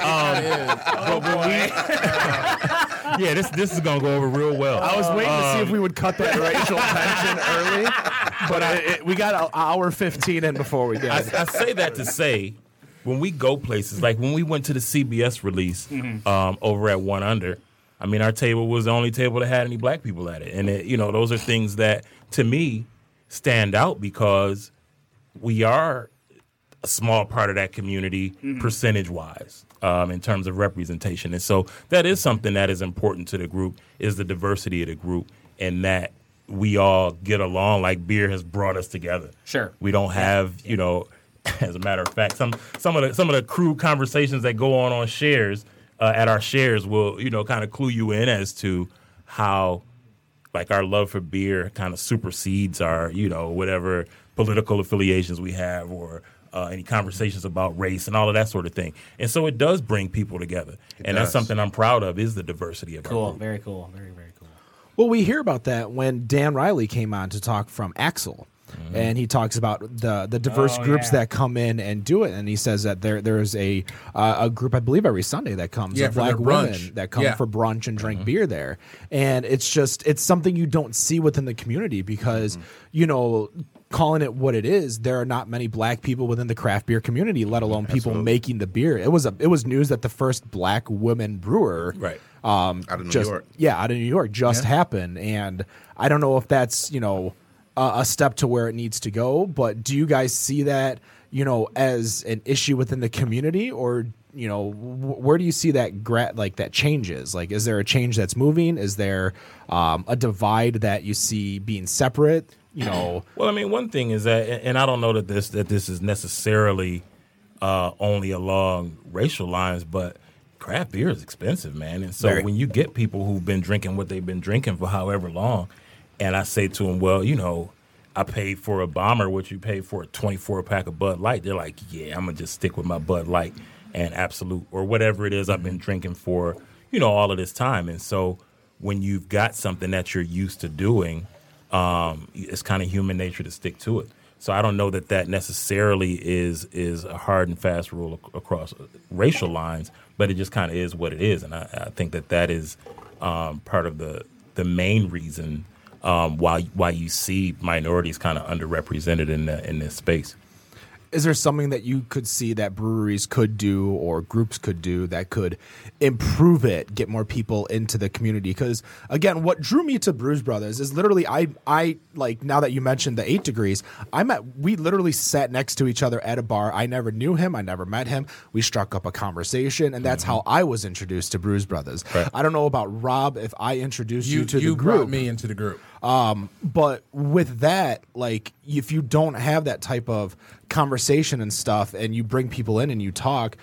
[SPEAKER 4] Kind
[SPEAKER 7] Um,
[SPEAKER 4] of
[SPEAKER 3] Oh,
[SPEAKER 7] But when we- yeah, this this is gonna go over real well. Oh.
[SPEAKER 1] I was waiting to see if we would cut that racial tension early, but I, it, we got an hour 15 in before we did.
[SPEAKER 7] I, I say that to say, when we go places, like when we went to the CBS release
[SPEAKER 3] Mm-hmm.
[SPEAKER 7] um, over at One Under, I mean, our table was the only table that had any black people at it. And, it, you know, those are things that, to me, stand out because we are a small part of that community percentage wise um, in terms of representation and so that is something that is important to the group is the diversity of the group and that we all get along like beer has brought us together
[SPEAKER 3] Sure.
[SPEAKER 7] we don't have you know as a matter of fact some some of the some of the crude conversations that go on on shares uh, at our shares will you know kind of clue you in as to how like our love for beer kind of supersedes our you know whatever political affiliations we have or uh, any conversations about race and all of that sort of thing. And so it does bring people together, and that's
[SPEAKER 6] does.
[SPEAKER 7] something I'm proud of is the diversity of our
[SPEAKER 3] Cool.
[SPEAKER 7] group.
[SPEAKER 3] Very cool. Very very cool.
[SPEAKER 1] Well, we hear about that when Dan Riley came on to talk from Axel.
[SPEAKER 4] Mm-hmm.
[SPEAKER 1] And he talks about the the diverse
[SPEAKER 3] Oh,
[SPEAKER 1] groups
[SPEAKER 3] yeah.
[SPEAKER 1] that come in and do it, and he says that there there is a uh, a group I believe every Sunday that comes
[SPEAKER 4] Yeah,
[SPEAKER 1] of
[SPEAKER 4] for their
[SPEAKER 1] black women
[SPEAKER 4] brunch.
[SPEAKER 1] that come
[SPEAKER 4] Yeah. Mm-hmm.
[SPEAKER 1] for brunch and drink beer there, and it's just it's something you don't see within the community because
[SPEAKER 4] Mm-hmm.
[SPEAKER 1] you know calling it what it is, there are not many black people within the craft beer community, let alone people making the beer. It was a it was news that the first black woman brewer
[SPEAKER 7] Right.
[SPEAKER 1] um,
[SPEAKER 6] Out of New
[SPEAKER 1] just-
[SPEAKER 6] York.
[SPEAKER 1] Yeah, out of New York just happened, and I don't know if that's you know a, a step to where it needs to go. But do you guys see that you know as an issue within the community, or you know wh- where do you see that gra- like that changes? Like, is there a change that's moving? Is there um, a divide that you see being separate? You know,
[SPEAKER 7] Well, I mean, one thing is that, and I don't know that this that this is necessarily uh, only along racial lines, but craft beer is expensive, man. And so
[SPEAKER 1] Very.
[SPEAKER 7] when you get people who've been drinking what they've been drinking for however long, and I say to them, well, you know, I paid for a bomber what you paid for a 24 pack of Bud Light. They're like, yeah, I'm gonna just stick with my Bud Light and Absolute or whatever it is I've been drinking for, you know, all of this time. And so when you've got something that you're used to doing um, it's kind of human nature to stick to it. So I don't know that that necessarily is is a hard and fast rule ac- across uh, racial lines, but it just kind of is what it is, and I, I think that that is um, part of the the main reason um, why why you see minorities kind of underrepresented in the, in this space.
[SPEAKER 1] is there something that you could see that breweries could do or groups could do that could improve it, get more people into the community? Because again, what drew me to Brews Brothers is literally I I like now that you mentioned the eight degrees, I met we literally sat next to each other at a bar. I never knew him, I never met him. We struck up a conversation, and
[SPEAKER 4] Mm-hmm.
[SPEAKER 1] that's how I was introduced to Brews Brothers. I don't know about Rob if I introduced you,
[SPEAKER 4] You
[SPEAKER 1] to
[SPEAKER 4] you
[SPEAKER 1] the group
[SPEAKER 4] brought me into the group.
[SPEAKER 1] but with that like if you don't have that type of conversation and stuff and you bring people in and you talk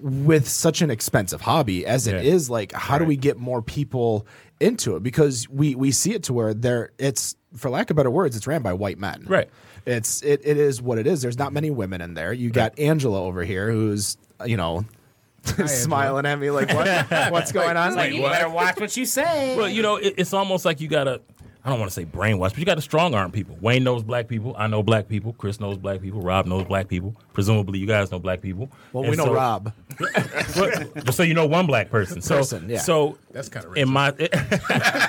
[SPEAKER 1] with such an expensive hobby as it is,
[SPEAKER 7] Yeah.
[SPEAKER 1] like how do we get more people into it because we we see it to where there it's for lack of better words it's ran by white men
[SPEAKER 7] Right.
[SPEAKER 1] it's it, it is what it is there's not many women in there you got angela over here who's you know smiling at me like what what's going on
[SPEAKER 3] Like, you better watch what you say.
[SPEAKER 7] Well, you know, it, it's almost like you gotta. I don't want to say brainwash, but you got to strong arm people. Wayne knows black people. I know black people. Chris knows black people. Rob knows black people. Presumably, you guys know black people.
[SPEAKER 1] well
[SPEAKER 7] And
[SPEAKER 1] we know
[SPEAKER 7] so-
[SPEAKER 1] rob
[SPEAKER 7] Well, just so you know, one black person. So,
[SPEAKER 1] Person, yeah.
[SPEAKER 7] so
[SPEAKER 4] That's kinda
[SPEAKER 7] in
[SPEAKER 4] racist.
[SPEAKER 7] my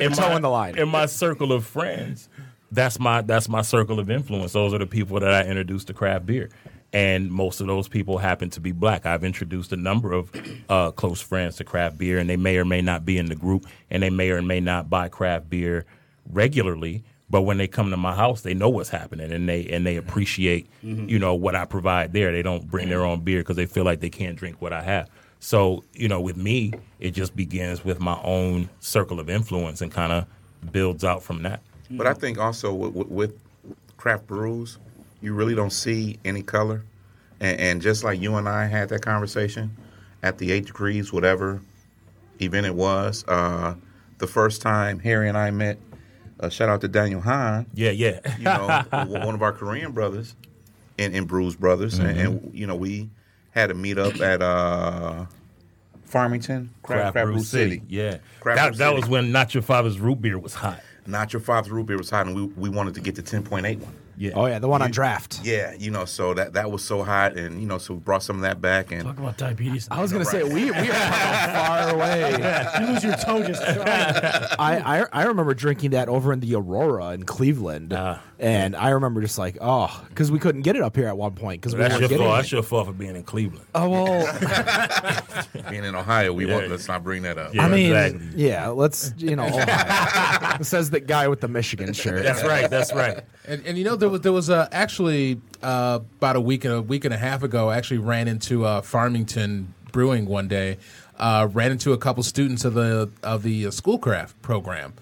[SPEAKER 7] in
[SPEAKER 1] Toeing the line.
[SPEAKER 7] in my circle of friends. That's my that's my circle of influence. Those are the people that I introduced to craft beer, and most of those people happen to be black. I've introduced a number of uh, close friends to craft beer, and they may or may not be in the group, and they may or may not buy craft beer regularly. But when they come to my house, they know what's happening, and they and they appreciate
[SPEAKER 1] Mm-hmm.
[SPEAKER 7] you know what I provide there. They don't bring their own beer because they feel like they can't drink what I have. So, you know, with me, it just begins with my own circle of influence and kind of builds out from that.
[SPEAKER 6] But I think also with, with, with craft brews, you really don't see any color. And, and just like you and I had that conversation at the eight degrees, whatever event it was, uh, the first time Harry and I met, uh, shout out to Daniel Hahn,
[SPEAKER 7] Yeah, yeah.
[SPEAKER 6] you know, w- one of our Korean brothers in, in Brews Brothers. And, and, you know, we had a meetup at uh, Farmington, Craft, Craft Brew City.
[SPEAKER 7] Yeah.
[SPEAKER 6] Craft
[SPEAKER 7] that
[SPEAKER 6] Brew
[SPEAKER 7] that
[SPEAKER 6] City.
[SPEAKER 7] was when Not Your Father's Root Beer was hot.
[SPEAKER 6] Not your father's root beer was hot, and we, we wanted to get to 10.8 one.
[SPEAKER 7] Yeah.
[SPEAKER 1] oh yeah the one on draft
[SPEAKER 6] Yeah, you know, so that that was so hot, and you know, so we brought some of that back,
[SPEAKER 9] Talk
[SPEAKER 6] and
[SPEAKER 9] about diabetes.
[SPEAKER 1] I was gonna say we we are far away.
[SPEAKER 9] you lose your toe just
[SPEAKER 1] I, I I remember drinking that over in the Aurora in Cleveland,
[SPEAKER 7] Uh.
[SPEAKER 1] and I remember just like oh, because we couldn't get it up here at one point because we
[SPEAKER 7] That's
[SPEAKER 1] weren't
[SPEAKER 7] your
[SPEAKER 1] getting.
[SPEAKER 7] fault.
[SPEAKER 1] it.
[SPEAKER 7] That's your fault for being in Cleveland.
[SPEAKER 1] Oh well,
[SPEAKER 6] being in Ohio, we
[SPEAKER 7] Yeah.
[SPEAKER 6] won't let's not bring that up.
[SPEAKER 7] Yeah,
[SPEAKER 1] I mean,
[SPEAKER 7] exactly.
[SPEAKER 1] yeah, let's you know, Ohio. says the guy with the Michigan shirt.
[SPEAKER 7] That's right. That's right.
[SPEAKER 4] And, and you know there was there was uh, actually uh, about a week and a week and a half ago. I actually ran into uh, Farmington Brewing one day. Uh, ran into a couple students of the of the uh, schoolcraft program.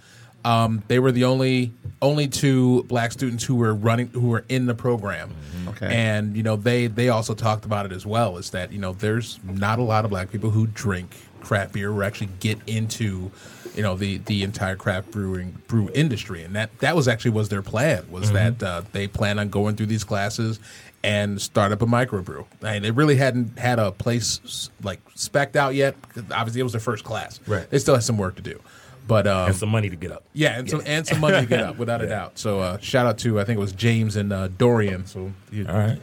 [SPEAKER 4] Um, they were the only only two black students who were running who were in the program.
[SPEAKER 6] Okay.
[SPEAKER 4] And you know they they also talked about it as well. Is that you know there's not a lot of black people who drink craft beer or actually get into you know the the entire craft brewing brew industry and that that was actually was their plan was that uh, they plan on going through these classes and start up a microbrew I mean, they really hadn't had a place s- like specked out yet 'cause obviously it was their first class
[SPEAKER 7] Right.
[SPEAKER 4] they still had some work to do but um,
[SPEAKER 7] and some money to get up.
[SPEAKER 4] yeah, and some and some money to get up without a doubt. So uh, shout out to I think it was James and uh, Dorian. So you
[SPEAKER 7] All right.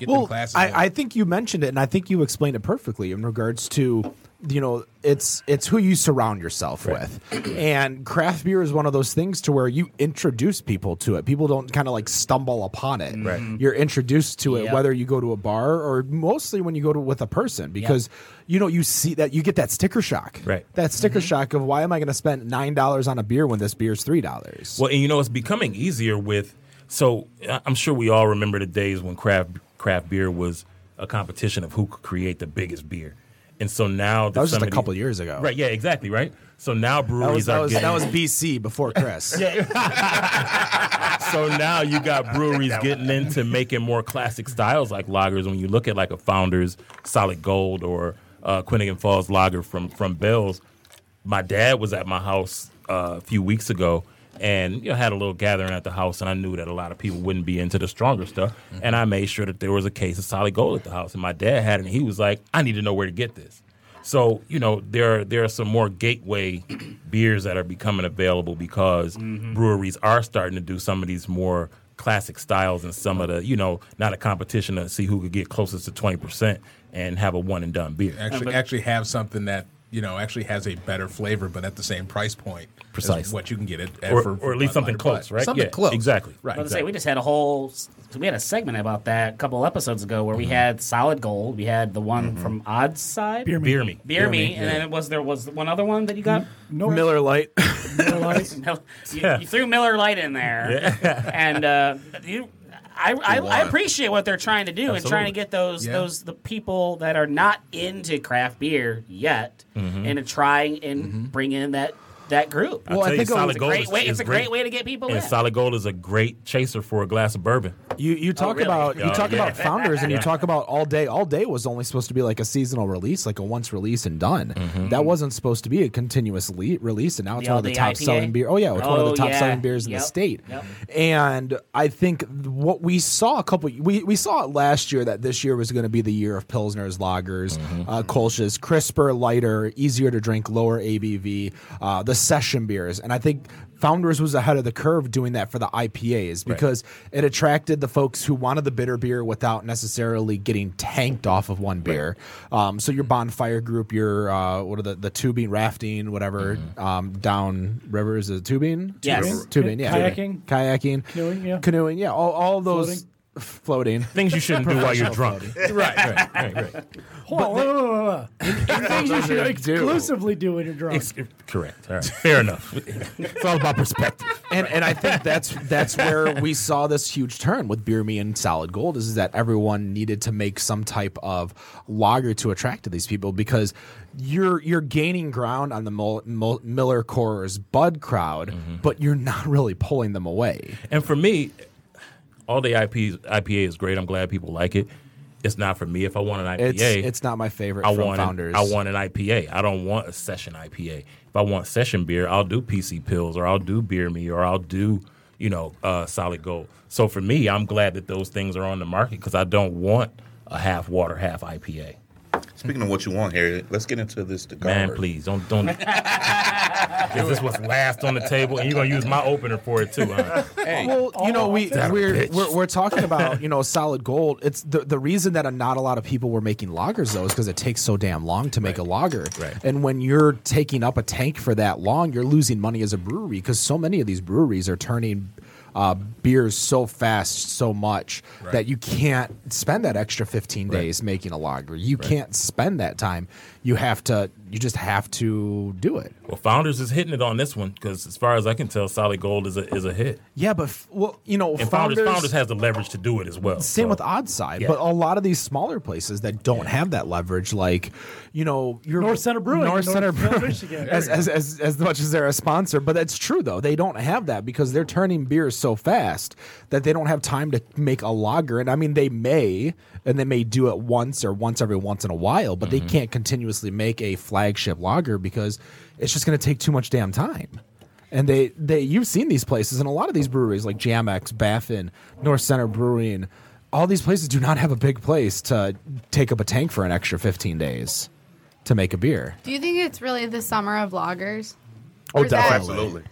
[SPEAKER 4] get
[SPEAKER 1] well,
[SPEAKER 4] them classes. in.
[SPEAKER 1] I, I think you mentioned it, and I think you explained it perfectly in regards to you know it's it's who you surround yourself with, and craft beer is one of those things to where you introduce people to it. People don't kind of like stumble upon it.
[SPEAKER 6] Right.
[SPEAKER 1] You're introduced to it
[SPEAKER 3] Yep.
[SPEAKER 1] whether you go to a bar or mostly when you go to with a person because you know you see that you get that sticker shock.
[SPEAKER 7] Right.
[SPEAKER 1] That sticker shock of why am I going to spend nine dollars on a beer when this beer's three dollars?
[SPEAKER 7] Well, and you know, it's becoming easier with. So I- I'm sure we all remember the days when craft craft beer was a competition of who could create the biggest beer, and so now
[SPEAKER 1] That was just a
[SPEAKER 7] somebody-
[SPEAKER 1] couple years ago.
[SPEAKER 7] Right? Yeah, exactly. Right. So now
[SPEAKER 1] That
[SPEAKER 7] breweries
[SPEAKER 1] was, that
[SPEAKER 7] are
[SPEAKER 1] was,
[SPEAKER 7] getting.
[SPEAKER 1] that was BC before Chris.
[SPEAKER 7] so now you got breweries getting into making more classic styles like lagers. When you look at like a Founder's Solid Gold or uh, Quinnigan Falls Lager from from Bell's, my dad was at my house uh, a few weeks ago and you know, had a little gathering at the house, and I knew that a lot of people wouldn't be into the stronger stuff, and I made sure that there was a case of Solid Gold at the house, and my dad had it, and he was like, "I need to know where to get this." So you know there are, there are some more gateway beers that are becoming available because
[SPEAKER 3] Mm-hmm.
[SPEAKER 7] breweries are starting to do some of these more classic styles and some of the you know not a competition to see who could get closest to twenty percent and have a one and done beer.
[SPEAKER 4] actually actually have something that you know actually has a better flavor, but at the same price point, as
[SPEAKER 7] Precisely.
[SPEAKER 4] what you can get it at
[SPEAKER 7] Or-
[SPEAKER 4] for,
[SPEAKER 7] or at
[SPEAKER 4] for Bud
[SPEAKER 7] least
[SPEAKER 4] Light
[SPEAKER 7] something
[SPEAKER 4] or
[SPEAKER 7] close,
[SPEAKER 4] Bud.
[SPEAKER 7] right?
[SPEAKER 4] Something
[SPEAKER 7] Yeah,
[SPEAKER 4] close,
[SPEAKER 7] exactly.
[SPEAKER 4] Right.
[SPEAKER 3] I was gonna say we just had a whole we had a segment about that a couple episodes ago where we had solid gold, we had the one from Odd Side,
[SPEAKER 9] Beer me.
[SPEAKER 7] Beer me.
[SPEAKER 3] Beer Me, and then it was there was one other one that you got.
[SPEAKER 9] No
[SPEAKER 1] Miller Light.
[SPEAKER 9] Miller Lite.
[SPEAKER 3] No, you, you threw Miller Light in there, and uh, you. I, I, I appreciate what they're trying to do and trying to
[SPEAKER 7] Absolutely.
[SPEAKER 3] get those
[SPEAKER 4] Yeah.
[SPEAKER 3] those the people that are not into craft beer yet and to try and
[SPEAKER 4] Mm-hmm.
[SPEAKER 3] bring in that that group.
[SPEAKER 7] Well, I tell think you, it was-
[SPEAKER 3] it's a
[SPEAKER 7] Solid Gold
[SPEAKER 3] great
[SPEAKER 7] is-
[SPEAKER 3] way.
[SPEAKER 7] is
[SPEAKER 3] It's a great
[SPEAKER 7] great.
[SPEAKER 3] way to get people in.
[SPEAKER 7] And solid gold is a great chaser for a glass of bourbon.
[SPEAKER 1] You you talk
[SPEAKER 3] really?
[SPEAKER 1] about you
[SPEAKER 7] Oh,
[SPEAKER 1] talk
[SPEAKER 7] yeah.
[SPEAKER 1] about founders and you talk about all day. All day was only supposed to be like a seasonal release, like a once release and done.
[SPEAKER 7] Mm-hmm.
[SPEAKER 1] That wasn't supposed to be a continuous le- release, and now it's
[SPEAKER 3] The
[SPEAKER 1] one of the
[SPEAKER 3] all-day
[SPEAKER 1] top selling
[SPEAKER 3] IPA?
[SPEAKER 1] beer. Oh yeah, it's one of
[SPEAKER 3] Oh,
[SPEAKER 1] the top
[SPEAKER 3] yeah.
[SPEAKER 1] selling beers in
[SPEAKER 3] Yep.
[SPEAKER 1] the state.
[SPEAKER 3] Yep.
[SPEAKER 1] And I think th- what we saw a couple we we saw it last year that this year was going to be the year of pilsners, lagers, uh, kolsch's, crisper, lighter, easier to drink, lower ABV, uh, the session beers, and I think. Founders was ahead of the curve doing that for the IPAs because it attracted the folks who wanted the bitter beer without necessarily getting tanked off of one beer. Um, so your bonfire group, your uh, what are the the tubing rafting, whatever um, down river is it tubing?
[SPEAKER 3] Yes.
[SPEAKER 1] tubing, yeah,
[SPEAKER 9] Kayaking.
[SPEAKER 1] kayaking,
[SPEAKER 9] Canoeing, yeah.
[SPEAKER 1] canoeing, yeah, all, all those floating.
[SPEAKER 7] Things you shouldn't do while you're drunk. right, right, right, right.
[SPEAKER 9] Hold on, wait, wait, wait, wait, wait. Things you should
[SPEAKER 1] do.
[SPEAKER 9] exclusively do when you're drunk.
[SPEAKER 7] It's- correct. All right. Fair enough. it's all about perspective.
[SPEAKER 1] and and I think that's that's where we saw this huge turn with beer me and solid gold is, that everyone needed to make some type of lager to attract to these people because you're you're gaining ground on the Mul- Mul- Miller Coors Bud crowd,
[SPEAKER 7] Mm-hmm.
[SPEAKER 1] but you're not really pulling them away.
[SPEAKER 7] And for me, all day IPs, IPA is great. I'm glad people like it. It's not for me. If I want an IPA,
[SPEAKER 1] It's it's not my favorite
[SPEAKER 7] I
[SPEAKER 1] from
[SPEAKER 7] want
[SPEAKER 1] founders.
[SPEAKER 7] An, I want an IPA. I don't want a session IPA. If I want session beer, I'll do PC pills or I'll do beer me or I'll do you know uh, solid gold. So for me, I'm glad that those things are on the market because I don't want a half water, half IPA.
[SPEAKER 6] Speaking of what you want, Harry, let's get into this cigar.
[SPEAKER 7] Man, please don't don't. Is this what's last on the table? And you're gonna use my opener for it too, huh?
[SPEAKER 1] Well, you know, we
[SPEAKER 7] That
[SPEAKER 1] we're,
[SPEAKER 7] bitch.
[SPEAKER 1] we're we're talking about you know solid gold. It's the the reason that not a lot of people were making lagers though is because it takes so damn long to make a lager.
[SPEAKER 7] Right.
[SPEAKER 1] And when you're taking up a tank for that long, you're losing money as a brewery because so many of these breweries are turning. Uh, beers so fast, so much that you can't spend that extra 15 days making a lager. You can't spend that time. You have to, you just have to do it.
[SPEAKER 7] Well, Founders is hitting it on this one because, as far as I can tell, Solid Gold is a is a hit.
[SPEAKER 1] Yeah, but, f- well, you know,
[SPEAKER 7] And Founders Founders, has the leverage to do it as well.
[SPEAKER 1] Same
[SPEAKER 7] so.
[SPEAKER 1] with Oddside,
[SPEAKER 7] Yeah.
[SPEAKER 1] but a lot of these smaller places that don't have that leverage, like you know, your
[SPEAKER 9] North Center Brewing
[SPEAKER 1] North
[SPEAKER 9] in
[SPEAKER 1] Center
[SPEAKER 9] Northville,
[SPEAKER 1] Brewing,
[SPEAKER 9] Michigan.
[SPEAKER 1] as, as as as much as they're a sponsor, but that's true though they don't have that because they're turning beers so fast that they don't have time to make a lager. And I mean, they may, and they may do it once or once every once in a while, but they can't continuously make a flagship lager because it's just going to take too much damn time. And they, they, you've seen these places, and a lot of these breweries like Jamex, Baffin, North Center Brewing, all these places do not have a big place to take up a tank for an extra 15 days to make a beer.
[SPEAKER 5] Do you think it's really the summer of loggers?
[SPEAKER 1] Oh,
[SPEAKER 6] Absolutely.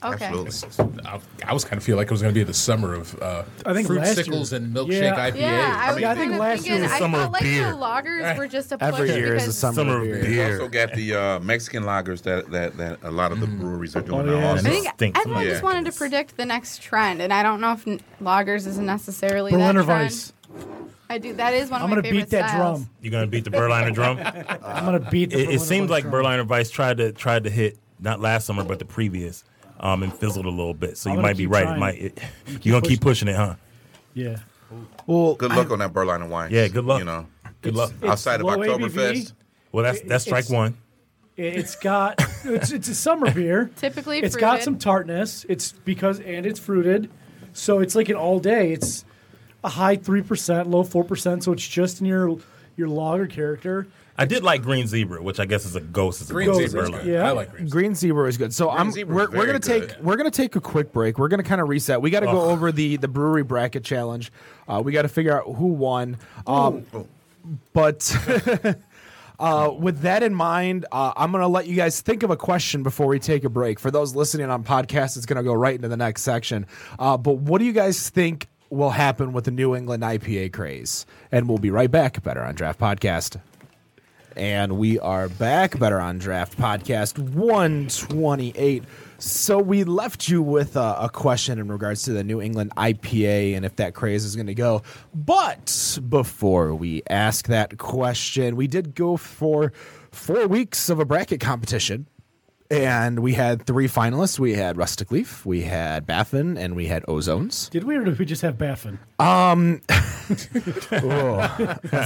[SPEAKER 5] Okay.
[SPEAKER 6] Absolutely.
[SPEAKER 4] I, I was kind of feel like it was going to be the summer of uh,
[SPEAKER 9] I think
[SPEAKER 4] fruit
[SPEAKER 9] last
[SPEAKER 4] sickles
[SPEAKER 9] year-
[SPEAKER 4] and milkshake
[SPEAKER 9] Yeah.
[SPEAKER 4] IPA.
[SPEAKER 5] Yeah, I, was
[SPEAKER 9] I
[SPEAKER 5] kind
[SPEAKER 9] think
[SPEAKER 5] of
[SPEAKER 9] last
[SPEAKER 5] thinking.
[SPEAKER 9] year was
[SPEAKER 5] I
[SPEAKER 9] summer
[SPEAKER 5] felt
[SPEAKER 9] of
[SPEAKER 5] like
[SPEAKER 4] beer.
[SPEAKER 5] the loggers were just a push
[SPEAKER 1] Every year is
[SPEAKER 5] because
[SPEAKER 1] the summer,
[SPEAKER 7] summer
[SPEAKER 1] of
[SPEAKER 7] of
[SPEAKER 1] beer.
[SPEAKER 7] beer.
[SPEAKER 6] You also got the uh, Mexican lagers that, that, that a lot of the breweries are doing
[SPEAKER 9] Oh, yeah.
[SPEAKER 6] now.
[SPEAKER 5] I
[SPEAKER 6] Also.
[SPEAKER 5] think
[SPEAKER 7] Stinks.
[SPEAKER 5] everyone
[SPEAKER 6] Yeah.
[SPEAKER 5] just wanted to predict the next trend, and I don't know if n- loggers is necessarily
[SPEAKER 9] Berliner
[SPEAKER 5] that trend.
[SPEAKER 9] Weiss.
[SPEAKER 5] I do. That is one of
[SPEAKER 9] I'm
[SPEAKER 5] my
[SPEAKER 9] gonna
[SPEAKER 5] favorite
[SPEAKER 9] beat that
[SPEAKER 5] styles.
[SPEAKER 9] drum.
[SPEAKER 7] You gonna beat the Berliner drum?
[SPEAKER 9] I'm gonna beat. The
[SPEAKER 7] It, it
[SPEAKER 9] Berliner
[SPEAKER 7] seems
[SPEAKER 9] Weiss
[SPEAKER 7] like
[SPEAKER 9] drum.
[SPEAKER 7] Berliner Weiss tried to tried to hit not last summer but the previous, um, and fizzled a little bit. So
[SPEAKER 9] I'm
[SPEAKER 7] you
[SPEAKER 9] gonna
[SPEAKER 7] might be
[SPEAKER 9] keep
[SPEAKER 7] right.
[SPEAKER 9] trying.
[SPEAKER 7] It might. It, you gonna keep pushing it, huh?
[SPEAKER 9] Yeah.
[SPEAKER 1] Well,
[SPEAKER 6] Good luck on that Berliner wine.
[SPEAKER 7] Yeah, good luck.
[SPEAKER 6] You know,
[SPEAKER 7] Good luck.
[SPEAKER 6] outside of
[SPEAKER 9] low
[SPEAKER 6] Oktoberfest.
[SPEAKER 9] ABV.
[SPEAKER 7] Well, that's that's strike
[SPEAKER 9] it's-
[SPEAKER 7] one.
[SPEAKER 9] It- It's got. it's, it's a summer beer.
[SPEAKER 5] Typically,
[SPEAKER 9] It's
[SPEAKER 5] fruited.
[SPEAKER 9] got some tartness. It's because and it's fruited, so it's like an all day. It's a high three percent, low four percent. So it's just in your your lager character.
[SPEAKER 7] I did like Green Zebra, which I guess is a ghost. It's a
[SPEAKER 4] Green
[SPEAKER 7] ghost
[SPEAKER 4] Zebra is
[SPEAKER 7] Berliner.
[SPEAKER 4] good.
[SPEAKER 9] Yeah.
[SPEAKER 4] I like green.
[SPEAKER 1] Green Zebra is good. So I'm
[SPEAKER 6] Zebra is
[SPEAKER 1] we're, we're
[SPEAKER 6] very
[SPEAKER 1] gonna
[SPEAKER 6] good.
[SPEAKER 1] take we're gonna take a quick break. We're gonna kind of reset. We got to go over the the brewery bracket challenge. Uh, we got to figure out who won. Um, but. Uh, with that in mind, uh, I'm going to let you guys think of a question before we take a break. For those listening on podcast, it's going to go right into the next section. Uh, but what do you guys think will happen with the New England IPA craze? And we'll be right back. Better on Draft Podcast. And we are back, Better on Draft Podcast 128. So we left you with a, a question in regards to the New England IPA and if that craze is going to go. But before we ask that question, we did go for four weeks of a bracket competition. And we had three finalists. We had Rustic Leaf, we had Baffin, and we had Ozones.
[SPEAKER 9] Did we or did we just have Baffin?
[SPEAKER 1] Oh, That's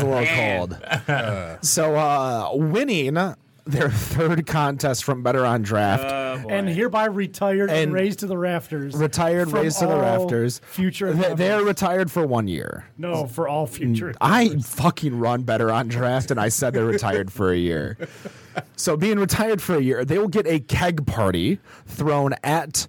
[SPEAKER 1] a little cold. So uh, winning their third contest from Better on Draft
[SPEAKER 9] and hereby retired and,
[SPEAKER 1] And
[SPEAKER 9] raised to the rafters.
[SPEAKER 1] retired
[SPEAKER 9] from
[SPEAKER 1] raised to the
[SPEAKER 9] all
[SPEAKER 1] rafters.
[SPEAKER 9] Future.
[SPEAKER 1] They, they're
[SPEAKER 9] endeavors.
[SPEAKER 1] retired for one year.
[SPEAKER 9] no for all future.
[SPEAKER 1] Mm, I
[SPEAKER 9] endeavors.
[SPEAKER 1] fucking run better on draft, and I said they're retired for a year. So being retired for a year, they will get a keg party thrown at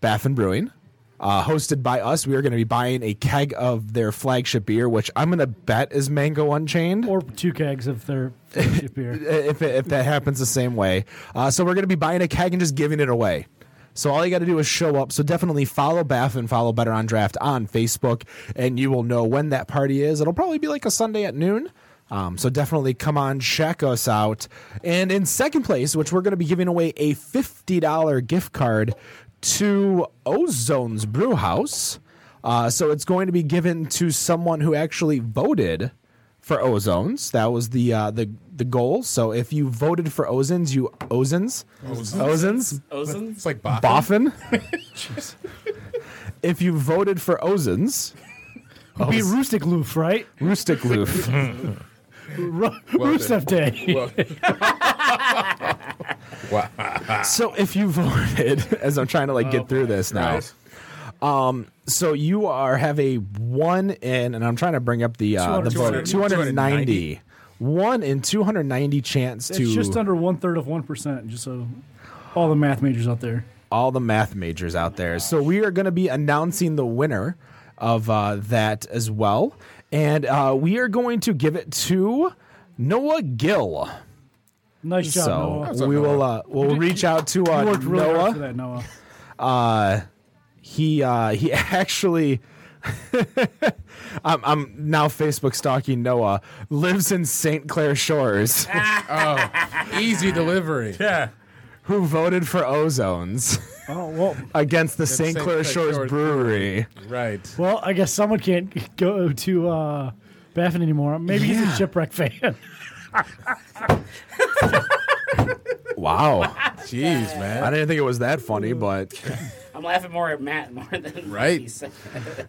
[SPEAKER 1] Baffin Brewing, uh, hosted by us. We are going to be buying a keg of their flagship beer, which I'm going to bet is Mango Unchained.
[SPEAKER 9] or two kegs of their friendship beer.
[SPEAKER 1] if, if that happens the same way. Uh, so we're going to be buying a keg and just giving it away. So all you got to do is show up. So definitely follow Baff and follow Better on Draft on Facebook, and you will know when that party is. It'll probably be like a Sunday at noon. Um, so definitely come on, check us out. And in second place, which we're going to be giving away a fifty dollar gift card to Ozone's Brew House. Uh, so it's going to be given to someone who actually voted for ozones. That was the uh, the the goal. So if you voted for ozones, you ozones ozones
[SPEAKER 4] It's like
[SPEAKER 1] boffin.
[SPEAKER 4] Boffin.
[SPEAKER 1] if you voted for ozones, Oh,
[SPEAKER 9] Be Roostic Loof, right?
[SPEAKER 1] roostic loof.
[SPEAKER 9] Ro-
[SPEAKER 4] Well,
[SPEAKER 9] Rusev Day.
[SPEAKER 4] Well- wow.
[SPEAKER 1] so if you voted, as I'm trying to like
[SPEAKER 9] Oh
[SPEAKER 1] get through this now. Um, So you are have a one in, and I'm trying to bring up the uh, the
[SPEAKER 4] 200,
[SPEAKER 1] vote 290. One in 290 chance to
[SPEAKER 9] It's just under one third of one percent. Just so all the math majors out there.
[SPEAKER 1] all the math majors out there. So we are going to be announcing the winner of uh, that as well, and uh, we are going to give it to Noah Gill.
[SPEAKER 9] Nice job, Noah.
[SPEAKER 1] so we will uh, we'll reach out to uh,
[SPEAKER 9] You worked really hard for
[SPEAKER 1] Noah.
[SPEAKER 9] that, Noah.
[SPEAKER 1] He uh, he actually. I'm, I'm now Facebook stalking Noah. Lives in St. Clair Shores.
[SPEAKER 4] Easy delivery.
[SPEAKER 7] Yeah.
[SPEAKER 1] who voted for Ozones
[SPEAKER 9] Oh well.
[SPEAKER 1] against the St.
[SPEAKER 4] St.
[SPEAKER 1] Clair
[SPEAKER 4] Clair
[SPEAKER 1] Shores,
[SPEAKER 4] Shores
[SPEAKER 1] Brewery.
[SPEAKER 4] Right.
[SPEAKER 9] Well, I guess someone can't go to uh, Baffin anymore. Maybe he's
[SPEAKER 1] Yeah.
[SPEAKER 9] a shipwreck fan.
[SPEAKER 1] Wow.
[SPEAKER 4] Jeez, man.
[SPEAKER 1] I didn't think it was that funny, but
[SPEAKER 3] I'm I'm laughing more at Matt more than
[SPEAKER 4] Right.
[SPEAKER 3] Lisa.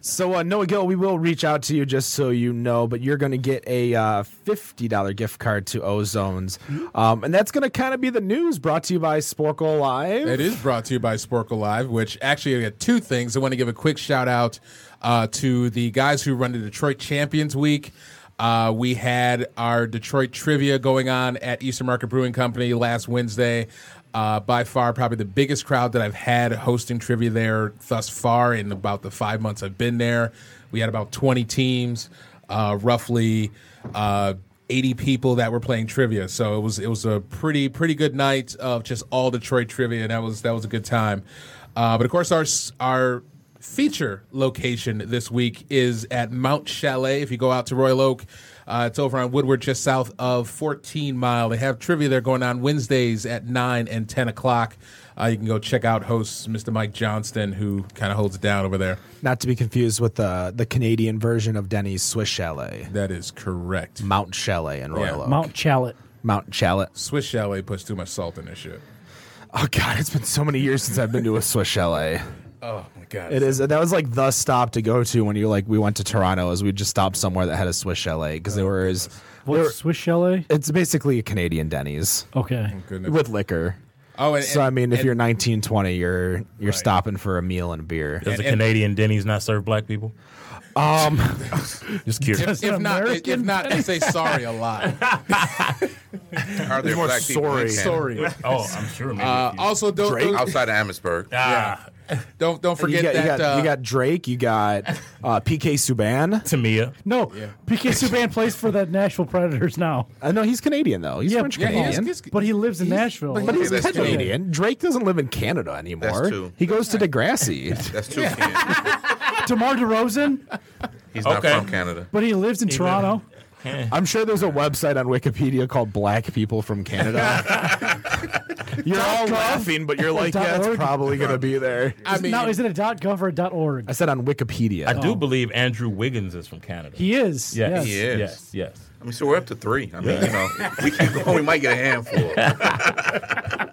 [SPEAKER 1] So, uh, Noah Gill, we will reach out to you just so you know, but you're going to get a uh, $50 gift card to Ozones. Um, and that's going to kind of be the news brought to you by Sporkle Live.
[SPEAKER 4] It is brought to you by Sporkle Live, which actually I got two things. I want to give a quick shout out uh, to the guys who run the Detroit Champions Week. Uh, we had our Detroit trivia going on at Eastern Market Brewing Company last Wednesday. Uh, by far, probably the biggest crowd that I've had hosting trivia there thus far in about the five months I've been there. We had about 20 teams, uh, roughly uh, 80 people that were playing trivia. So it was it was a pretty pretty good night of just all Detroit trivia, and that was that was a good time. Uh, but of course, our s- our feature location this week is at Mount Chalet. If you go out to Royal Oak, uh, it's over on Woodward, just south of 14 Mile. They have trivia there going on Wednesdays at 9 and 10 o'clock. Uh, you can go check out hosts Mr. Mike Johnston, who kind of holds it down over there.
[SPEAKER 1] Not to be confused with the, the Canadian version of Denny's Swiss Chalet,
[SPEAKER 4] That is correct.
[SPEAKER 1] Mount Chalet in Royal
[SPEAKER 4] Yeah.
[SPEAKER 1] Oak.
[SPEAKER 9] Mount Chalet.
[SPEAKER 1] Mount Chalet.
[SPEAKER 4] Swiss Chalet puts too much salt in this shit.
[SPEAKER 1] Oh, God, it's been so many years since I've been to a Swiss Chalet.
[SPEAKER 4] Oh my god!
[SPEAKER 1] It is. That was like the stop to go to when you like we went to Toronto, is we just stopped somewhere that had a Swiss Chalet because there was.
[SPEAKER 9] What's Swiss Chalet?
[SPEAKER 1] It's basically a Canadian Denny's
[SPEAKER 9] Okay.
[SPEAKER 4] Goodness.
[SPEAKER 1] with liquor.
[SPEAKER 4] Oh, and,
[SPEAKER 1] So I mean, if
[SPEAKER 4] and-
[SPEAKER 1] you're 19, 20, you're you're stopping for a meal and a beer.
[SPEAKER 7] Does the
[SPEAKER 4] and-
[SPEAKER 7] Canadian Denny's not serve black people?
[SPEAKER 1] Um,
[SPEAKER 7] Just curious.
[SPEAKER 4] if not, if, if not, they say sorry a lot.
[SPEAKER 6] Are there
[SPEAKER 1] more
[SPEAKER 6] black people in Canada?
[SPEAKER 1] sorry.
[SPEAKER 7] oh, I'm sure. Maybe
[SPEAKER 4] Uh, also, don't don't,
[SPEAKER 6] outside of Amherstburg?
[SPEAKER 7] ah,
[SPEAKER 4] don't don't
[SPEAKER 1] You
[SPEAKER 4] forget
[SPEAKER 1] got, you,
[SPEAKER 4] that
[SPEAKER 1] got, you
[SPEAKER 4] uh,
[SPEAKER 1] got Drake. You got uh, PK Subban.
[SPEAKER 7] Tamia.
[SPEAKER 9] No, PK Subban plays for the Nashville Predators now,
[SPEAKER 1] Uh, no, he's Canadian though. He's
[SPEAKER 9] Yeah,
[SPEAKER 1] French
[SPEAKER 4] yeah, he is-
[SPEAKER 1] Canadian.
[SPEAKER 4] he's-
[SPEAKER 9] but he lives in Nashville.
[SPEAKER 1] but he's
[SPEAKER 6] Yeah, that's
[SPEAKER 1] Canadian.
[SPEAKER 9] Canadian.
[SPEAKER 1] Drake doesn't live in Canada anymore.
[SPEAKER 6] That's true.
[SPEAKER 1] He goes to Degrassi.
[SPEAKER 6] That's two Ken.
[SPEAKER 9] DeMar DeRozan,
[SPEAKER 6] He's not
[SPEAKER 7] Okay.
[SPEAKER 6] from Canada.
[SPEAKER 9] but he lives in Toronto.
[SPEAKER 1] I'm sure there's a website on Wikipedia called Black People from Canada. you're all laughing, but you're like,
[SPEAKER 9] Dot
[SPEAKER 1] yeah, it's
[SPEAKER 9] org.
[SPEAKER 1] probably gonna be there.
[SPEAKER 4] I mean,
[SPEAKER 9] now, is it a .gov or a .org?
[SPEAKER 1] I said on Wikipedia.
[SPEAKER 7] I do believe Andrew Wiggins is from Canada.
[SPEAKER 9] Oh. He is.
[SPEAKER 7] yes,
[SPEAKER 9] Yes.
[SPEAKER 6] He is.
[SPEAKER 7] yes, yes.
[SPEAKER 6] I mean, so we're up to three. I mean, you know, we keep going, we might get a handful.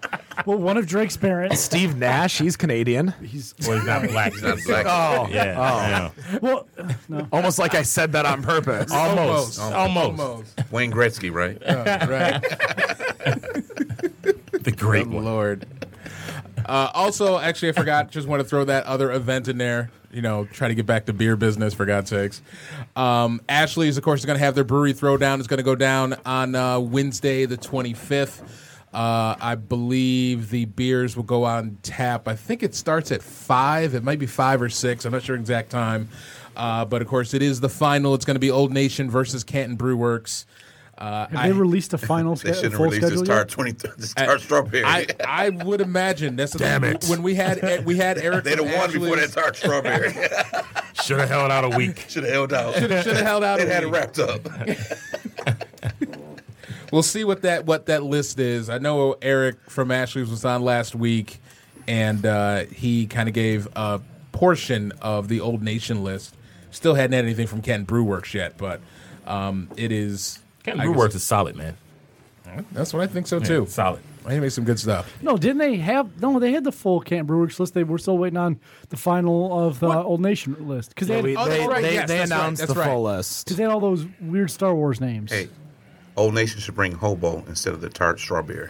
[SPEAKER 9] Well, one of Drake's parents.
[SPEAKER 1] Steve Nash, he's Canadian.
[SPEAKER 7] Well, he's not black.
[SPEAKER 6] He's not black.
[SPEAKER 1] Oh,
[SPEAKER 7] Yeah. I know.
[SPEAKER 9] well, no.
[SPEAKER 1] almost like I said that on purpose.
[SPEAKER 4] Oh,
[SPEAKER 7] Almost. Almost.
[SPEAKER 6] Wayne Gretzky, right?
[SPEAKER 4] right.
[SPEAKER 7] The great
[SPEAKER 4] Good
[SPEAKER 7] one.
[SPEAKER 4] Lord. Uh, also, actually, I forgot. Just want to throw that other event in there. You know, try to get back to beer business for God's sakes. Um, Ashley's, of course, is going to have their brewery throwdown. It's going to go down on uh, Wednesday, the twenty fifth. Uh, I believe the beers will go on tap. I think it starts at five. It might be five or six. I'm not sure exact time. Uh, but of course, it is the final. It's going to be Old Nation versus Canton Brew Works. Uh,
[SPEAKER 9] Have
[SPEAKER 4] I-
[SPEAKER 9] they released a final
[SPEAKER 6] They
[SPEAKER 9] sch-
[SPEAKER 6] shouldn't
[SPEAKER 9] full
[SPEAKER 6] release this
[SPEAKER 9] schedule
[SPEAKER 6] Star
[SPEAKER 9] yet?
[SPEAKER 6] twenty this Star Strawberry.
[SPEAKER 4] I, I would imagine that's the
[SPEAKER 7] Damn
[SPEAKER 4] thing.
[SPEAKER 7] it.
[SPEAKER 4] When we had Ed- we had Eric,
[SPEAKER 6] They'd have won before that Star Strawberry.
[SPEAKER 7] Should have held out a week.
[SPEAKER 6] Should have held out. Should
[SPEAKER 4] Should have held out.
[SPEAKER 6] It had
[SPEAKER 4] A
[SPEAKER 6] it
[SPEAKER 4] week.
[SPEAKER 6] wrapped up.
[SPEAKER 4] We'll see what that what that list is. I know Eric from Ashley's was on last week, and uh, he kind of gave a portion of the Old Nation list. Still hadn't had anything from Canton Brew Works yet, but um, it is.
[SPEAKER 7] Canton
[SPEAKER 4] I
[SPEAKER 7] Brew
[SPEAKER 4] guess-
[SPEAKER 7] Works is solid, man.
[SPEAKER 4] That's what I think so too.
[SPEAKER 7] Solid.
[SPEAKER 4] They make some good stuff.
[SPEAKER 9] No, didn't they have? No, they had the full Camp Brewworks list. They were still waiting on the final of the Old Nation list because they, had- oh,
[SPEAKER 1] They,
[SPEAKER 9] 'cause
[SPEAKER 4] that's
[SPEAKER 1] they-
[SPEAKER 4] right.
[SPEAKER 1] they-
[SPEAKER 4] Yes,
[SPEAKER 1] they
[SPEAKER 4] that's right.
[SPEAKER 1] announced
[SPEAKER 4] That's
[SPEAKER 1] the
[SPEAKER 4] right.
[SPEAKER 1] full list.
[SPEAKER 9] they had all those weird Star Wars names.
[SPEAKER 6] Hey, Old Nation should bring hobo instead of the tart strawberry.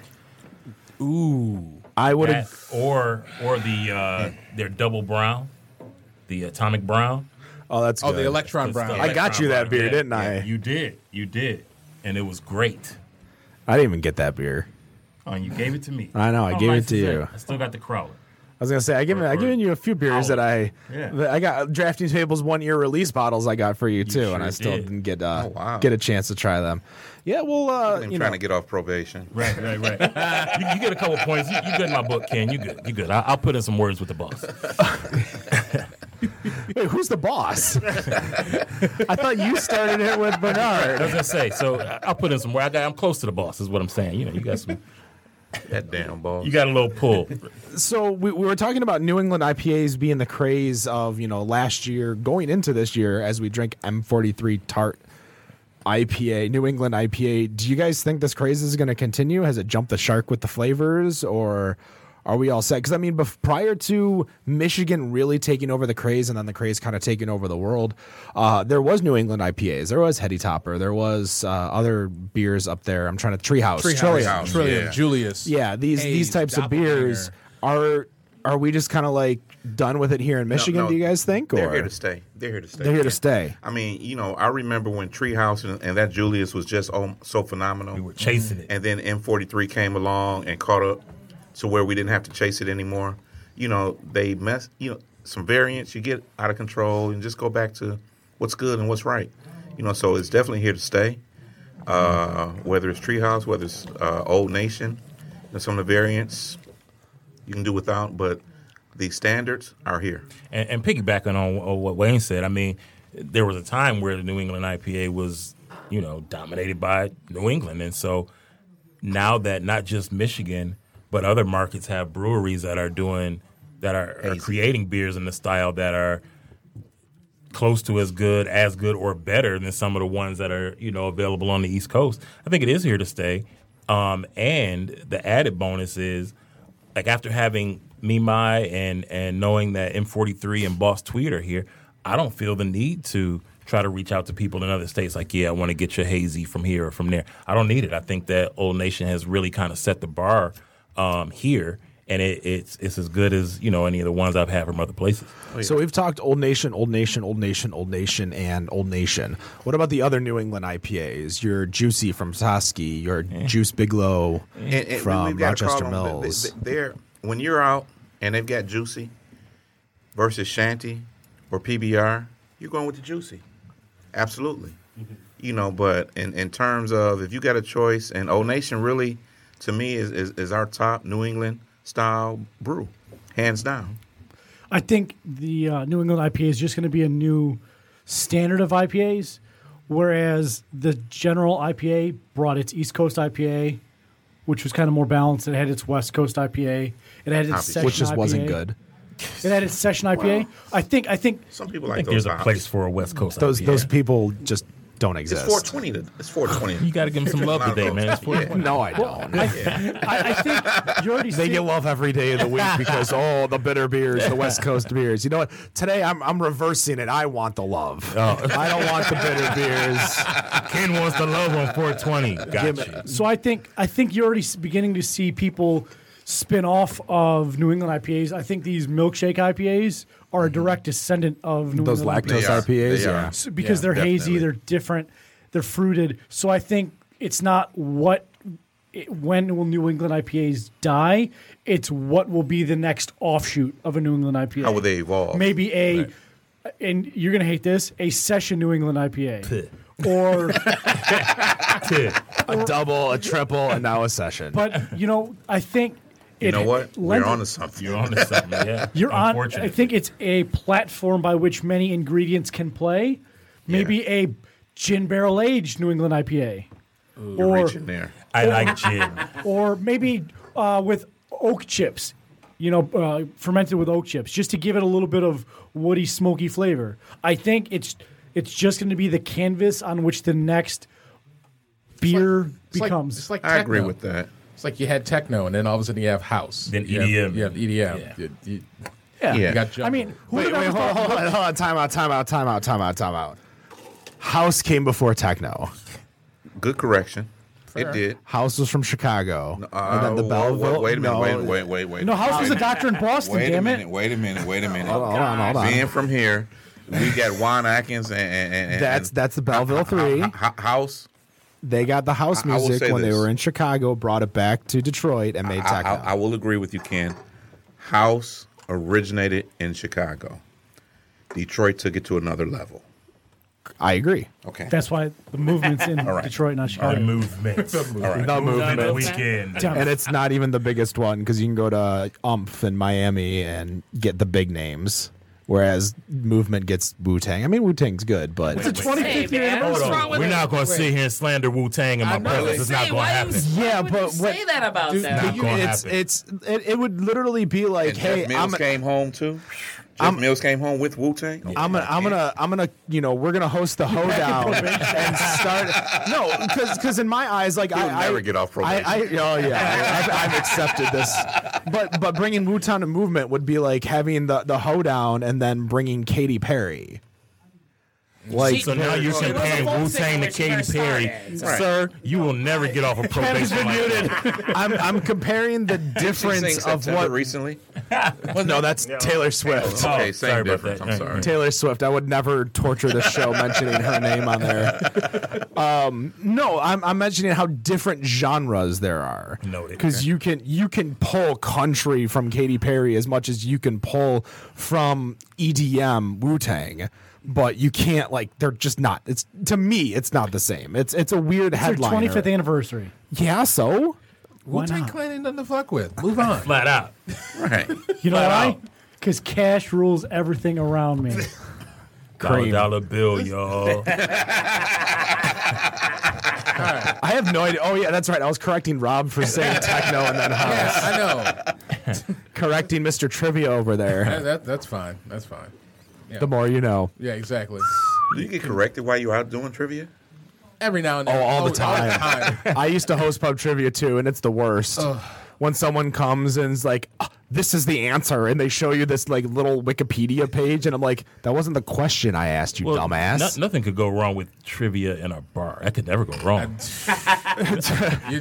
[SPEAKER 1] I would
[SPEAKER 7] That,
[SPEAKER 1] have.
[SPEAKER 7] or or the uh, their double brown, the atomic brown.
[SPEAKER 1] Oh, that's
[SPEAKER 4] Oh,
[SPEAKER 1] good.
[SPEAKER 4] the Electron
[SPEAKER 7] Good
[SPEAKER 4] Brown.
[SPEAKER 7] stuff.
[SPEAKER 1] I got you that beer,
[SPEAKER 7] Yeah,
[SPEAKER 1] didn't I?
[SPEAKER 7] yeah, You did. You did. And it was great.
[SPEAKER 1] I didn't even get that beer.
[SPEAKER 7] Oh, and you gave it to me.
[SPEAKER 1] I know, I
[SPEAKER 7] Oh,
[SPEAKER 1] gave it
[SPEAKER 7] life
[SPEAKER 1] to
[SPEAKER 7] is
[SPEAKER 1] you.
[SPEAKER 7] I still got the crowler.
[SPEAKER 1] I was gonna say I give I
[SPEAKER 7] Or-
[SPEAKER 1] given you a few beers that I
[SPEAKER 7] Yeah.
[SPEAKER 1] that I got drafting tables one year release bottles I got for you too, and
[SPEAKER 7] sure
[SPEAKER 1] I still
[SPEAKER 7] did.
[SPEAKER 1] didn't get uh,
[SPEAKER 6] Oh, wow.
[SPEAKER 1] get a chance to try them. Yeah, well, uh,
[SPEAKER 6] I'm
[SPEAKER 1] you
[SPEAKER 6] trying
[SPEAKER 1] know,
[SPEAKER 6] to get off probation.
[SPEAKER 7] Right, right, right. you, you get a couple points. You, you good in my book, Ken. You good. You good. I, I'll put in some words with the boss.
[SPEAKER 1] wait, who's the boss? I thought you started it with
[SPEAKER 7] I was
[SPEAKER 1] Bernard.
[SPEAKER 7] gonna say. So I- I'll put in some words. I got, I'm close to the boss, is what I'm saying. You know, you got some.
[SPEAKER 6] That damn ball.
[SPEAKER 7] You got a little pull.
[SPEAKER 1] So we, we were talking about New England IPAs being the craze of you know last year going into this year as we drink M43 tart. IPA, New England IPA. Do you guys think this craze is going to continue? Has it jumped the shark with the flavors, or Are we all set? Because I mean, bef- prior to Michigan really taking over the craze, and then the craze kind of taking over the world, uh, there was New England IPAs, there was Heady Topper, there was uh, other beers up there. I'm trying to Treehouse, Trillium.
[SPEAKER 6] Treehouse.
[SPEAKER 2] Trillium,
[SPEAKER 6] yeah.
[SPEAKER 2] Julius.
[SPEAKER 1] Yeah, these
[SPEAKER 2] Hayes,
[SPEAKER 1] these types of beers are are we just kind of like done with it here in Michigan?
[SPEAKER 6] no,
[SPEAKER 1] do you guys think? Or
[SPEAKER 6] They're here to stay. They're here to stay.
[SPEAKER 1] They're here to stay.
[SPEAKER 6] I mean, you know, I remember when Treehouse and, and that Julius was just oh, so phenomenal.
[SPEAKER 7] We were chasing it.
[SPEAKER 6] and then M43 came along and caught up to where we didn't have to chase it anymore. You know, they mess. You know, some variants you get out of control and just go back to what's good and what's right. You know, so it's definitely here to stay. Uh, whether it's Treehouse, whether it's uh, Old Nation, and some of the variants you can do without, but the standards are here.
[SPEAKER 7] and, and piggybacking on, on what Wayne said, I mean, there was a time where the New England IPA was, you know, dominated by New England, and so now that not just Michigan but other markets have breweries that are doing that are, are creating beers in the style that are close to as good, as good or better than some of the ones that are you know available on the East Coast. I think it is here to stay. Um, and the added bonus is like after having Mimai and and knowing that M43 and Boss Tweet are here, I don't feel the need to try to reach out to people in other states like, yeah, I want to get your hazy from here or from there. I don't need it. I think that Old Nation has really kind of set the bar um, here, and it, it's it's as good as you know any of the ones I've had from other places.
[SPEAKER 6] Oh,
[SPEAKER 1] So we've talked Old Nation, Old Nation, Old Nation, Old Nation, and Old Nation. What about the other New England IPAs? Your Juicy from Toski, your Juice Bigelow
[SPEAKER 6] And- and
[SPEAKER 1] from
[SPEAKER 6] Eh. we've got a
[SPEAKER 1] Rochester
[SPEAKER 6] problem. They-
[SPEAKER 1] Mills.
[SPEAKER 6] they- They're when you're out and they've got Juicy versus Shanty or PBR, you're going with the Juicy. Absolutely.
[SPEAKER 7] Mm-hmm.
[SPEAKER 6] You know, but in, in terms of if you got a choice, and Old Nation really, to me, is, is, is our top New England style brew, hands down.
[SPEAKER 9] I think the uh, New England IPA is just going to be a new standard of IPAs, whereas the general IPA brought its East Coast IPA, which was kind of more balanced. It had its West Coast IPA. It had its
[SPEAKER 6] Obviously.
[SPEAKER 9] session
[SPEAKER 1] which just wasn't
[SPEAKER 9] IPA.
[SPEAKER 1] good.
[SPEAKER 9] It had its session IPA. I think. I think.
[SPEAKER 6] Some people
[SPEAKER 7] I
[SPEAKER 6] like
[SPEAKER 7] think
[SPEAKER 6] those.
[SPEAKER 7] there's a
[SPEAKER 6] vibes.
[SPEAKER 7] place for a West Coast.
[SPEAKER 1] Those
[SPEAKER 7] IPA.
[SPEAKER 1] those people just don't
[SPEAKER 6] It's
[SPEAKER 1] exist.
[SPEAKER 6] 420. To, it's 420.
[SPEAKER 7] You got to give them some love today, man. It's for-
[SPEAKER 1] no, I don't.
[SPEAKER 9] I, I think you already.
[SPEAKER 1] they
[SPEAKER 9] see-
[SPEAKER 1] get love every day of the week because oh, the bitter beers, the West Coast beers. You know what? Today I'm I'm reversing it. I want the love.
[SPEAKER 6] Oh.
[SPEAKER 1] I don't want the bitter beers.
[SPEAKER 7] Ken wants the love on 420. Got you.
[SPEAKER 9] So I think I think you're already s- beginning to see people spin off of New England IPAs. I think these milkshake IPAs are a direct descendant of New
[SPEAKER 1] Those
[SPEAKER 9] England
[SPEAKER 1] lactose
[SPEAKER 6] They are.
[SPEAKER 1] IPAs.
[SPEAKER 6] They
[SPEAKER 1] yeah.
[SPEAKER 6] are.
[SPEAKER 9] So- because they're hazy,
[SPEAKER 6] definitely.
[SPEAKER 9] they're different, they're fruited. So I think it's not what it, when will New England IPAs die? It's what will be the next offshoot of a New England IPA.
[SPEAKER 6] How will they evolve?
[SPEAKER 9] Maybe a and you're gonna hate this a session New England IPA. Or,
[SPEAKER 1] A double, a triple, and now a session.
[SPEAKER 9] but you know, I think it,
[SPEAKER 6] You know what? We're
[SPEAKER 9] lends
[SPEAKER 6] on to something.
[SPEAKER 7] You're on to something, yeah.
[SPEAKER 9] You're on.
[SPEAKER 7] Unfortunately.
[SPEAKER 9] I think it's a platform by which many ingredients can play. Maybe a gin barrel aged New England IPA,
[SPEAKER 6] You're
[SPEAKER 9] or
[SPEAKER 6] reaching there.
[SPEAKER 7] I like gin.
[SPEAKER 9] or maybe uh, with oak chips. You know, uh, fermented with oak chips, just to give it a little bit of woody, smoky flavor. I think it's it's just going to be the canvas on which the next beer
[SPEAKER 2] It's like-
[SPEAKER 9] becomes.
[SPEAKER 2] It's like
[SPEAKER 6] I agree
[SPEAKER 2] techno.
[SPEAKER 6] with that.
[SPEAKER 2] It's like you had techno, and then all of a sudden you have house.
[SPEAKER 7] Then E
[SPEAKER 2] You
[SPEAKER 7] EDM.
[SPEAKER 2] Have, you have
[SPEAKER 4] E
[SPEAKER 2] EDM.
[SPEAKER 7] Yeah.
[SPEAKER 2] You, you-
[SPEAKER 6] Yeah.
[SPEAKER 2] you got jump.
[SPEAKER 9] I mean, who
[SPEAKER 1] Wait,
[SPEAKER 9] would
[SPEAKER 1] wait,
[SPEAKER 9] ever
[SPEAKER 1] hold, hold on, hold on. Time out, time out, time out, time out, time out. House came before techno.
[SPEAKER 6] Good correction. It did.
[SPEAKER 1] House was from Chicago. and then Oh, the
[SPEAKER 6] Uh,
[SPEAKER 1] Belleville.
[SPEAKER 6] wait, wait a minute.
[SPEAKER 1] no,
[SPEAKER 6] Wait, wait, wait, wait.
[SPEAKER 9] no, House
[SPEAKER 6] wait
[SPEAKER 9] was
[SPEAKER 6] a
[SPEAKER 9] a doctor in Boston.
[SPEAKER 6] Wait a
[SPEAKER 9] damn
[SPEAKER 6] minute,
[SPEAKER 9] it!
[SPEAKER 6] wait a minute, wait a minute.
[SPEAKER 1] Hold on, hold on, hold on.
[SPEAKER 6] Being from here, we got Juan Atkins and, and, and- and-
[SPEAKER 1] That's that's the Belleville three.
[SPEAKER 6] H- H- House.
[SPEAKER 1] They got the house
[SPEAKER 6] I- I will
[SPEAKER 1] music
[SPEAKER 6] say
[SPEAKER 1] when they
[SPEAKER 6] this.
[SPEAKER 1] were in Chicago, brought it back to Detroit, and made
[SPEAKER 6] I,
[SPEAKER 1] techno.
[SPEAKER 6] I, I will agree with you, Ken. House originated in Chicago. Detroit took it to another level.
[SPEAKER 1] I agree.
[SPEAKER 6] Okay.
[SPEAKER 9] That's why the movement's in
[SPEAKER 6] right.
[SPEAKER 9] Detroit, not Chicago.
[SPEAKER 7] The movement.
[SPEAKER 6] All right.
[SPEAKER 1] The
[SPEAKER 7] The
[SPEAKER 1] movement.
[SPEAKER 7] weekend.
[SPEAKER 9] Damn it.
[SPEAKER 1] And it's not even the biggest one because you can go to Umph in Miami and get the big names, whereas Movement gets Wu Tang. I mean, Wu Tang's good, but
[SPEAKER 9] It's a 25th year
[SPEAKER 5] man,
[SPEAKER 9] anniversary.
[SPEAKER 5] What's wrong with
[SPEAKER 7] We're
[SPEAKER 5] it?
[SPEAKER 7] not going to sit here and slander Wu Tang in my
[SPEAKER 5] I'm not
[SPEAKER 7] presence.
[SPEAKER 5] gonna
[SPEAKER 7] It's not
[SPEAKER 5] say,
[SPEAKER 7] going to
[SPEAKER 5] why you
[SPEAKER 7] happen.
[SPEAKER 5] say-
[SPEAKER 1] Yeah,
[SPEAKER 5] why would
[SPEAKER 1] but
[SPEAKER 5] you
[SPEAKER 1] what-
[SPEAKER 5] say that about
[SPEAKER 1] Dude,
[SPEAKER 5] them?
[SPEAKER 1] you-
[SPEAKER 7] gonna
[SPEAKER 1] it's
[SPEAKER 7] happen.
[SPEAKER 1] it's it, it would literally be like,
[SPEAKER 6] And
[SPEAKER 1] hey,
[SPEAKER 6] Jeff Mills
[SPEAKER 1] I'm a-
[SPEAKER 6] came home too. Jeff Mills came home with Wu Tang.
[SPEAKER 1] I'm gonna, I'm gonna, I'm gonna, you know, we're gonna host the hoedown and start. No, because, in my eyes, like
[SPEAKER 6] You'll
[SPEAKER 1] I
[SPEAKER 6] never
[SPEAKER 1] I,
[SPEAKER 6] get off
[SPEAKER 1] I, I,
[SPEAKER 6] probation.
[SPEAKER 1] oh yeah, I, I've, I've accepted this. But, but bringing Wu Town to movement would be like having the the hoedown and then bringing Katy Perry. Like,
[SPEAKER 7] So now you're
[SPEAKER 13] It was a
[SPEAKER 7] comparing
[SPEAKER 13] folk
[SPEAKER 7] Wu
[SPEAKER 13] singer
[SPEAKER 7] Tang to
[SPEAKER 13] when she
[SPEAKER 7] Katy
[SPEAKER 13] first
[SPEAKER 7] Perry.
[SPEAKER 13] started.
[SPEAKER 7] Sir, you will never get off of probation. like that.
[SPEAKER 1] I'm, I'm comparing the difference of what.
[SPEAKER 6] recently.
[SPEAKER 9] Oh,
[SPEAKER 1] no, that's Taylor Swift.
[SPEAKER 7] Oh,
[SPEAKER 6] okay, same
[SPEAKER 7] sorry about
[SPEAKER 6] difference.
[SPEAKER 7] that.
[SPEAKER 6] I'm
[SPEAKER 7] Yeah.
[SPEAKER 6] sorry.
[SPEAKER 1] Taylor Swift. I would never torture the show mentioning her name on there. Um, no, I'm, I'm mentioning how different genres there are.
[SPEAKER 7] Noted.
[SPEAKER 1] because you can you can pull country from Katy Perry as much as you can pull from E EDM Wu Tang, but you can't like they're just not. It's to me, it's not the same. It's it's a weird
[SPEAKER 9] It's their
[SPEAKER 1] headline.
[SPEAKER 9] 25th anniversary.
[SPEAKER 1] Yeah, so
[SPEAKER 9] Why
[SPEAKER 4] Wu Tang
[SPEAKER 9] not?
[SPEAKER 4] Clan ain't nothing to fuck with. Move on.
[SPEAKER 7] Flat out.
[SPEAKER 6] Right.
[SPEAKER 9] You know why?
[SPEAKER 7] Wow.
[SPEAKER 9] Because cash rules everything around me.
[SPEAKER 7] Dollar,
[SPEAKER 1] Cream.
[SPEAKER 7] dollar bill, y'all.
[SPEAKER 1] I have no idea. Oh yeah, that's right. I was correcting Rob for saying techno and then house.
[SPEAKER 4] Yeah, I know.
[SPEAKER 1] Correcting Mr. Trivia over
[SPEAKER 4] That,
[SPEAKER 1] there.
[SPEAKER 4] that- that's fine. That's fine.
[SPEAKER 1] The more you know.
[SPEAKER 4] Yeah, exactly.
[SPEAKER 6] Do you get corrected while you're out doing trivia?
[SPEAKER 4] Every now and then.
[SPEAKER 1] Oh, all the
[SPEAKER 4] Always- all
[SPEAKER 1] time. I used to host pub trivia too, and it's the worst. When someone comes and is like, "Ah, "This is the answer," and they show you this like little Wikipedia page, and I'm like, "That wasn't the question I asked you, dumbass."
[SPEAKER 7] no- nothing could go wrong with trivia in a bar. That could never go wrong.
[SPEAKER 4] You're,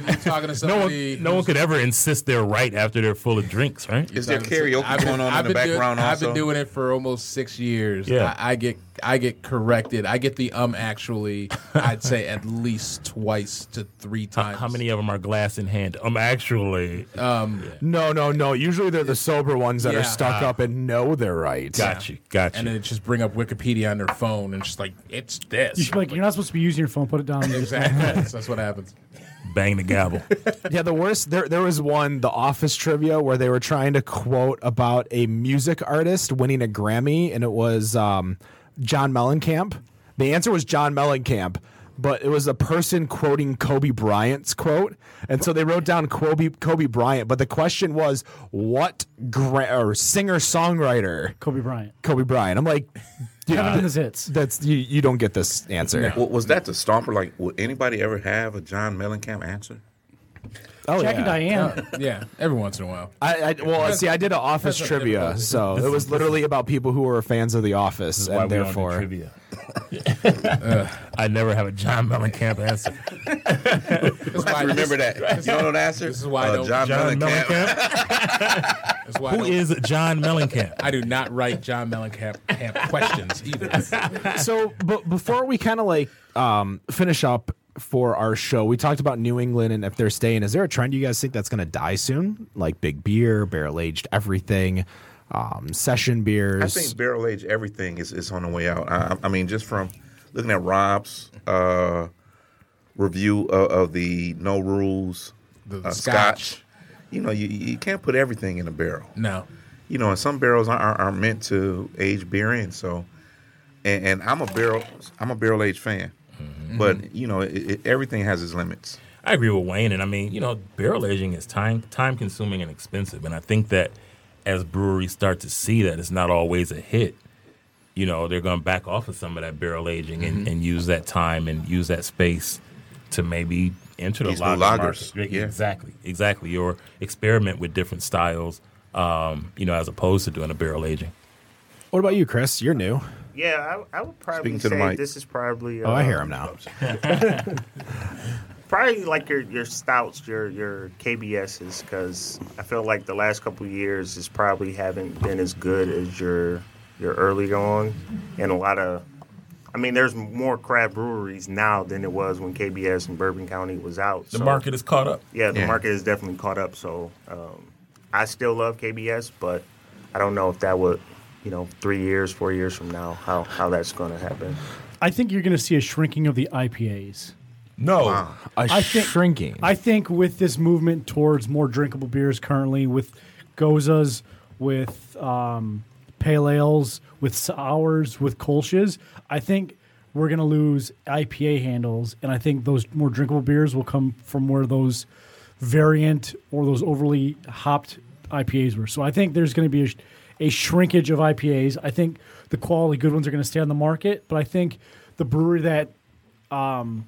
[SPEAKER 4] you're talking to
[SPEAKER 7] No
[SPEAKER 4] somebody.
[SPEAKER 7] one, no one could ever insist they're right after they're full of drinks, right?
[SPEAKER 6] Is there
[SPEAKER 4] I've been-
[SPEAKER 6] karaoke
[SPEAKER 4] I've been-
[SPEAKER 6] going on
[SPEAKER 4] I've
[SPEAKER 6] in the
[SPEAKER 4] been doing-
[SPEAKER 6] background?
[SPEAKER 4] I've
[SPEAKER 6] also,
[SPEAKER 4] been doing it for almost six years.
[SPEAKER 7] Yeah.
[SPEAKER 4] I, I get I get corrected. I get the um actually. I'd say at least twice to three times.
[SPEAKER 7] How many of them are glass in hand? Um, actually,
[SPEAKER 1] No, no, no. Usually they're the sober ones that
[SPEAKER 4] Yeah.
[SPEAKER 1] are stuck up and know they're right.
[SPEAKER 7] got you, got you.
[SPEAKER 4] And then it just bring up Wikipedia on their phone and just like it's this.
[SPEAKER 9] You should be like, you're not supposed to be using your phone. Put it down.
[SPEAKER 4] exactly. That's- that's what happens.
[SPEAKER 7] Bang the gavel.
[SPEAKER 1] Yeah, the worst. There, there was one, the Office trivia, where they were trying to quote about a music artist winning a Grammy, and it was um, John Mellencamp. The answer was John Mellencamp, but it was a person quoting Kobe Bryant's quote, and so they wrote down Kobe Kobe Bryant. But the question was, what gra- or singer songwriter
[SPEAKER 9] Kobe Bryant.
[SPEAKER 1] Kobe Bryant? I'm like, dude,
[SPEAKER 9] Heaven in his hits.
[SPEAKER 1] that's you. You don't get this answer.
[SPEAKER 6] Wa- was that the stomper? Like, would anybody ever have a John Mellencamp answer?
[SPEAKER 1] Oh yeah.
[SPEAKER 9] Jack and Diane.
[SPEAKER 4] Yeah, every once in a while.
[SPEAKER 1] I, I well, see, I did an office
[SPEAKER 4] that's a
[SPEAKER 1] trivia,
[SPEAKER 4] difficult-
[SPEAKER 1] so it was literally about people who were fans of The Office,
[SPEAKER 7] Why
[SPEAKER 1] and
[SPEAKER 7] we don't do
[SPEAKER 1] therefore,
[SPEAKER 7] trivia. I never have a John Mellencamp answer.
[SPEAKER 4] That's why
[SPEAKER 6] Remember that? You know what answer?
[SPEAKER 4] This is why I
[SPEAKER 6] Uh,
[SPEAKER 4] don't-
[SPEAKER 6] John,
[SPEAKER 7] John
[SPEAKER 6] Mellencamp.
[SPEAKER 7] Mellencamp.
[SPEAKER 4] That's why I
[SPEAKER 7] Who
[SPEAKER 4] don't-
[SPEAKER 7] is John Mellencamp?
[SPEAKER 4] I do not write John Mellencamp camp questions either.
[SPEAKER 1] so but before we kind of like um, finish up for our show we talked about new england and if they're staying is there a trend you guys think that's going to die soon like big beer barrel aged everything um, session beers
[SPEAKER 6] I think barrel age everything is, is on the way out. I, I mean, just from looking at Rob's uh, review of, of the no rules
[SPEAKER 4] The
[SPEAKER 6] uh,
[SPEAKER 4] scotch.
[SPEAKER 6] you know, you, you can't put everything in a barrel.
[SPEAKER 4] No.
[SPEAKER 6] You know, and some barrels are, are, are meant to age beer in. So, and, and I'm a barrel, I'm a barrel age fan, but you know, it, it, everything has its limits.
[SPEAKER 7] I agree with Wayne, and I mean, you know, barrel aging is time time consuming and expensive, and I think that as breweries start to see that it's not always a hit, you know, they're going to back off of some of that barrel aging and, and use that time and use that space to maybe enter the
[SPEAKER 6] These new
[SPEAKER 7] lager
[SPEAKER 6] lagers,
[SPEAKER 7] market.
[SPEAKER 6] yeah.
[SPEAKER 7] Exactly, exactly. Or experiment with different styles, um, you know, as opposed to doing a barrel aging.
[SPEAKER 1] what about you chris you're new
[SPEAKER 14] Yeah, I, I would probably
[SPEAKER 6] Speaking to the
[SPEAKER 14] say
[SPEAKER 6] mic.
[SPEAKER 14] this is probably. Uh,
[SPEAKER 1] oh i hear him now
[SPEAKER 14] Probably like your your stouts, your your KBSs, because I feel like the last couple of years is probably haven't been as good as your your earlier on, and a lot of. I mean, there's more craft breweries now than there was when KBS and Bourbon County was out.
[SPEAKER 7] The
[SPEAKER 14] so-
[SPEAKER 7] market is caught up.
[SPEAKER 14] Yeah, the
[SPEAKER 6] Yeah.
[SPEAKER 14] market is definitely caught up. So um, I still love KBS, but I don't know if that would, you know, three years, four years from now, how how that's going to happen.
[SPEAKER 9] I think you're going to see a shrinking of the IPAs.
[SPEAKER 7] No,
[SPEAKER 1] a
[SPEAKER 9] I think-
[SPEAKER 1] shrinking
[SPEAKER 9] I think with this movement towards more drinkable beers currently, with gozas, with um, pale ales, with sours, with kolsches, I think we're going to lose IPA handles, and I think those more drinkable beers will come from where those variant or those overly hopped IPAs were. So I think there's going to be a sh- a shrinkage of IPAs. I think the quality good ones are going to stay on the market, but I think the brewery that, um,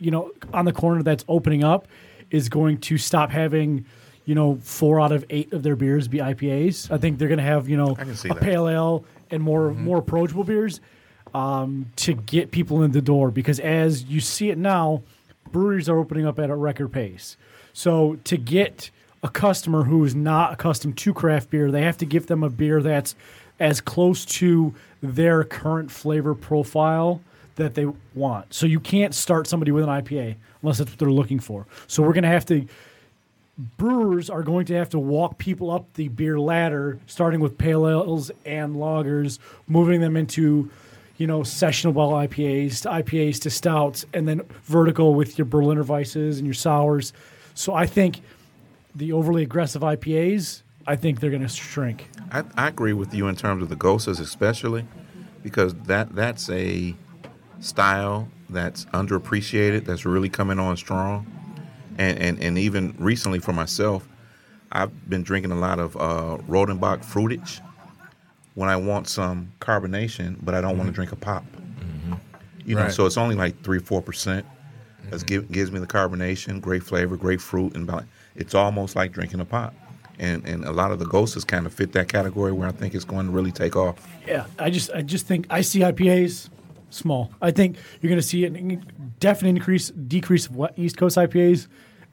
[SPEAKER 9] you know, on the corner that's opening up is going to stop having, you know, four out of eight of their beers be IPAs. I think they're going to have you know
[SPEAKER 6] I can see
[SPEAKER 9] a
[SPEAKER 6] that. Mm-hmm.
[SPEAKER 9] pale ale and more more approachable beers um, to get people in the door because as you see it now, breweries are opening up at a record pace. So to get a customer who is not accustomed to craft beer, they have to give them a beer that's as close to their current flavor profile that they want. So you can't start somebody with an IPA unless that's what they're looking for. So we're going to have to brewers are going to have to walk people up the beer ladder, starting with pale ales and lagers, moving them into, you know, sessionable IPAs, to IPAs to stouts, and then vertical with your Berliner Weisses and your sours. So I think the overly aggressive IPAs, I think they're going to shrink.
[SPEAKER 6] I, I agree with you in terms of the ghosts, especially because that that's a style that's underappreciated. That's really coming on strong, and and, and even recently for myself, I've been drinking a lot of uh, Rodenbach fruitage when I want some carbonation, but I don't want to drink a pop. You know,
[SPEAKER 4] Right.
[SPEAKER 6] so it's only like three four percent. That
[SPEAKER 9] Mm-hmm.
[SPEAKER 6] give, gives me the carbonation, great flavor, great fruit, and bal- it's almost like drinking a pop. And and a lot of the ghosts kind of fit that category where I think it's going to really take off.
[SPEAKER 9] Yeah, I just I just think I see IPAs small. I think you're going to see an in- definite increase decrease of what East Coast IPAs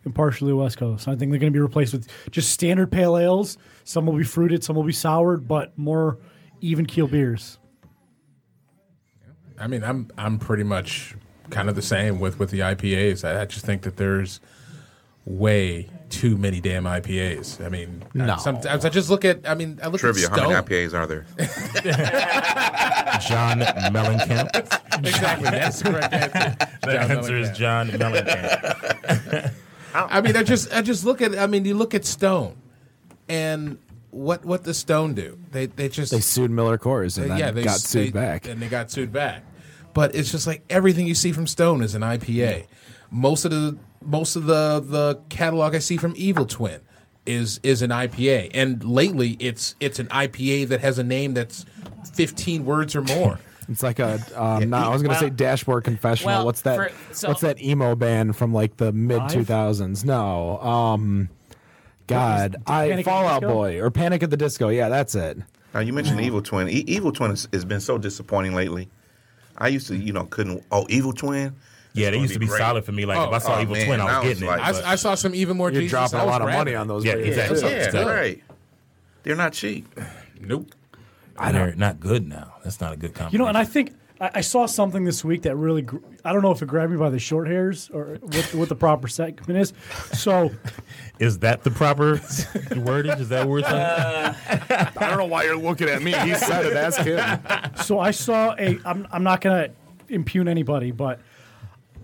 [SPEAKER 9] and partially West Coast. I think they're going to be replaced with just standard pale ales. Some will be fruited, some will be soured, but more even keel beers.
[SPEAKER 4] I mean, I'm I'm pretty much kind of the same with with the IPAs. I, I just think that there's way too many damn IPAs. I mean, I-
[SPEAKER 8] No.
[SPEAKER 4] sometimes I just look at. I mean, I look
[SPEAKER 6] Trivia:
[SPEAKER 4] at
[SPEAKER 6] How
[SPEAKER 4] Stone.
[SPEAKER 6] many IPAs are there?
[SPEAKER 15] John Mellencamp.
[SPEAKER 4] Exactly, that's the correct answer.
[SPEAKER 7] The
[SPEAKER 4] John
[SPEAKER 7] answer is
[SPEAKER 4] Mellencamp.
[SPEAKER 7] John Mellencamp.
[SPEAKER 4] I mean, I just I just look at. I mean, you look at Stone, and what what does Stone do? They they just
[SPEAKER 8] They sued Miller Coors and
[SPEAKER 4] Uh,
[SPEAKER 8] then
[SPEAKER 4] they
[SPEAKER 8] got sued
[SPEAKER 4] they-
[SPEAKER 8] back.
[SPEAKER 4] and they got sued back. But it's just like everything you see from Stone is an IPA. Most of the most of the the catalog I see from Evil Twin is is an IPA, and lately it's it's an IPA that has a name that's fifteen words or more.
[SPEAKER 8] It's like a um, no, I was gonna
[SPEAKER 3] Well-
[SPEAKER 8] say dashboard confessional.
[SPEAKER 3] well,
[SPEAKER 8] what's that?
[SPEAKER 3] for- so-
[SPEAKER 8] what's that emo band from like the mid
[SPEAKER 9] Live?
[SPEAKER 8] two thousands? No, um, God,
[SPEAKER 9] Panic
[SPEAKER 8] I
[SPEAKER 9] at the
[SPEAKER 8] Fallout
[SPEAKER 9] Disco?
[SPEAKER 8] Boy or Panic at the Disco. Yeah, that's it.
[SPEAKER 6] Now you mentioned Evil Twin. E- Evil Twin has, has been so disappointing lately. I used to, you know, couldn't. Oh, Evil Twin.
[SPEAKER 7] Yeah, they
[SPEAKER 6] gonna
[SPEAKER 7] used to
[SPEAKER 6] be
[SPEAKER 7] be
[SPEAKER 6] great.
[SPEAKER 7] solid for me. Like if I saw
[SPEAKER 6] oh,
[SPEAKER 7] Evil
[SPEAKER 6] man,
[SPEAKER 7] Twin, I
[SPEAKER 6] I
[SPEAKER 7] was
[SPEAKER 6] was
[SPEAKER 7] getting
[SPEAKER 6] like-
[SPEAKER 7] it.
[SPEAKER 4] I,
[SPEAKER 7] but-
[SPEAKER 4] I saw some even more.
[SPEAKER 8] You're
[SPEAKER 4] Jesus,
[SPEAKER 8] dropping
[SPEAKER 4] I
[SPEAKER 8] a
[SPEAKER 4] was
[SPEAKER 8] lot of
[SPEAKER 4] grabbing
[SPEAKER 8] money
[SPEAKER 4] it.
[SPEAKER 8] on those.
[SPEAKER 7] Yeah,
[SPEAKER 8] beers,
[SPEAKER 7] exactly.
[SPEAKER 8] too.
[SPEAKER 7] It's
[SPEAKER 6] Yeah,
[SPEAKER 7] good.
[SPEAKER 6] right. They're not cheap.
[SPEAKER 4] Nope.
[SPEAKER 7] I don't, not good now. That's not a good compliment.
[SPEAKER 9] You know, and I think I, I saw something this week that really, gr- I don't know if it grabbed me by the short hairs or what, what the proper segment is. So
[SPEAKER 7] is that the proper wordage? Is that worth it?
[SPEAKER 15] I don't know why you're looking at me. He's
[SPEAKER 8] Said it, ask him.
[SPEAKER 9] So I saw a. I'm I'm not gonna impugn anybody, but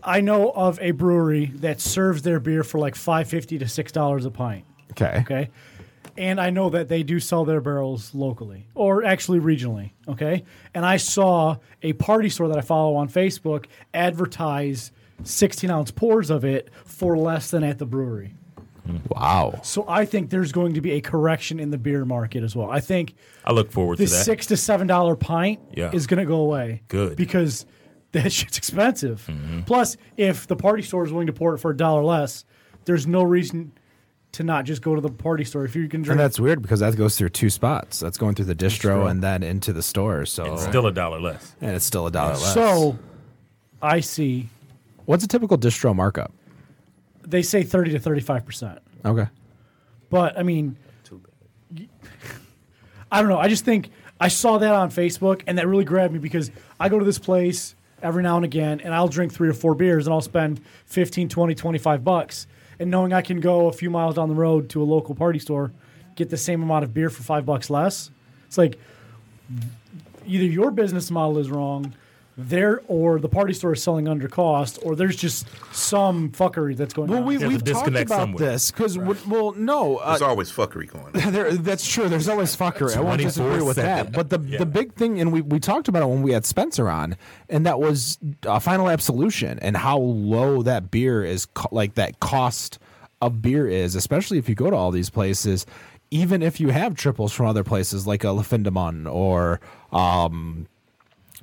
[SPEAKER 9] I know of a brewery that serves their beer for like five fifty to six dollars a pint.
[SPEAKER 8] Okay.
[SPEAKER 9] Okay, and I know that they do sell their barrels locally or actually regionally. Okay, and I saw a party store that I follow on Facebook advertise sixteen ounce pours of it for less than at the brewery.
[SPEAKER 8] Wow.
[SPEAKER 9] So I think there's going to be a correction in the beer market as well. I think
[SPEAKER 7] I look forward to
[SPEAKER 9] the
[SPEAKER 7] that.
[SPEAKER 9] six to seven dollar pint
[SPEAKER 7] Yeah.
[SPEAKER 9] is going to go away.
[SPEAKER 7] Good. Mm-hmm.
[SPEAKER 9] because that shit's expensive. Plus, if the party store is willing to pour it for a dollar less, there's no reason to not just go to the party store if you can drink.
[SPEAKER 8] And that's weird because that goes through two spots. That's going through the distro and then into the store. So
[SPEAKER 7] It's Oh, Still a dollar less.
[SPEAKER 8] and it's still a dollar less.
[SPEAKER 9] so. I see.
[SPEAKER 8] what's a typical distro markup?
[SPEAKER 9] They say thirty to thirty-five percent,
[SPEAKER 8] Okay.
[SPEAKER 9] but I mean, I don't know. I just think I saw that on Facebook and that really grabbed me because I go to this place every now and again and I'll drink three or four beers and I'll spend 15, 20, 25 bucks. And knowing I can go a few miles down the road to a local party store, get the same amount of beer for five bucks less, it's like either your business model is wrong. There or the party store is selling under cost, or there's just some fuckery that's going
[SPEAKER 8] Well,
[SPEAKER 9] on.
[SPEAKER 8] we,
[SPEAKER 7] There's a
[SPEAKER 8] we've talked
[SPEAKER 7] disconnect
[SPEAKER 8] about
[SPEAKER 7] somewhere.
[SPEAKER 8] this because well, no, uh,
[SPEAKER 6] There's always fuckery going. on.
[SPEAKER 8] There, that's true. There's always fuckery. I won't disagree with that. But the the big thing, and we, we talked about it when we had Spencer on, and that was uh, Final Absolution and how low that beer is, co- like that cost of beer is, especially if you go to all these places.
[SPEAKER 1] even if you have triples from other places like a Lafindamon or um,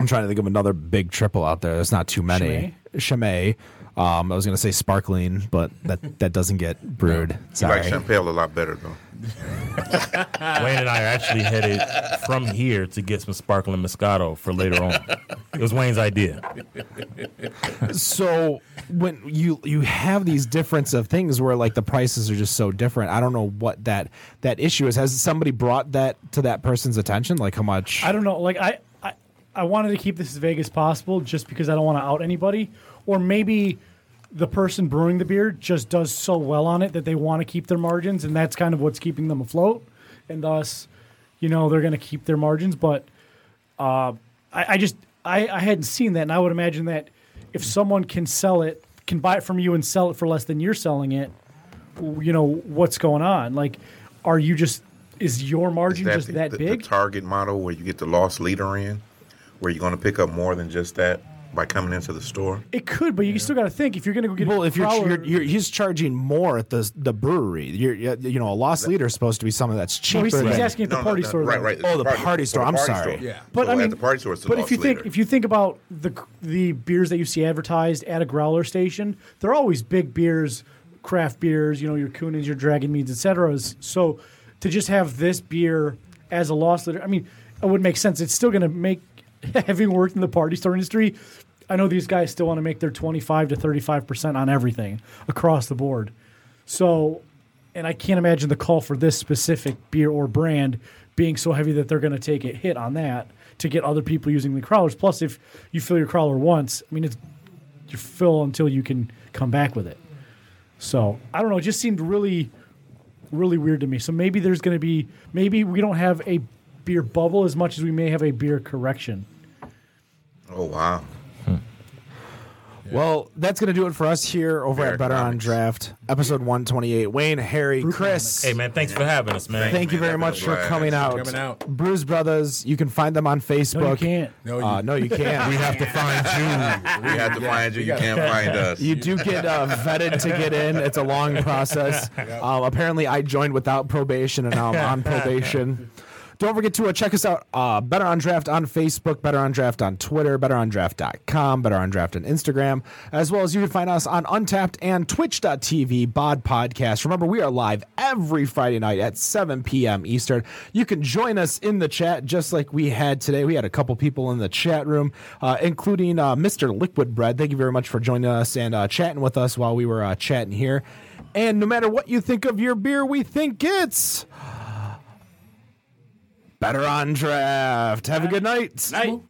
[SPEAKER 1] I'm trying to think of another big triple out there. There's not too many. Chimay. Um, I was gonna say sparkling, but that that doesn't get brewed.
[SPEAKER 6] You like
[SPEAKER 1] Sorry.
[SPEAKER 6] Champel a lot better though.
[SPEAKER 7] Wayne and I are actually headed from here to get some sparkling Moscato for later on. It was Wayne's idea.
[SPEAKER 1] so when you you have these difference of things where like the prices are just so different, I don't know what that that issue is. Has somebody brought that to that person's attention? Like how much?
[SPEAKER 9] I don't know. Like I, I, I wanted to keep this as vague as possible, just because I don't want to out anybody, or maybe the person brewing the beer just does so well on it that they want to keep their margins, and that's kind of what's keeping them afloat, and thus, you know, they're going to keep their margins. But uh, I, I just I, I hadn't seen that, and I would imagine that if someone can sell it, can buy it from you and sell it for less than you're selling it, you know what's going on. Like, are you just is your margin just
[SPEAKER 6] the,
[SPEAKER 9] that
[SPEAKER 6] the- the
[SPEAKER 9] big?
[SPEAKER 6] target model where you get the lost leader in, where you're going to pick up more than just that by coming into the store?
[SPEAKER 9] It could, but you still got to think if you're going to go get.
[SPEAKER 1] Well,
[SPEAKER 9] a
[SPEAKER 1] if you're,
[SPEAKER 9] growler-
[SPEAKER 1] you're, you're he's charging more at the the brewery, you're, you you know a lost leader is supposed to be something that's
[SPEAKER 9] No,
[SPEAKER 1] cheaper.
[SPEAKER 9] he's, he's
[SPEAKER 1] than-
[SPEAKER 9] asking at the party store.
[SPEAKER 6] Right,
[SPEAKER 9] though.
[SPEAKER 6] right.
[SPEAKER 1] Oh, the party store,
[SPEAKER 6] the
[SPEAKER 1] I'm
[SPEAKER 6] party
[SPEAKER 1] sorry.
[SPEAKER 6] store.
[SPEAKER 16] Yeah.
[SPEAKER 9] But
[SPEAKER 6] So
[SPEAKER 9] I
[SPEAKER 6] at
[SPEAKER 9] mean,
[SPEAKER 6] the party store, it's the
[SPEAKER 9] but if
[SPEAKER 6] lost
[SPEAKER 9] you think
[SPEAKER 6] leader.
[SPEAKER 9] if you think about the the beers that you see advertised at a growler station, they're always big beers, craft beers. You know your Kunins, your Dragon Meads, etc. So to just have this beer as a loss leader, I mean, it would make sense. It's still going to make having worked in the party store industry. I know these guys still want to make their twenty five to thirty five percent on everything across the board. So, and I can't imagine the call for this specific beer or brand being so heavy that they're going to take a hit on that to get other people using the crawlers. Plus, if you fill your crawler once, I mean, it's you fill until you can come back with it. So I don't know. It just seemed really, really weird to me. So maybe there's going to be maybe we don't have a beer bubble as much as we may have a beer correction.
[SPEAKER 6] oh wow,
[SPEAKER 1] Well, that's gonna do it for us here over at
[SPEAKER 6] Bear
[SPEAKER 1] Better on
[SPEAKER 6] Comics.
[SPEAKER 1] Draft, episode one twenty eight. Wayne, Harry, Chris.
[SPEAKER 7] Hey man, thanks for having us, man.
[SPEAKER 1] Thank you
[SPEAKER 6] man,
[SPEAKER 1] very
[SPEAKER 6] I've
[SPEAKER 1] much
[SPEAKER 6] been
[SPEAKER 1] for
[SPEAKER 6] glad.
[SPEAKER 1] coming out.
[SPEAKER 16] Coming out.
[SPEAKER 1] Bruise Brothers. You can find them on Facebook.
[SPEAKER 9] No, you can't.
[SPEAKER 16] No, you-
[SPEAKER 1] uh, no, you can't.
[SPEAKER 16] We have to find you.
[SPEAKER 6] we had to find you. You can't find us.
[SPEAKER 1] You do get uh, vetted to get in. It's a long process. Um, apparently, I joined without probation, and now I'm on probation. Don't forget to uh, check us out. Uh, Better on Draft on Facebook, Better on Draft on Twitter, BetterOnDraft.com, Better on Draft on Instagram, as well as you can find us on Untapped and Twitch.tv, Bod Podcast. Remember, we are live every Friday night at 7 p.m. Eastern. You can join us in the chat just like we had today. We had a couple people in the chat room, uh, including uh, Mr. Liquid Bread. Thank you very much for joining us and uh, chatting with us while we were uh, chatting here. And no matter what you think of your beer, we think it's better on draft. Have a good night.
[SPEAKER 3] Night.